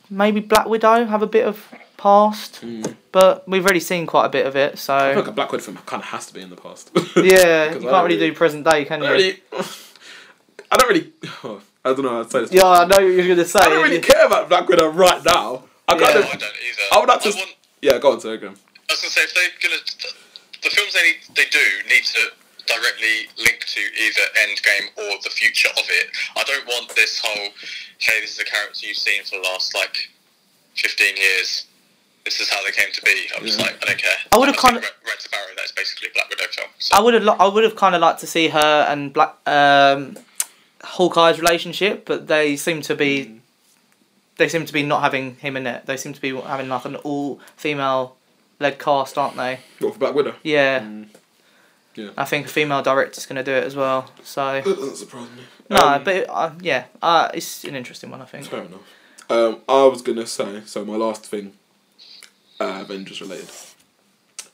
Maybe Black Widow have a bit of past, Hmm. but we've already seen quite a bit of it. So I feel like a Black Widow film kind of has to be in the past. Yeah, you Because can't I don't really do present day, can I don't you? really. oh, I don't really. I don't know how to say this. Yeah, I know what you're gonna say. I don't really care about Black Widow right now. I kind No, of. I don't either. I would like to. I, want, yeah, go on, sorry, Graham. I was gonna say if they're gonna, the films they need, they do need to directly link to either Endgame or the future of it. I don't want this whole, hey, this is a character you've seen for the last like fifteen years. This is how they came to be. I'm just Yeah. like, I don't care. I would've That's like kinda- Red, Red Sparrow. That's basically a Black Widow film. So. I would have. Lo- I would have kind of liked to see her and Black um, Hawkeye's relationship, but they seem to Hmm. be. They seem to be not having him in it. They seem to be having like an all-female led cast, aren't they? What for Black Widow? Yeah. Hmm. Yeah. I think a female director's going to do it as well. So That doesn't surprise me. no, Um, but uh, yeah, uh, it's an interesting one. I think. Fair enough. Um, I was gonna say so. My last thing, uh, Avengers related,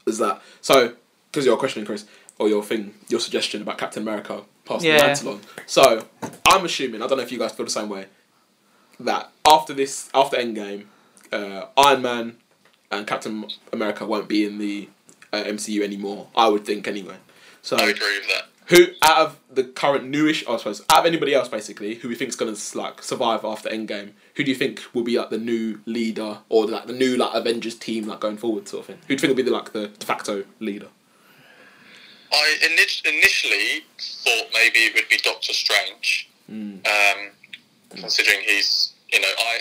is that so because your question, Chris, or your thing, your suggestion about Captain America passing Yeah. the mantle on. So I'm assuming I don't know if you guys feel the same way that after this, after Endgame, uh, Iron Man and Captain America won't be in the uh, MCU anymore. I would think anyway. So I agree with that. who out of the current newish, I suppose, out of anybody else basically, who we think's gonna like survive after Endgame? Who do you think will be like the new leader or like the new like Avengers team like going forward sort of thing? Who do you think will be the like the de facto leader? I init- initially thought maybe it would be Doctor Strange, um, considering he's you know I,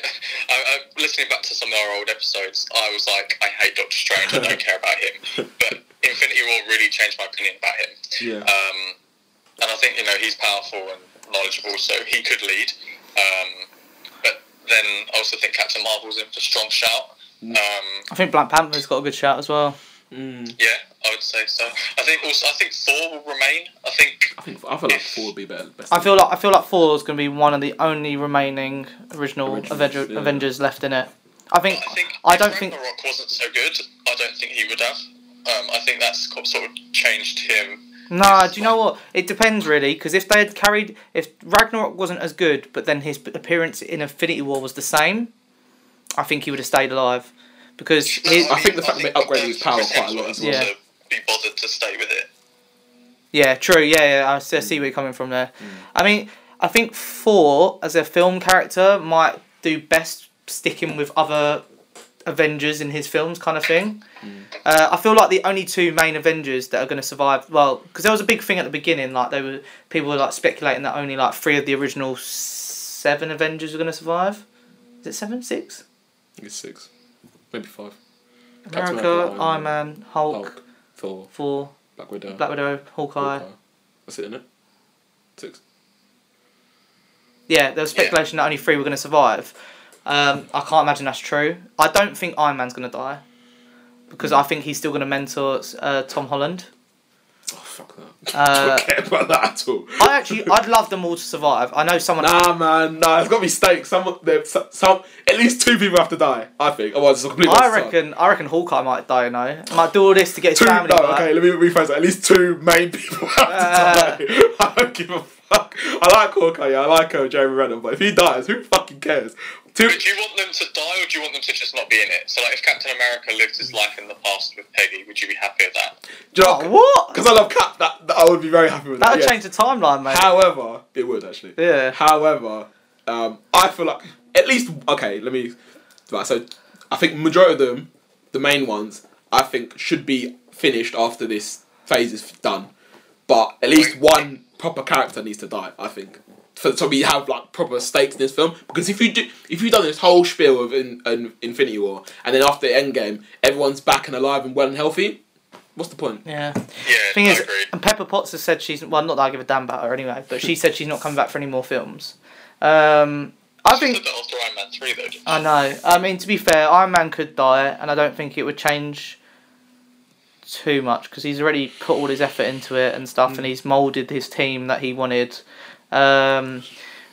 I, I listening back to some of our old episodes, I was like I hate Doctor Strange, I don't care about him, but Infinity War really changed my opinion about him. Yeah. Um, and I think you know he's powerful and knowledgeable, so he could lead. Um, but then I also think Captain Marvel's in for a strong shout. Um, I think Black Panther's got a good shout as well. Mm, yeah, I would say so. I think also I think Thor will remain. I think I think I feel like Thor would be better. Best I feel like I feel like Thor is going to be one of the only remaining original Originals, Avenger, yeah. Avengers left in it. I think. I think I if don't think. Ragnarok wasn't so good. I don't think he would have. Um, I think that's co- sort of changed him. Nah, do you know what? It depends really, because if they had carried, if Ragnarok wasn't as good, but then his appearance in Infinity War was the same, I think he would have stayed alive, because his, I think the fact that they upgraded his power Um, Chris quite a lot as Hemsworth well. Yeah. also Be bothered to stay with it. yeah, true, yeah, yeah I see, I see where you're coming from there. I mean, I think Thor as a film character might do best sticking with other Avengers in his films, kind of thing. Uh, I feel like the only two main Avengers that are going to survive, well, because there was a big thing at the beginning, like they were people were like speculating that only like three of the original s- seven Avengers were going to survive. Is it seven, six? I think it's six, maybe five. Captain America, America, Iron Iron Man, Hulk, Hulk, Thor, Thor, Black Widow, Black Widow, Hawkeye. Hawkeye. That's it, isn't it? Six. Yeah, there was speculation that only three were going to survive. Um, I can't imagine that's true. I don't think Iron Man's going to die because I think he's still going to mentor uh, Tom Holland. Oh fuck that! Uh, don't care about that at all. I actually, I'd love them all to survive. I know someone. Nah, man, nah. It's got to be stakes. Some, there- some, some, at least two people have to die. I think. Otherwise, it's a complete. I waste of time. reckon, I reckon Hawkeye might die. You know, might do all this to get his Two, family. no, back. okay, let me rephrase that. At least two main people have Uh. to die. I don't give a fuck. I like Hawkeye, yeah, I like uh, Jeremy Renner, but if he dies, who fucking cares? Two. But do you want them to die, or do you want them to just not be in it? So, like, if Captain America lived his life in the past with Peggy, would you be happy with that? Oh, what? Because I love Cap, that, that I would be very happy with That that. would yes. change the timeline, mate. However, it would actually. Yeah. However, um, I feel like at least okay. Let me. Right. So, I think majority of them, the main ones, I think should be finished after this phase is done. But at least one proper character needs to die. I think. For, so we have like proper stakes in this film because if you do if you've done this whole spiel of in, in Infinity War and then after the end game everyone's back and alive and well and healthy, what's the point? Yeah. Yeah, Thing I is, agree. and Pepper Potts has said she's well, not that I give a damn about her anyway, but she said she's not coming back for any more films. Um, I She think said that after Iron Man three, though. didn't she? I know. I mean, to be fair, Iron Man could die, and I don't think it would change too much because he's already put all his effort into it and stuff, and he's molded his team that he wanted. Um,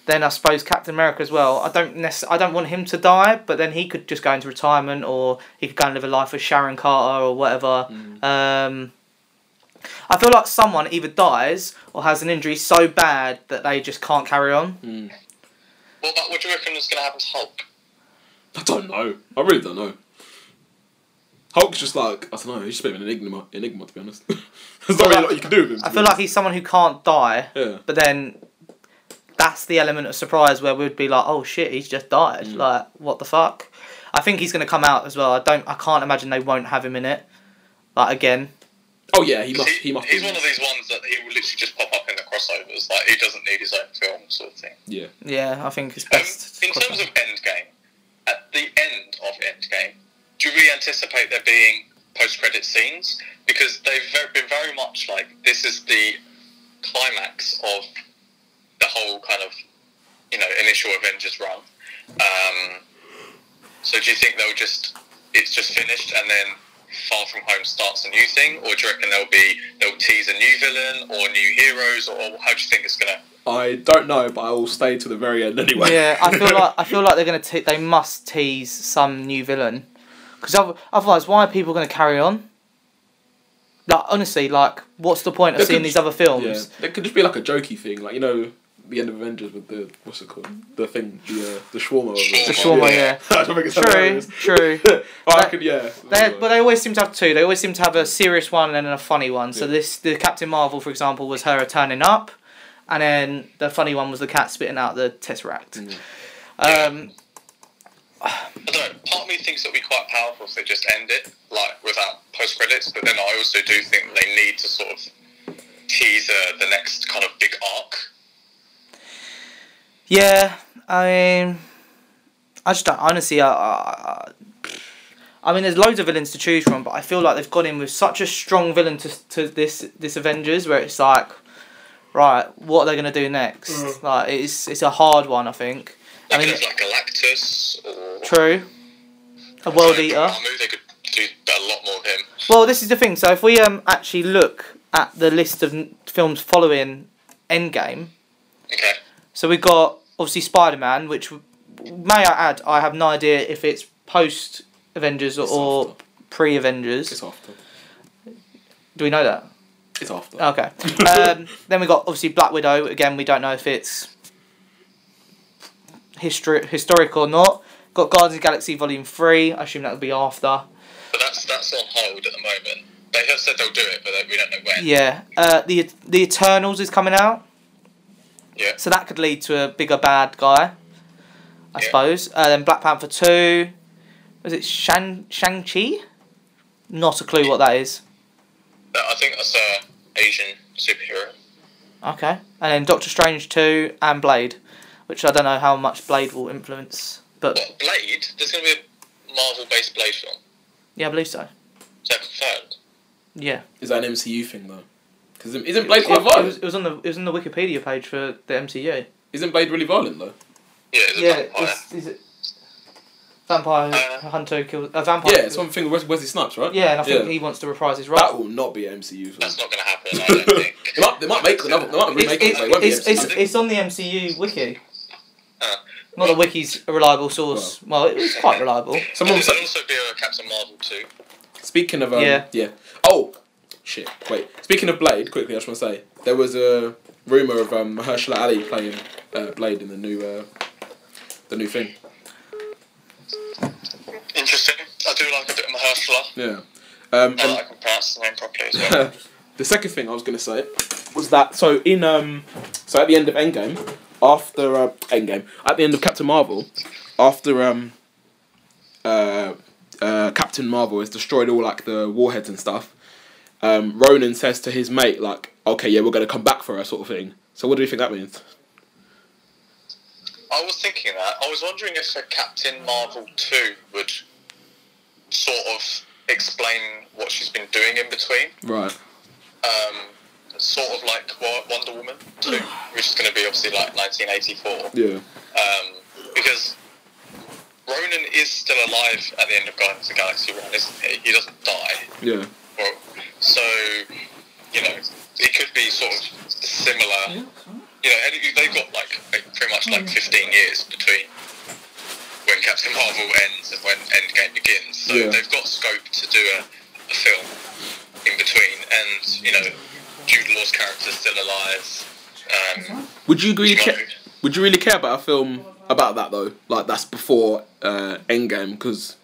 then I suppose Captain America as well. I don't necess- I don't want him to die, but then he could just go into retirement, or he could go and live a life with Sharon Carter or whatever. Um, I feel like someone either dies or has an injury so bad that they just can't carry on. What about what do you reckon is going to happen to Hulk? I don't know. I really don't know. Hulk's just like I don't know. He's just a bit of an enigma. Enigma, to be honest. There's not really a lot you can do with him. to I be feel like honest. he's someone who can't die, Yeah. but then that's the element of surprise where we'd be like, oh shit, he's just died. Mm. Like, what the fuck? I think he's gonna come out as well. I don't. I can't imagine they won't have him in it. Like again, Oh yeah, he must. He must. he's be. one of these ones that he will literally just pop up in the crossovers. Like he doesn't need his own film, sort of thing. Yeah. yeah, I think it's Um, best. in terms of Endgame, at the end of Endgame, do we anticipate there being post-credit scenes? Because they've ver- been very much like this is the climax of the whole kind of you know initial Avengers run. Um, so do you think they'll just it's just finished and then Far From Home starts a new thing, or do you reckon there'll be they'll tease a new villain or new heroes, or how do you think it's gonna? I don't know, but I will stay to the very end anyway. yeah, I feel like I feel like they're gonna te- they must tease some new villain, because otherwise, why are people gonna carry on? Like honestly, like what's the point of They seeing could- these other films? Yeah, it could just be like a jokey thing, like you know, the end of Avengers with the what's it called, the thing, the uh, the shawarma. The shawarma, yeah. I don't think it's True, true. I could, yeah. They, but they always seem to have two. They always seem to have a serious one and then a funny one. So Yeah. this, the Captain Marvel, for example, was her turning up, and then the funny one was the cat spitting out the tesseract. Um, I don't know. Part of me thinks it would be quite powerful if they just end it, like without post credits. But then I also do think they need to sort of tease uh, the next kind of big arc. yeah, I mean, I just don't honestly. I, I, I mean, there's loads of villains to choose from, but I feel like they've gone in with such a strong villain to to this this Avengers, where it's like, right, what are they gonna do next? Like, it's it's a hard one, I think. I Like, mean, there's, like Galactus or true. A world eater. Dormammu, they could do a lot more of him. Well, this is the thing. So if we um actually look at the list of n- films following Endgame, Okay. so we got obviously Spider Man, which w- may I add, I have no idea if it's post Avengers or after. pre Avengers. It's after. Do we know that? It's after. Okay. um, then we got obviously Black Widow. Again, we don't know if it's history historic or not. Got Guardians of the Galaxy Volume Three. I assume that would be after. But that's that's on hold at the moment. They have said they'll do it, but they- we don't know when. Yeah. Uh, the the Eternals is coming out. Yeah. So that could lead to a bigger bad guy, I Yeah. suppose. Uh, then Black Panther two, was it Shang Shang Chi? Not a clue what that is. But I think that's a Asian superhero. Okay. And then Doctor Strange two and Blade, which I don't know how much Blade will influence, but What Blade? There's going to be a Marvel-based Blade film. yeah, I believe so. Is that confirmed? Yeah. Is that an MCU thing though? Because isn't Blade It quite was, violent? it was on the it was on the Wikipedia page for the MCU. Isn't Blade really violent though? Yeah. It's Yeah. A vampire. It's, is it Vampire Uh, Hunter killed a vampire? Yeah, it's killed- one thing with Wes- Wesley Snipes, right? Oh, yeah, and I think Yeah. he wants to reprise his role. That will not be an MCU. Film. That's not going to happen. I don't think. they might, they might make another. They might It's, remake it. it's, so it won't be it's, it's, MCU. it's on the MCU wiki. Uh, Not that wiki's a reliable source. Well, it was quite reliable. Someone was There'll like, also be a Captain Marvel too. Speaking of um, Yeah. yeah. Oh, shit. Wait. Speaking of Blade, quickly, I just want to say there was a rumor of um, Mahershala Ali playing uh, Blade in the new uh, the new thing. Interesting. I do like a bit of Mahershala. Yeah. Now Um, that and I can pronounce the name properly as well. the second thing I was gonna say was that so in um so at the end of Endgame, after uh, Endgame, at the end of Captain Marvel, after um uh, uh Captain Marvel has destroyed all like the warheads and stuff, um Ronan says to his mate like, okay, yeah, we're gonna come back for her sort of thing. So what do you think that means? I was thinking that. I was wondering if a Captain Marvel 2 would sort of explain what she's been doing in between. Right. Um, sort of like Wo- Wonder Woman 2, which is going to be obviously like 1984. Yeah. Um, because Ronan is still alive at the end of Guardians of the Galaxy 1, isn't he? He doesn't die. Yeah. Well, so you know, it could be sort of similar. You know, and it- they've got like like, pretty much like 15 years between when Captain Marvel ends and when Endgame begins. So Yeah. they've got scope to do a, a film in between, and you know, Jude Law's character's still alive. Um, Would you really care? Sure. Would you really care about a film about that though? Like that's before uh, Endgame because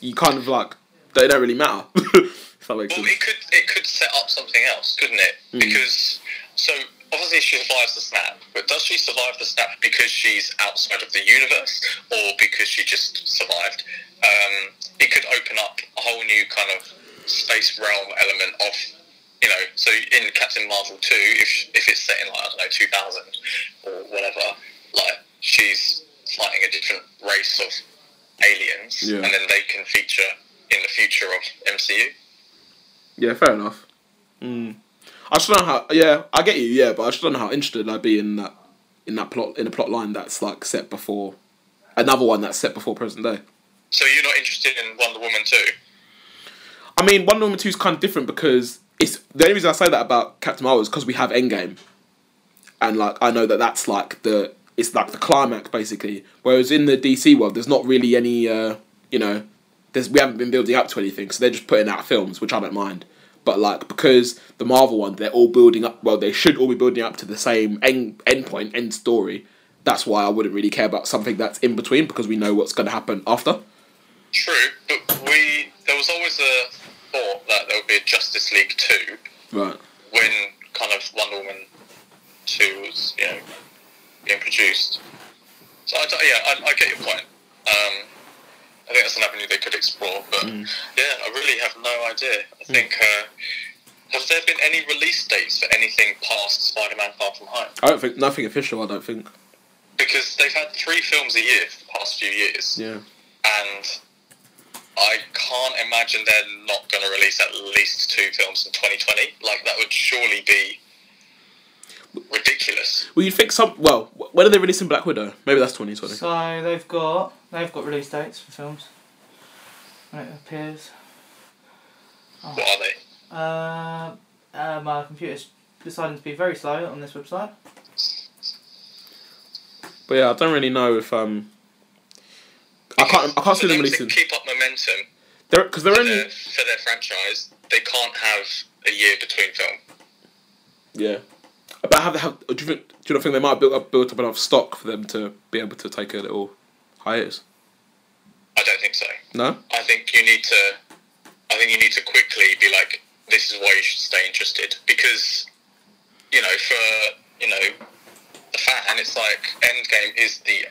you kind of like they don't really matter. if that makes well, sense. it could it could set up something else, couldn't it? Because so obviously she survives the snap, but does she survive the snap because she's outside of the universe or because she just survived? Um, it could open up a whole new kind of space realm element of, you know, so in Captain Marvel 2, if, if it's set in, like, I don't know, 2000 or whatever, like, she's fighting a different race of aliens Yeah. and then they can feature in the future of MCU. Yeah, fair enough. Mm. I just don't know how. Yeah, I get you. Yeah, but I just don't know how interested I'd be in that, in that plot, in a plot line that's like set before, another one that's set before present day. So you're not interested in Wonder Woman 2? I mean, Wonder Woman two is kind of different because it's the only reason I say that about Captain Marvel is because we have Endgame, and like I know that that's like the it's like the climax basically. Whereas in the DC world, there's not really any uh, you know, there's we haven't been building up to anything, so they're just putting out films, which I don't mind. But like because the Marvel one, they're all building up. Well, they should all be building up to the same end end point, end story. That's why I wouldn't really care about something that's in between because we know what's going to happen after. True, but we there was always a thought that there would be a Justice League two Right. when kind of Wonder Woman two was you know being produced. So I, don't- yeah, I, I get your point. Um, I think that's an avenue they could explore, but yeah, I really have no idea. I think uh, have there been any release dates for anything past Spider-Man Far From Home? I don't think nothing official. I don't think. Because they've had three films a year for the past few years. Yeah. and I can't imagine they're not going to release at least two films in 2020. Like that would surely be ridiculous. Well, you'd think some. Well, wh- when are they releasing Black Widow? Maybe that's 2020. So they've got they've got release dates for films. When it appears. What are they? Uh, uh, my computer's deciding to be very slow on this website. But yeah, I don't really know if um. I can't. I can't see For them them to releasing. keep up momentum They're because they're for only. their, for their franchise. They can't have a year between film. Yeah. But have, have do you think, do you not think they might have built up built up enough stock for them to be able to take a little hiatus? I don't think so. No. I think you need to. I think you need to quickly be like, this is why you should stay interested because, you know, for you know, the fan, it's like Endgame is the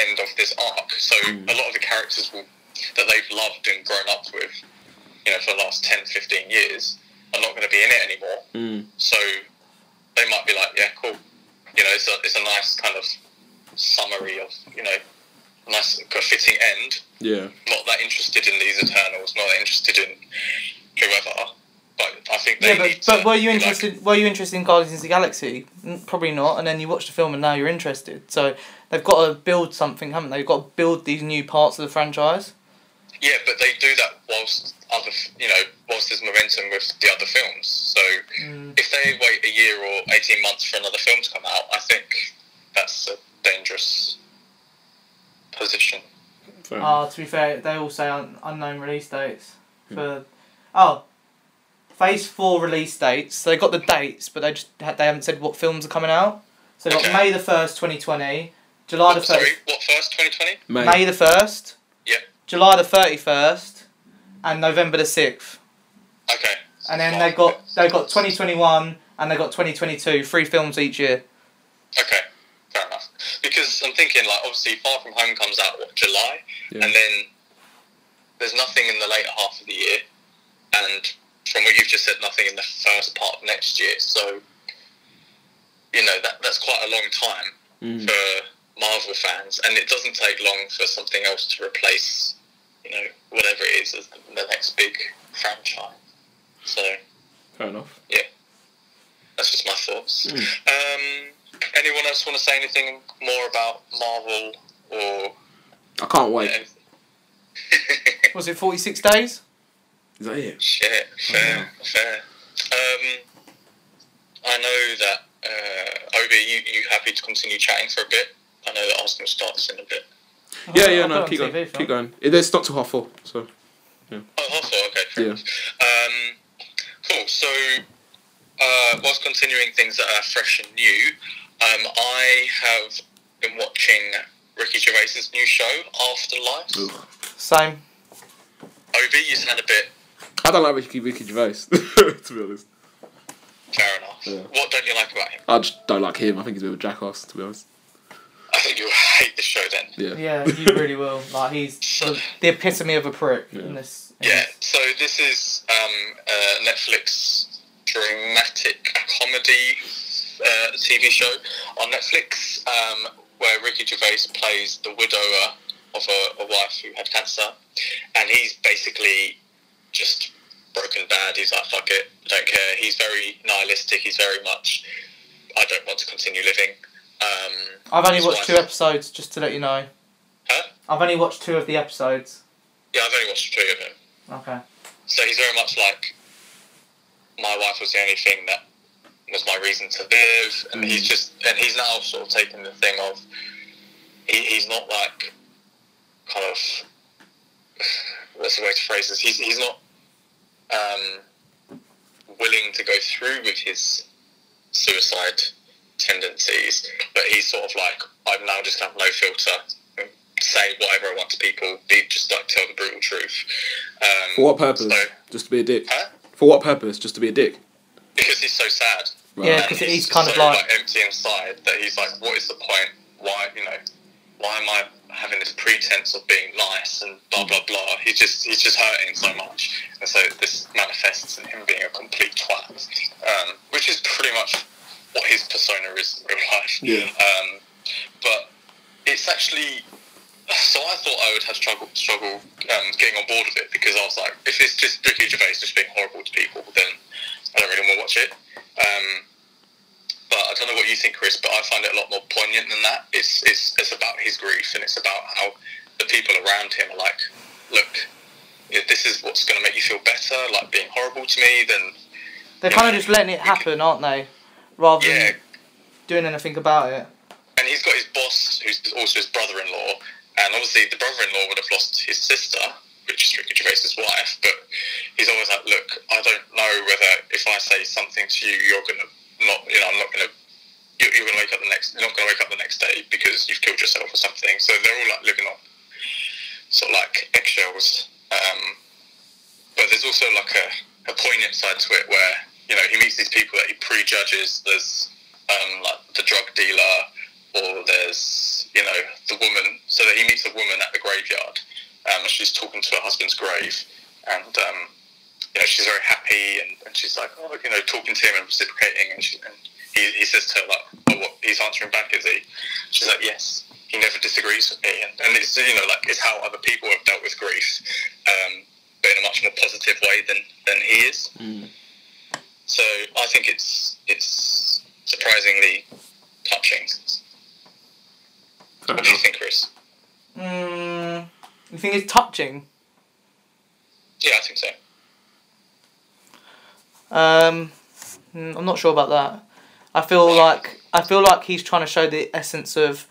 end of this arc. So a lot of the characters will that they've loved and grown up with, you know, for the last 10, 15 years, are not going to be in it anymore. Mm. So they might be like, yeah, cool. You know, it's a it's a nice kind of summary of you know, nice fitting end Yeah. not that interested in these Eternals, not that interested in whoever. But I think they Yeah, need to, but, but were you like, interested? were you interested in Guardians of the Galaxy? Mm, Probably not. And then you watch the film, and now you're interested. So they've got to build something, haven't they? They've got to build these new parts of the franchise. yeah, but they do that whilst other, f- you know, whilst there's momentum with the other films. So Mm. if they wait a year or eighteen months for another film to come out, I think that's a dangerous position. Fair enough. Hmm. Ah, to be fair, they all say un- unknown release dates for. Oh, Phase Four release dates. So they got the dates, but they just ha- they haven't said what films are coming out. So they've got Okay. May the first, twenty twenty, July the Sorry, first, what first? Twenty twenty? May. May the first, Yeah. July the thirty first, and November the sixth. Okay. And then they got they got twenty twenty one and they got twenty twenty two. Three films each year. Okay, fair enough. Because I'm thinking, like, obviously, Far From Home comes out what July, Yeah. and then there's nothing in the later half of the year, and from what you've just said, nothing in the first part of next year. So, you know, that that's quite a long time Mm. for Marvel fans, and it doesn't take long for something else to replace, you know, whatever it is as the the next big franchise. So. Fair enough. That's just my thoughts. Mm. Um, anyone else want to say anything more about Marvel or? I can't wait. Yeah. Was it forty six days? Is that it? Shit, fair, fair. Um, I know that uh, Obi, you you happy to continue chatting for a bit? I know that Arsenal starts in a bit. Yeah, yeah. I'll put Oh, it No, on keep TV going. if you Keep want. going. It, it's not too hard for. So Oh, Hoffa, okay. Fair Yeah. enough. Um, cool. So, uh, whilst continuing things that are fresh and new, um, I have been watching Ricky Gervais's new show, Afterlife. Ugh. Same. Obi, you sound a bit. I don't like Ricky, Ricky Gervais to be honest. Fair enough. Yeah. What don't you like about him? I just don't like him. I think he's a bit of a jackass, to be honest. I think you'll hate this show then. Yeah. Yeah, you really will. Like he's the, the epitome of a prick Yeah. in this. in Yeah, this. so this is um, uh, Netflix dramatic comedy uh, TV show on Netflix um, where Ricky Gervais plays the widower of a, a wife who had cancer, and he's basically just broken bad. He's like, "Fuck it, I don't care." He's very nihilistic. He's very much, "I don't want to continue living." Um, I've only his watched wife- two episodes, just to let you know. Huh? I've only watched two of the episodes. Yeah, I've only watched three of them. Okay. so he's very much like my wife was the only thing that was my reason to live and he's Mm. just and he's now sort of taking the thing of he, he's not like kind of what's the way to phrase this he's, he's not um, willing to go through with his suicide tendencies but he's sort of like I'm now just gonna have no filter say whatever I want to people be just like tell the brutal truth um, For what purpose? so- Just to be a dick. Huh? For what purpose? Just to be a dick. because he's so sad. Right. Yeah, and because he's kind so, of like empty inside that he's like, what is the point? Why you know? Why am I having this pretense of being nice and blah blah blah? He's just he's just hurting so much, and so this manifests in him being a complete twat, um, which is pretty much what his persona is in real life. Yeah. Um, but it's actually so I thought I would have struggled struggle um, getting on board with it because I was like, if it's just Ricky Gervais just being horrible to people, then I don't really want to watch it. Um, but I don't know what you think, Chris, but I find it a lot more poignant than that. It's it's it's about his grief and it's about how the people around him are like, look, if this is what's going to make you feel better, like being horrible to me, then they're kind of just letting it happen, aren't they? Rather yeah, than doing anything about it. and he's got his boss, who's also his brother-in-law, and obviously the brother-in-law would have lost his sister, which is Ricky Gervais's wife. But he's always like, "Look, I don't know whether if I say something to you, you're gonna not, you know, I'm not gonna, you're, you're gonna wake up the next, you're not gonna wake up the next day because you've killed yourself or something." So they're all like living on sort of like eggshells. Um, but there's also like a, a poignant side to it where you know he meets these people that he prejudges. There's um, like the drug dealer, or there's you know the woman. So that he meets a woman at the graveyard. Um, and she's talking to her husband's grave, and um, you know she's very happy, and, and she's like, oh, you know, talking to him and reciprocating, and, she, and he, he says to her like, oh, what? He's answering back, is he? She's like, yes. He never disagrees with me, and, and it's you know like it's how other people have dealt with grief. Um, but in a much more positive way than, than he is. So I think it's it's surprisingly touching. Fair What do you enough. think, Chris? Mm, you think it's touching? Yeah, I think so. Um, mm, I'm not sure about that. I feel like I feel like he's trying to show the essence of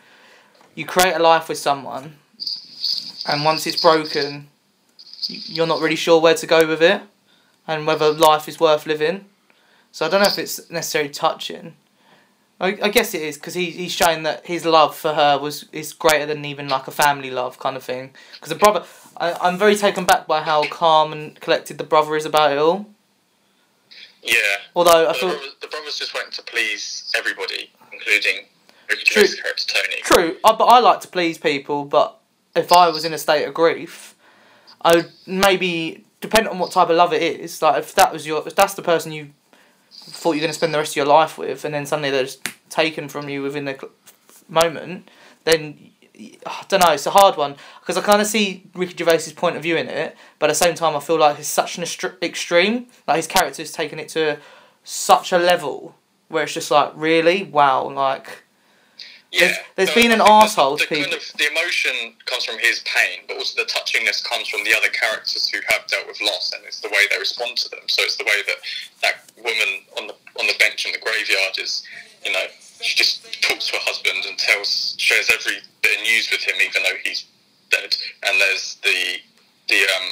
you create a life with someone, and once it's broken, y- you're not really sure where to go with it, and whether life is worth living. So I don't know if it's necessarily touching. I, I guess it is because he, he's showing that his love for her was is greater than even like a family love kind of thing. Because the brother, I, I'm very taken back by how calm and collected the brother is about it all. Yeah, Although the, I feel brothers, the brothers just went to please everybody, including Ricky True. Gervais' character Tony. True, I, but I like to please people. But if I was in a state of grief, I would maybe depend on what type of love it is. Like if that was your, if that's the person you thought you're going to spend the rest of your life with, and then suddenly they're just taken from you within the cl- moment, then y- I don't know. It's a hard one because I kind of see Ricky Gervais's point of view in it, but at the same time, I feel like it's such an extre- extreme. Like his character's taken it to such a level where it's just like, really, wow, like. Yeah, there's So been an I think the- arsehole The, to kind of, the emotion comes from his pain, but also the touchingness comes from the other characters who have dealt with loss, and it's the way they respond to them. So it's the way that that woman on the on the bench in the graveyard is, you know, she just talks to her husband and tells shares every bit of news with him, even though he's dead. And there's the the um,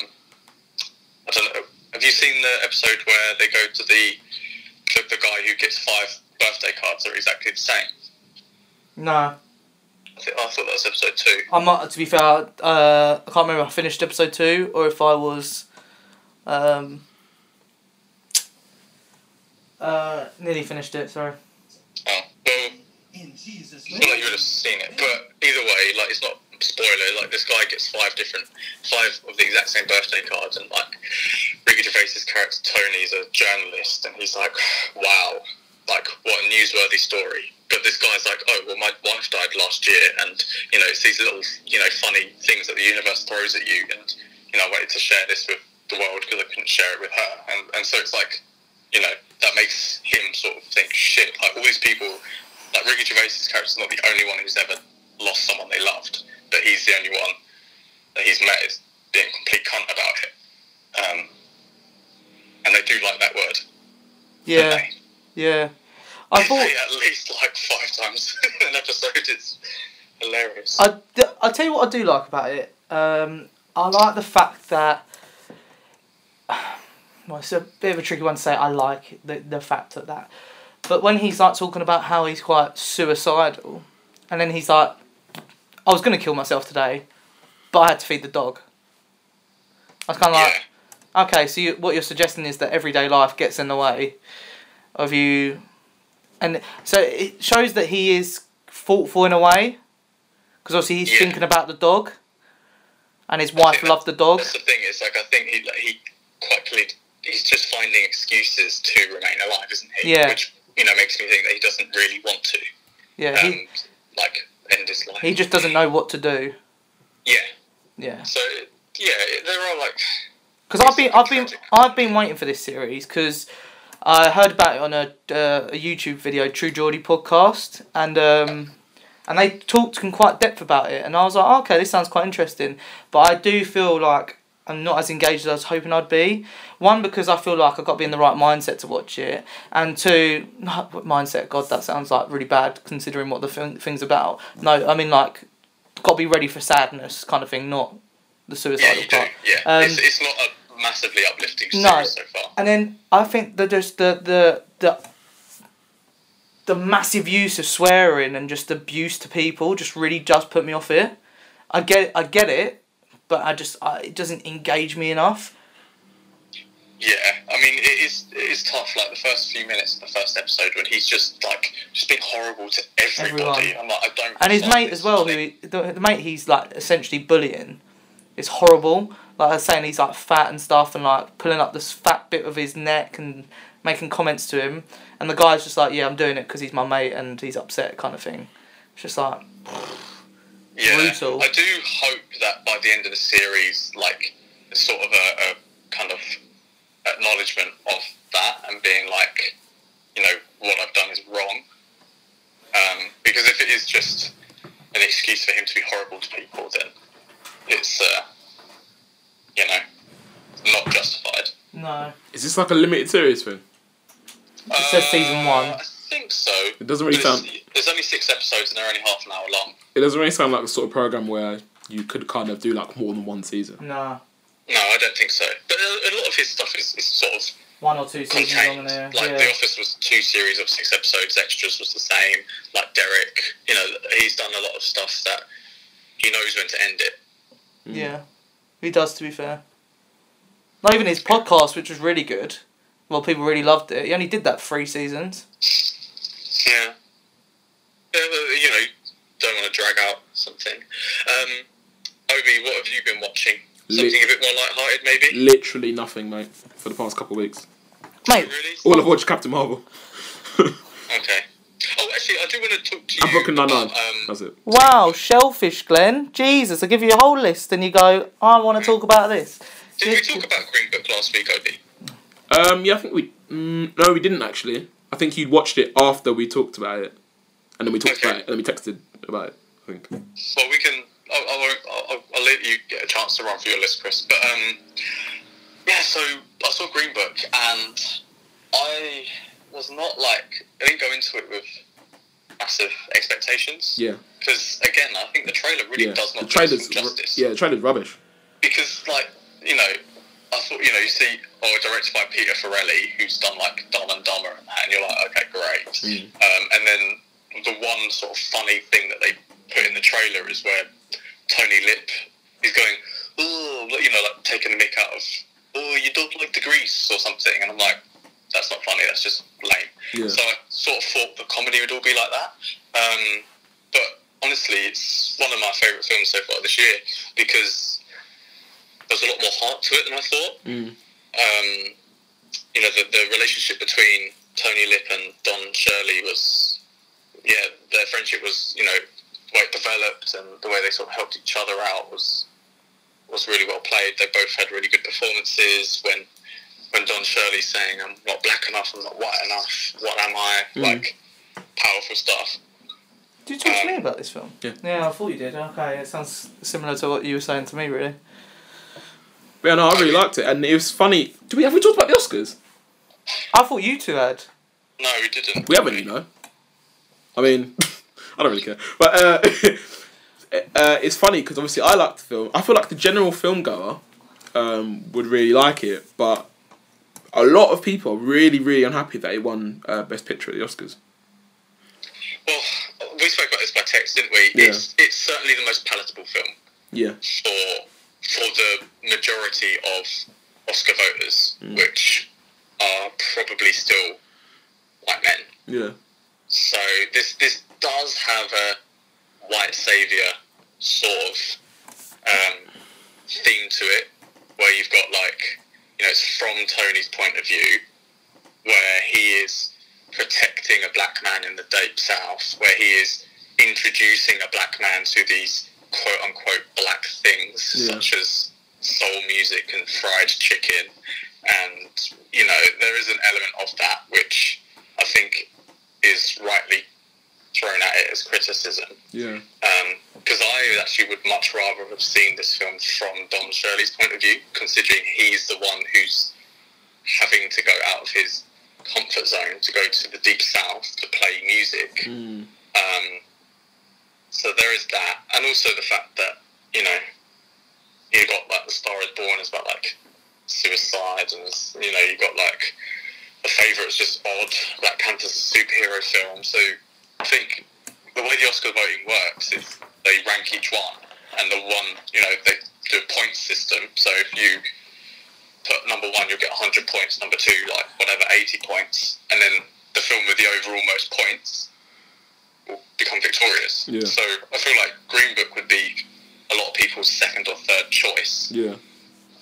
I don't know. Have you seen the episode where they go to the the, the guy who gets five birthday cards are exactly the same? No, I, think, I thought that was episode two. I might. To be fair, uh, I can't remember. if I finished episode two, or if I was, um, uh, Uh, nearly finished it. Sorry. Oh, well, I feel like you would have seen it. But either way, like it's not spoiler. Like this guy gets five different, five of the exact same birthday cards, and like Ricky Gervais's character Tony's a journalist, and he's like, wow, like what a newsworthy story. But this guy's like, oh well, my wife died last year, and you know it's these little, you know, funny things that the universe throws at you, and you know I wanted to share this with the world because I couldn't share it with her, and and so it's like, you know, that makes him sort of think, shit, like all these people like Ricky Gervais's character's not the only one who's ever lost someone they loved, but he's the only one that he's met is being a complete cunt about it. Um, and they do like that word. don't Yeah. they? Yeah. I They thought. say it at least like five times in an episode. It's hilarious. I will tell you what I do like about it. Um, I like the fact that. Well, it's a bit of a tricky one to say. I like the the fact of that, but when he's like talking about how he's quite suicidal, and then he's like, "I was gonna kill myself today, but I had to feed the dog." I was kind of like, yeah, Okay, so you, what you're suggesting is that everyday life gets in the way of you, and so it shows that he is thoughtful in a way, because obviously he's Yeah. thinking about the dog, and his wife that- loved the dog. that's the thing. Is like I think he like, he quite clearly he's just finding excuses to remain alive, isn't he? Yeah. Which you know makes me think that he doesn't really want to. Yeah, Um, he like end his life. he just doesn't know what to do. Yeah. Yeah, So yeah, there are like because I've been I've been I've been waiting for this series because I heard about it on a uh, a YouTube video, True Geordie podcast, and um, and they talked in quite depth about it, and I was like, "Oh, okay, this sounds quite interesting, but I do feel like I'm not as engaged as I was hoping I'd be. One because I feel like I've got to be in the right mindset to watch it, and two, not mindset. God, that sounds like really bad considering what the thing, thing's about. No, I mean like, got to be ready for sadness, kind of thing, not the yeah, suicidal you do. part. Yeah, Um, it's, it's not a massively uplifting series No. so far. And then I think that just the the the the massive use of swearing and just abuse to people just really does put me off here. I get I get it, but I just I, it doesn't engage me enough. Yeah, I mean it is it is tough. Like the first few minutes of the first episode when he's just like just being horrible to everybody. Everyone. I'm like I don't. And his understand mate this as well, who thing. he- the, the mate he's like essentially bullying, is horrible. Like I was saying, he's like fat and stuff, and like pulling up this fat bit of his neck and making comments to him. And the guy's just like, "Yeah, I'm doing it because he's my mate and he's upset," kind of thing. It's just like, yeah. brutal. I do hope that by the end of the series, like there's sort of a, a kind of acknowledgement of that and being like, you know, what I've done is wrong. Um, because if it is just an excuse for him to be horrible to people, then it's uh, you know not justified. no. Is this like a limited series thing? It says season one. Uh, I think so. It doesn't really But it's- sound- There's only six episodes and they're only half an hour long. It doesn't really sound like the sort of program where you could kind of do like more than one season. No, No, I don't think so. But a, a lot of his stuff is, is sort of one or two seasons contained. on there. Like yeah. The Office was two series of six episodes. Extras was the same. Like Derek, you know, he's done a lot of stuff that he knows when to end it. yeah, he does. To be fair, not even his podcast, which was really good. Well, people really loved it. He only did that three seasons. Yeah. Yeah, but, you know, don't want to drag out something. Um, Obi, what have you been watching? Lit- Something a bit more light-hearted, maybe. Literally nothing, mate, for the past couple of weeks. Mate, Really? All I've watched is Captain Marvel. Okay. Oh, actually, I do want to talk to you. And Brooklyn Nine Nine. about, um, That's it. wow, shellfish, Glenn. Jesus, I give you a whole list, and you go, I want to talk about this. Did we talk about Green Book last week, Obi? Um, yeah, I think we. Mm, no, we didn't actually. I think you watched it after we talked about it, and then we talked Okay. about it, and then we texted about it. I think. Well, we can. I'll, I'll, I'll, I'll let you get a chance to run through your list, Chris. But um, yeah, so I saw Green Book, and I was not like I didn't go into it with massive expectations. Yeah, Because again, I think the trailer really yeah. does not The do trailer's some justice. ru- yeah, the trailer's rubbish. because like you know, I thought you know you see oh directed by Peter Farrelly who's done like Dumb and Dumber and that, and you're like okay great, um, and then the one sort of funny thing that they put in the trailer is where Tony Lip is going oh you know like taking the mick out of oh you don't like the grease or something and I'm like that's not funny. That's just lame. Yeah. So I sort of thought that comedy would all be like that. Um, but honestly, it's one of my favourite films so far this year because there's a lot more heart to it than I thought. Mm. Um, you know, the, the relationship between Tony Lip and Don Shirley was, yeah, their friendship was, you know, the way it developed and the way they sort of helped each other out was was really well played. They both had really good performances when when Don Shirley's saying I'm not black enough, I'm not white enough, what am I? Mm. Like powerful stuff. Did you talk to me about this film? Yeah. Yeah, I thought you did. Okay, it sounds similar to what you were saying to me, really. But yeah, no, I really liked it, and it was funny. Do we have we talked about the Oscars? I thought you two had. No, we didn't. We haven't, you know. I mean, I don't really care, but uh, uh, it's funny because obviously I liked the film. I feel like the general film goer um, would really like it, but a lot of people are really, really unhappy that it won uh, Best Picture at the Oscars. Well, we spoke about this by text, didn't we? Yeah. It's it's certainly the most palatable film. Yeah, for for the majority of Oscar voters, Mm. which are probably still white men. yeah, So this this does have a white savior sort of um, theme to it, where you've got like you know it's from Tony's point of view, where he is protecting a black man in the deep south, where he is introducing a black man to these quote unquote black things Yeah. such as soul music and fried chicken, and you know there is an element of that which I think is rightly thrown at it as criticism. yeah, Because Um, I actually would much rather have seen this film from Don Shirley's point of view, considering he's the one who's having to go out of his comfort zone to go to the deep south to play music. mm. Um, so there is that, and also the fact that you know you got like the Star is Born is about like suicide, and it's- you know you got like the favorite is just odd. Black Panther's a superhero film, so I think the way the Oscar voting works is they rank each one, and the one you know they do a point system. So if you put number one, you'll get 100 points. Number two, like whatever, 80 points, and then the film with the overall most points will become victorious. Yeah. So I feel like Green Book would be a lot of people's second or third choice. yeah,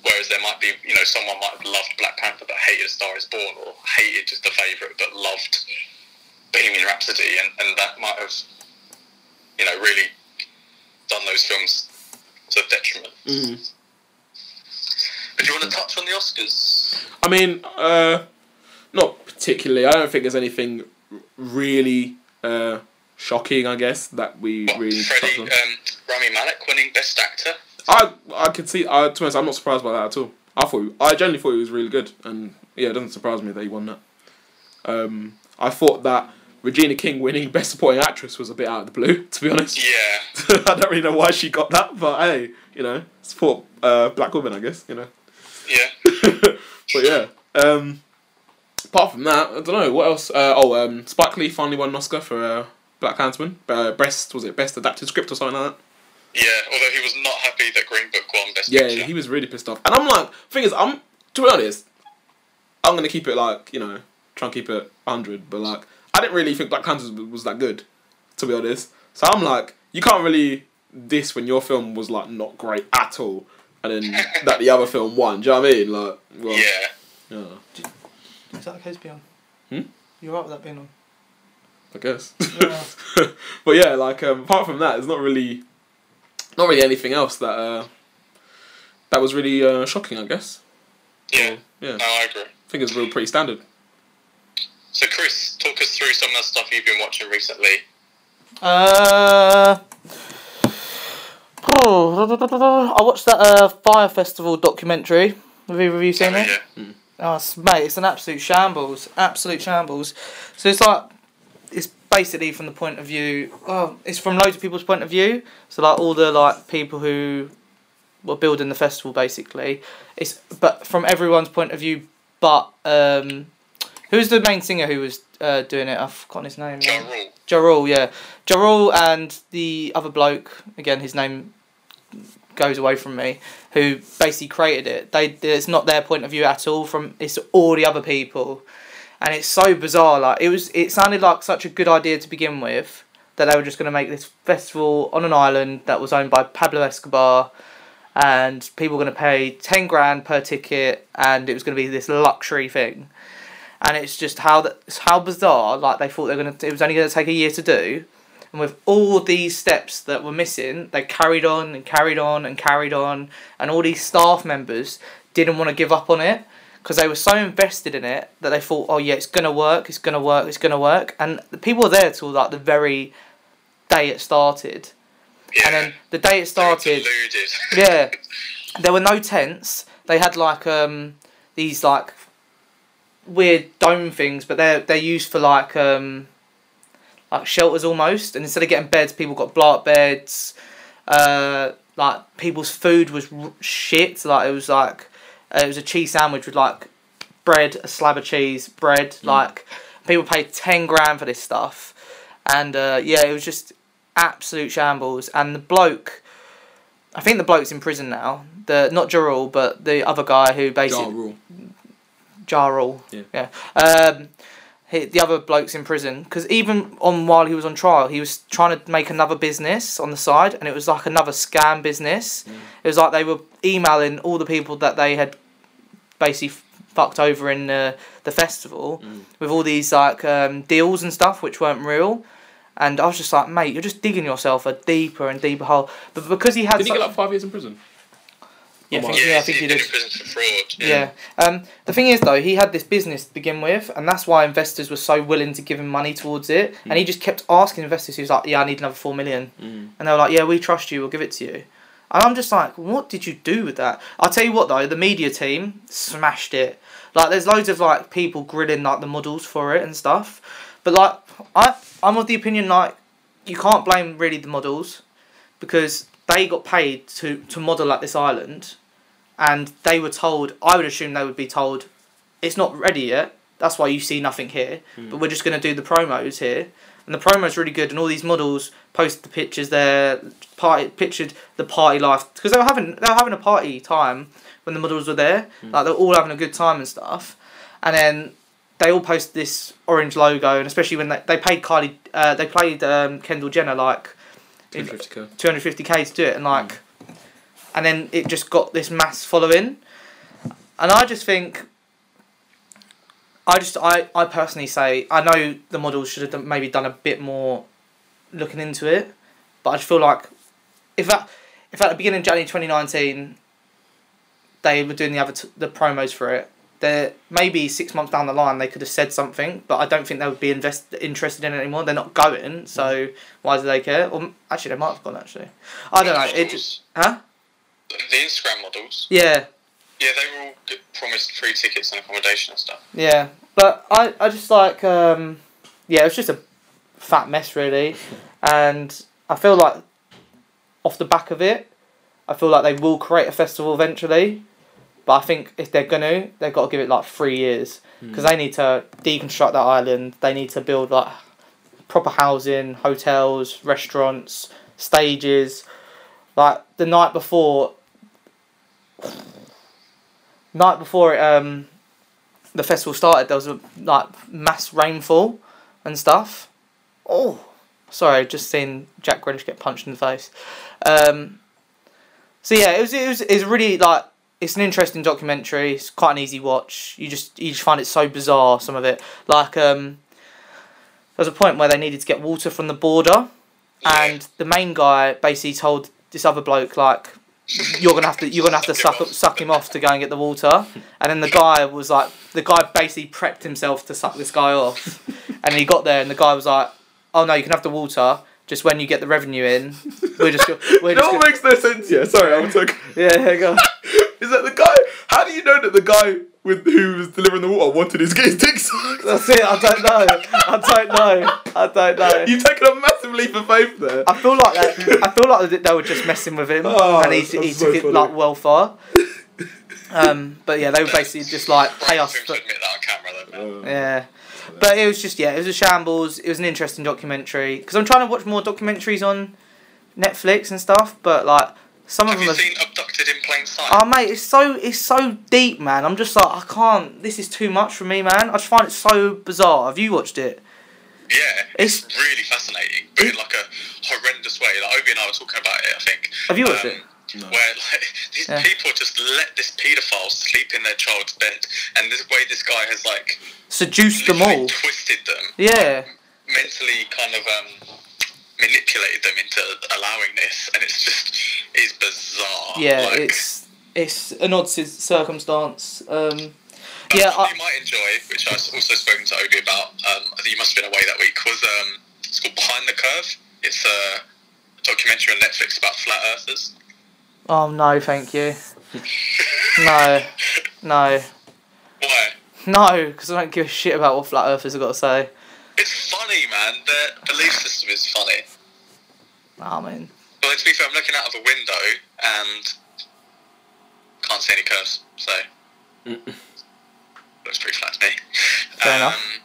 Whereas there might be, you know, someone might have loved Black Panther but hated Star is Born or hated just the favourite but loved Bohemian Rhapsody and, and that might have, you know, really done those films to detriment. Mm. But do you want to touch on the Oscars? I mean, uh, not particularly. I don't think there's anything r- really uh, shocking. I guess that we What, really. touched Freddie, on. um, Rami Malek winning Best Actor? I I could see. I, to be honest, I'm not surprised by that at all. I thought I generally thought he was really good, and yeah, it doesn't surprise me that he won that. Um, I thought that Regina King winning Best Supporting Actress was a bit out of the blue, to be honest. Yeah. I don't really know why she got that, but hey, you know, support uh, black women, I guess. You know, Yeah. but yeah. Um, apart from that, I don't know what else. Uh, oh, um, Spike Lee finally won an Oscar for uh, Black Klansman. Uh, best was it best adapted script or something like that. Yeah, although he was not happy that Green Book won Best Yeah, Picture. he was really pissed off. And I'm like, thing is, I'm to be honest, I'm gonna keep it like you know, try and keep it hundred. But like, I didn't really think Black Panther was, was that good, to be honest. So I'm like, you can't really diss when your film was like not great at all, and then that the other film won. Do you know what I mean? Like, well, Yeah. yeah, Is that okay to be on? Hmm? You're right with that being on. I guess. Yeah. but yeah, like um, apart from that, there's not really, not really anything else that uh, that was really uh, shocking. I guess. Yeah. Yeah, No, I agree. I think it's real pretty standard. So, Chris, talk us through some of the stuff you've been watching recently. Uh, I watched that uh, Fire Festival documentary. Have either of you seen it? Yeah. Oh, it's, mate, it's an absolute shambles. Absolute shambles. So it's like, it's basically from the point of view, well, it's from loads of people's point of view. So like all the like people who were building the festival basically. It's but from everyone's point of view, but um, who's the main singer who was uh, doing it? I've forgotten his name. Ja now. Rule. Ja Rule, yeah. Ja Rule and the other bloke, again, his name goes away from me, who basically created it. They It's not their point of view at all, From it's all the other people. and it's so bizarre. Like it was, it sounded like such a good idea to begin with that they were just going to make this festival on an island that was owned by Pablo Escobar, and people were going to pay ten grand per ticket, and it was going to be this luxury thing. And it's just how that it's how bizarre. Like they thought they were going to, it was only going to take a year to do, and with all these steps that were missing, they carried on and carried on and carried on, and all these staff members didn't want to give up on it because they were so invested in it that they thought, oh yeah, it's gonna work, it's gonna work, it's gonna work, and the people were there till like the very day it started, Yeah. and then the day it started, Deluded. yeah, there were no tents. They had like um these like weird dome things, but they're they're used for like um like shelters almost. And instead of getting beds, people got blow up beds. Uh, like people's food was r- shit. Like it was like uh, it was a cheese sandwich with like bread, a slab of cheese, bread. Like people paid ten grand for this stuff, and uh, yeah, it was just absolute shambles. And the bloke. I think the bloke's in prison now. The not Jarrell, but the other guy who Ja basically Rule. Jarrell. Yeah. Um, he, the other bloke's in prison because even on while he was on trial, he was trying to make another business on the side, and it was like another scam business. Mm. It was like they were emailing all the people that they had basically f- fucked over in the, the festival Mm. with all these like um, deals and stuff which weren't real. And I was just like, mate, you're just digging yourself a deeper and deeper hole. But because he had, Did he such- get like five years in prison? yeah, I think- Yeah, yeah, I think he been did. in prison for fraud. Yeah. Um, the thing is, though, he had this business to begin with, and that's why investors were so willing to give him money towards it. And he just kept asking investors, he was like, Yeah, I need another four million. And they were like, Yeah, we trust you, we'll give it to you. And I'm just like, What did you do with that? I'll tell you what, though, the media team smashed it. Like, there's loads of like people grilling like the models for it and stuff. But like, I, I'm of the opinion, like, you can't blame really the models because they got paid to, to model at this island and they were told i would assume they would be told it's not ready yet that's why you see nothing here but we're just going to do the promos here and the promo's really good and all these models posted the pictures there party, pictured the party life because they were having they were having a party time when the models were there like they were all having a good time and stuff and then they all posted this orange logo and especially when they, they paid kylie uh, they played um, kendall jenner like 250k. 250k to do it and like and then it just got this mass following and i just think i just i i personally say i know the models should have done, maybe done a bit more looking into it but i just feel like if that if at the beginning of january 2019 they were doing the advert- the promos for it there maybe six months down the line they could have said something but i don't think they would be invest- interested in it anymore they're not going so why do they care or m- actually they might have gone actually i don't know it just Huh? The Instagram models. Yeah, Yeah, they were all g- promised free tickets and accommodation and stuff. yeah. But I, I just like, um, yeah, it's just a fat mess, really. And I feel like, off the back of it, I feel like they will create a festival eventually. But I think if they're going to, they've got to give it like three years. Because they need to deconstruct that island. They need to build like proper housing, hotels, restaurants, stages. Like the night before, night before it, um, the festival started, there was a like mass rainfall and stuff. Oh, sorry, just seen Jack Grealish get punched in the face. Um, so yeah, it was it was it's really like it's an interesting documentary. It's quite an easy watch. You just you just find it so bizarre some of it. Like um, there was a point where they needed to get water from the border, and the main guy basically told this other bloke like. You're gonna have to you're gonna have to suck up, suck him off to go and get the water, and then the guy was like the guy basically prepped himself to suck this guy off, and he got there and the guy was like, "Oh no, you can have the water just when you get the revenue in. We're just go- we're It just all go- makes no sense. Yeah, sorry, I'm talking. yeah, yeah, go on. Is that the guy? How do you know that the guy with who was delivering the water wanted his, his dick sucked? That's it. I don't know. I don't know. I don't know. You've taken a massive leap of faith there. I feel like that. I feel like that they were just messing with him, Oh, and he, that's- he that's took so it funny. like well far. Um, but yeah, they were basically just like pay us. Right, For, to admit that on camera, though. man. Uh, yeah, but it was just yeah, it was a shambles. It was an interesting documentary because I'm trying to watch more documentaries on Netflix and stuff, but like some of Have them you are seen Abducted in Plain time. Oh mate, it's so it's so deep, man. I'm just like I can't. This is too much for me, man. I just find it so bizarre. Have you watched it? yeah, it's- it's, really fascinating, but in like a horrendous way. Like Obi and I were talking about it. I think. Um, Have you watched it? No. Where like, these Yeah. people just let this paedophile sleep in their child's bed, and this way this guy has like Seduced them literally all. twisted them, Yeah. mentally kind of um, manipulated them into allowing this, and it's just is bizarre. Yeah, like, it's it's an odd ci- circumstance. Um, Um, yeah, something I, you might enjoy, which I've also spoken to Obi about. Um, I think you must have been away that week. Was um, it's called Behind the Curve. It's a documentary on Netflix about flat earthers. oh no, thank you. No, no, Why? no, because I don't give a shit about what flat earthers have got to say. It's funny, man. Their belief system is funny. Nah, I mean, Well, to be fair, I'm looking out of a window and can't see any curves, so looks pretty flat to me. Mm. Um, Fair enough.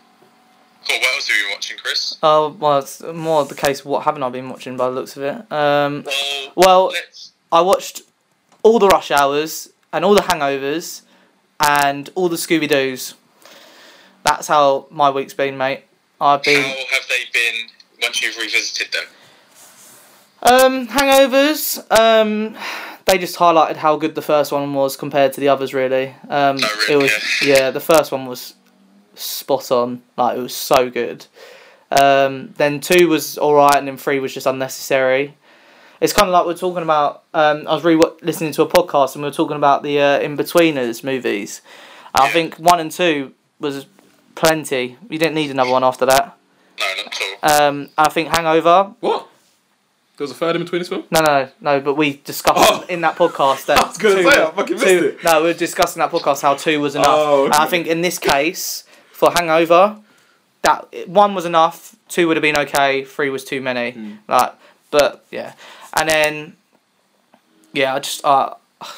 Cool. What else have you been watching, Chris? oh well, it's more the case. What haven't I been watching by the looks of it? Um, Well, well, let's. I watched all the Rush Hours and all the Hangovers and all the Scooby Doo's. That's how my week's been, mate. I've How been have they been once you've revisited them? um, Hangovers. Um, they just highlighted how good the first one was compared to the others. Really, Oh, um, it really? was yeah. The first one was spot on. Like it was so good. Um, then two was all right, and then three was just unnecessary. It's kind of like we're talking about. Um, I was re listening to a podcast, and we were talking about the uh, In Betweeners movies. And I Yeah. think one and two was plenty. You didn't need another one after that. No, not at all. Um, I think Hangover. What? There was a third in between this film? No, no, no. But we discussed Oh. in that podcast that I was gonna say, I fucking missed two- it. No, we were discussing that podcast how two was enough. Oh, And I okay. think in this case for Hangover, that one was enough. Two would have been okay. Three was too many. Hmm. Like, but yeah, and then yeah, I just uh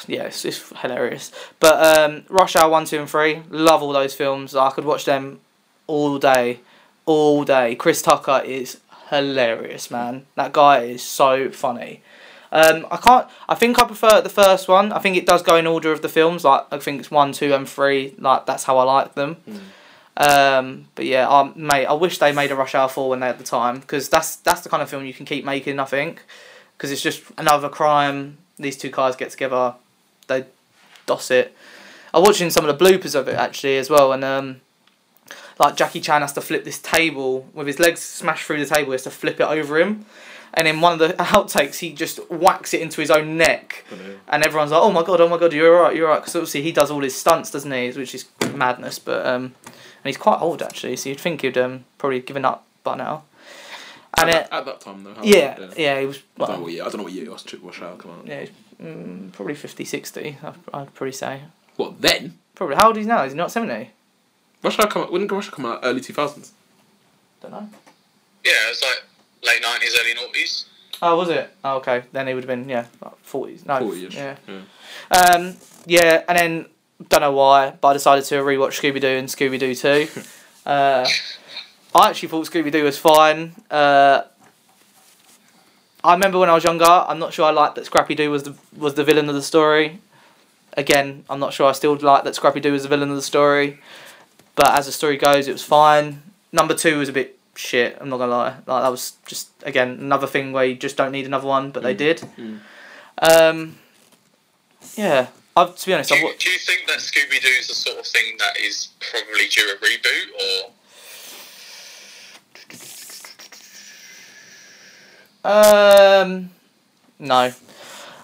yeah, it's, it's hilarious. But um, Rush Hour one, two, and three, love all those films. I could watch them all day, all day. Chris Tucker is hilarious, man. That guy is so funny. Um, I can't. I think I prefer the first one. I think it does go in order of the films. Like I think it's one, two, and three. Like that's how I like them. Um, but yeah, um, mate, I wish they made a Rush Hour four when they had the time because that's that's the kind of film you can keep making. I think because it's just another crime. These two guys get together, they doss it. I was watching some of the bloopers of it actually as well, and um, like Jackie Chan has to flip this table with his legs smashed through the table. He has to flip it over him, and in one of the outtakes, he just whacks it into his own neck, and everyone's like, "Oh my god, oh my god, you're alright, you're alright." Because obviously he does all his stunts, doesn't he? Which is madness, but um, and he's quite old actually, so you'd think he'd um probably given up by now. And at, it, that, at that time, though. how yeah, old, yeah, he was. I don't know Well, what year. I don't know what year it was. Chip Wash Hour come out. yeah, he's, mm, probably 50, 60, I'd, I'd probably say. What then? Probably. How old is he now? Is he not 70? Rush Hour come out. When did Rush Hour come out? Early two thousands. Don't know. Yeah, it was like late nineties, early noughties. Oh, was it? Oh, okay. Then he would have been, yeah, like 40s. No, Forty ish. yeah. Um, yeah, and then don't know why, but I decided to rewatch Scooby Doo and Scooby Doo Two. uh, I actually thought Scooby Doo was fine. Uh, I remember when I was younger. I'm not sure I liked that Scrappy Doo was the was the villain of the story. Again, I'm not sure I still like that Scrappy Doo was the villain of the story. But as the story goes, it was fine. Number two was a bit shit. I'm not gonna lie. Like that was just again another thing where you just don't need another one, but they did. Um, yeah, I've to be honest, Do I've you, watched. do you think that Scooby Doo is the sort of thing that is probably due a reboot, or Um, no,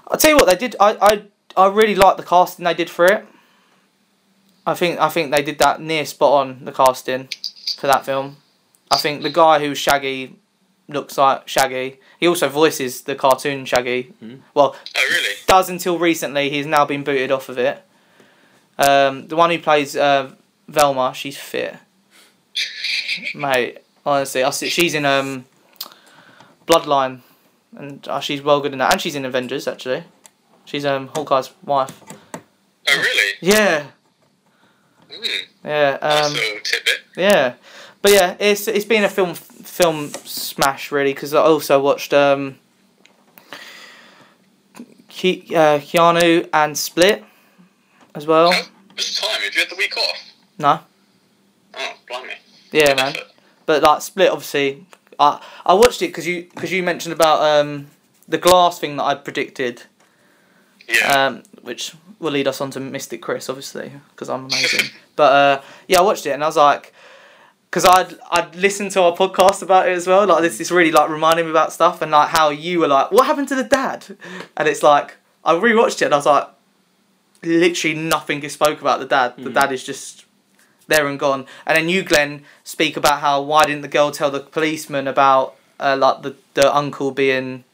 I'll tell you what they did. I I I really like the casting they did for it. I think I think they did that near spot on the casting for that film. I think the guy who Shaggy looks like Shaggy. He also voices the cartoon Shaggy. Well, oh really? does until recently. He's now been booted off of it. Um, the one who plays uh, Velma, she's fit, mate. Honestly, I see, she's in um, Bloodline, and uh, she's well good in that. And she's in Avengers actually. She's um Hawkeye's wife. Oh really? Yeah, Mm, yeah, nice um, little tidbit. yeah. But yeah, it's it's been a film film smash really because I also watched um, Ke- uh, Keanu and Split as well. How much time? Have you had the week off? No, Oh, blimey. yeah, man. But like Split, obviously, I I watched it because you because you mentioned about um the glass thing that I predicted, Yeah. um, which will lead us on to Mystic Chris, obviously, because I'm amazing. but uh, yeah, I watched it and I was like. Because I'd, I'd listened to our podcast about it as well. Like, this is really, like, reminding me about stuff and, like, how you were like, what happened to the dad? And it's like, I rewatched it and I was like, literally nothing is spoke about the dad. The dad is just there and gone. And then you, Glenn, speak about how why didn't the girl tell the policeman about uh, like the, the uncle being,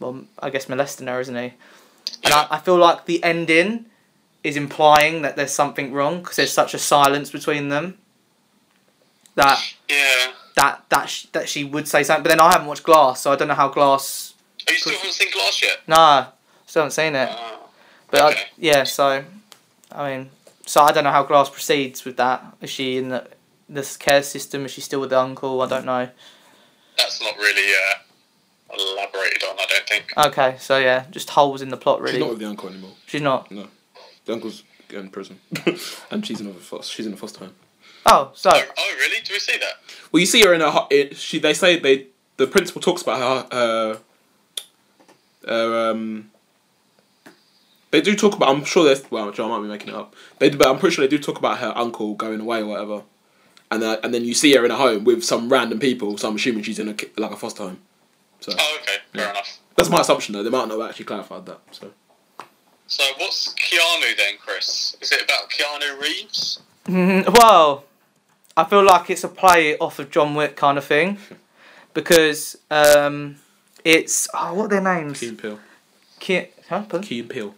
well, I guess molesting her, isn't he? And I, I feel like the ending is implying that there's something wrong because there's such a silence between them. That yeah. that that sh- that she would say something, but then I haven't watched Glass, so I don't know how Glass. Are you still haven't seen Glass yet? No, still haven't seen it. Oh. But I, Okay. yeah, so I mean, so I don't know how Glass proceeds with that. Is she in the this care system? Is she still with the uncle? I don't know. That's not really uh, elaborated on, I don't think. Okay, so yeah, just holes in the plot really. She's not with the uncle anymore. She's not. The uncle's in prison, and she's in a foster, she's in a foster home. Oh, so Oh, oh, really? Do we see that? Well, you see her in a. ho- It, she they say they the principal talks about her. Uh, uh, um. They do talk about. I'm sure there's. Well, I might be making it up. They do, but I'm pretty sure they do talk about her uncle going away or whatever. And uh, and then you see her in a home with some random people. So I'm assuming she's in a ki- like a foster home. So Oh, okay. Fair Yeah. enough. that's my assumption though. They might not have actually clarified that. So So what's Keanu then, Chris? Is it about Keanu Reeves? Mhm, well, I feel like it's a play off of John Wick kind of thing, because um, it's oh what are their names? Key and Peel. Key, huh? Pardon? Key and Peel.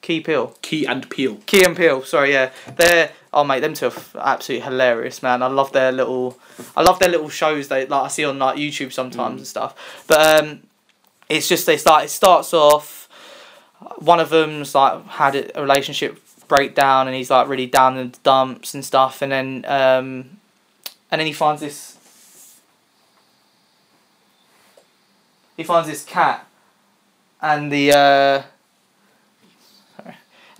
Key Peele. Key and Peel. Key and Peele, sorry, yeah. They're oh mate, them two are f- absolutely hilarious, man. I love their little, I love their little shows they like I see on like YouTube sometimes and stuff. But um, it's just they start. It starts off. One of them's like had a a relationship breakdown, and he's like really down in the dumps and stuff. And then um, and then he finds this. He finds this cat, and the. Uh,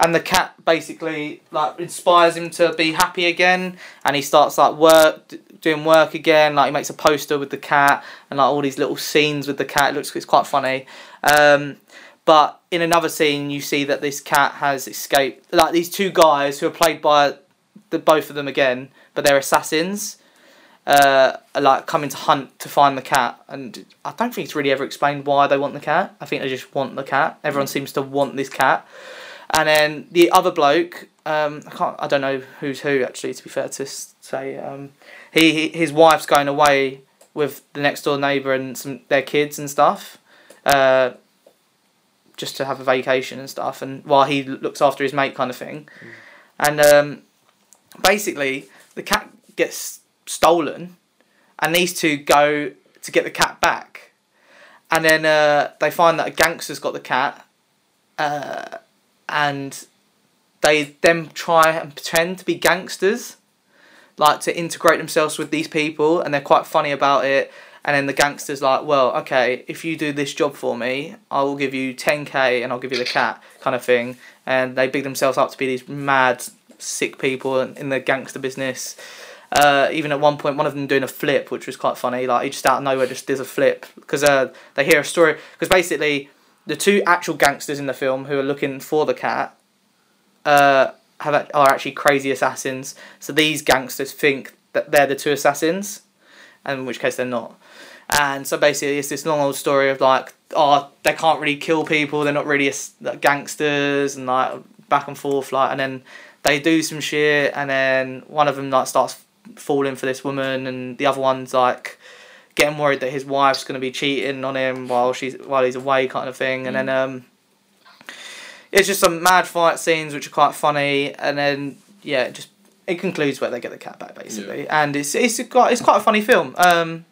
and the cat basically like inspires him to be happy again and he starts like work d- doing work again like he makes a poster with the cat and like all these little scenes with the cat it looks it's quite funny um, but in another scene you see that this cat has escaped like these two guys who are played by the both of them again but they're assassins uh, are, like coming to hunt to find the cat and i don't think it's really ever explained why they want the cat i think they just want the cat everyone seems to want this cat and then the other bloke, um, I can't, I don't know who's who actually. To be fair to s- say, um, he, he his wife's going away with the next door neighbour and some their kids and stuff, uh, just to have a vacation and stuff, and while he l- looks after his mate kind of thing, and um, basically the cat gets stolen, and these two go to get the cat back, and then uh, they find that a gangster's got the cat. Uh, and they then try and pretend to be gangsters, like to integrate themselves with these people, and they're quite funny about it. And then the gangsters like, well, okay, if you do this job for me, I will give you ten k and I'll give you the cat kind of thing. And they big themselves up to be these mad, sick people in in the gangster business. Uh, even at one point, one of them doing a flip, which was quite funny. Like he just out of nowhere just does a flip because uh, they hear a story. Because basically, the two actual gangsters in the film who are looking for the cat uh, have act- are actually crazy assassins. So these gangsters think that they're the two assassins, and in which case they're not. And so basically, it's this long old story of like, oh, they can't really kill people. They're not really ass- like, gangsters, and like back and forth, like, and then they do some shit, and then one of them like starts falling for this woman, and the other one's like getting worried that his wife's going to be cheating on him while she's while he's away kind of thing and then um it's just some mad fight scenes which are quite funny and then yeah it just it concludes where they get the cat back basically and it's it's quite it's quite a funny film um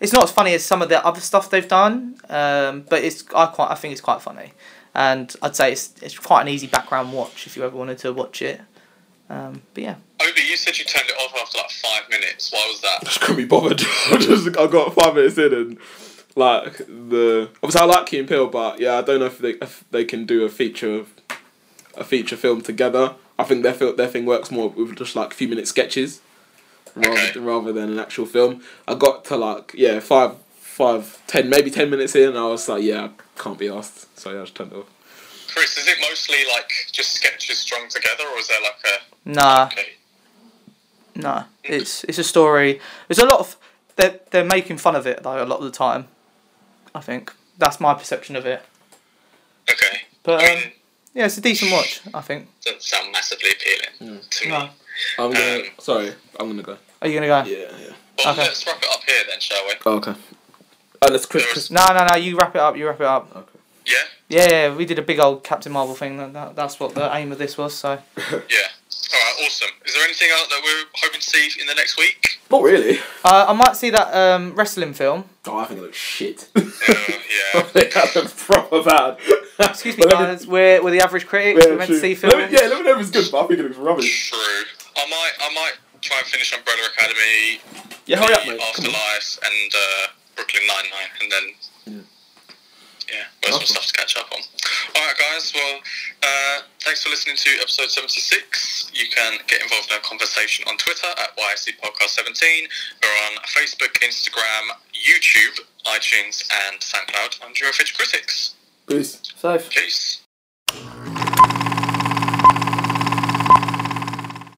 it's not as funny as some of the other stuff they've done um but it's I quite I think it's quite funny and I'd say it's it's quite an easy background watch if you ever wanted to watch it um but yeah Obi, you said you turned it off after like five minutes. Why was that? just couldn't be bothered. I just I got five minutes in and like the obviously I like Key and Peele, but yeah, I don't know if they if they can do a feature of a feature film together. I think their fil- their thing works more with just like a few minute sketches, rather Okay. rather than an actual film. I got to like yeah five five ten maybe ten minutes in, and I was like yeah I can't be asked, so yeah I just turned it off. Chris, is it mostly like just sketches strung together, or is there like a Nah, okay? nah. It's it's a story. There's a lot of they're they're making fun of it though a lot of the time. I think that's my perception of it. Okay. But I um, mean, yeah, it's a decent watch. I think. doesn't sound massively appealing to me. hmm. No. I'm gonna Um, sorry, I'm gonna go. Are you gonna go? Yeah yeah. Well, Okay. let's wrap it up here then, shall we? Oh, okay. Unless Chris, There was- Chris No, no, no. You wrap it up. You wrap it up. Yeah. Yeah, yeah, we did a big old Captain Marvel thing. That, that, that's what the aim of this was. So Yeah. All right. Awesome. Is there anything else that we're hoping to see in the next week? not really. uh, I might see that um, wrestling film. Oh, I think it looks shit. Uh, yeah. I think I look proper bad. Excuse me, But let me- guys. We're, we're the average critics. we're meant true. to see Let films. me- yeah, let me know if it's good, but I think it looks rubbish. True. I might. I might try and finish Umbrella Academy, Yeah, hurry up, mate. the Come on. Afterlife, and uh, Brooklyn Nine Nine, and then. Yeah, there's some Awesome. stuff to catch up on. All right, guys. Well, uh, thanks for listening to episode seventy-six. You can get involved in our conversation on Twitter at YSC Podcast Seventeen. We're on Facebook, Instagram, YouTube, iTunes, and SoundCloud under Official Critics. Peace. Safe. Peace.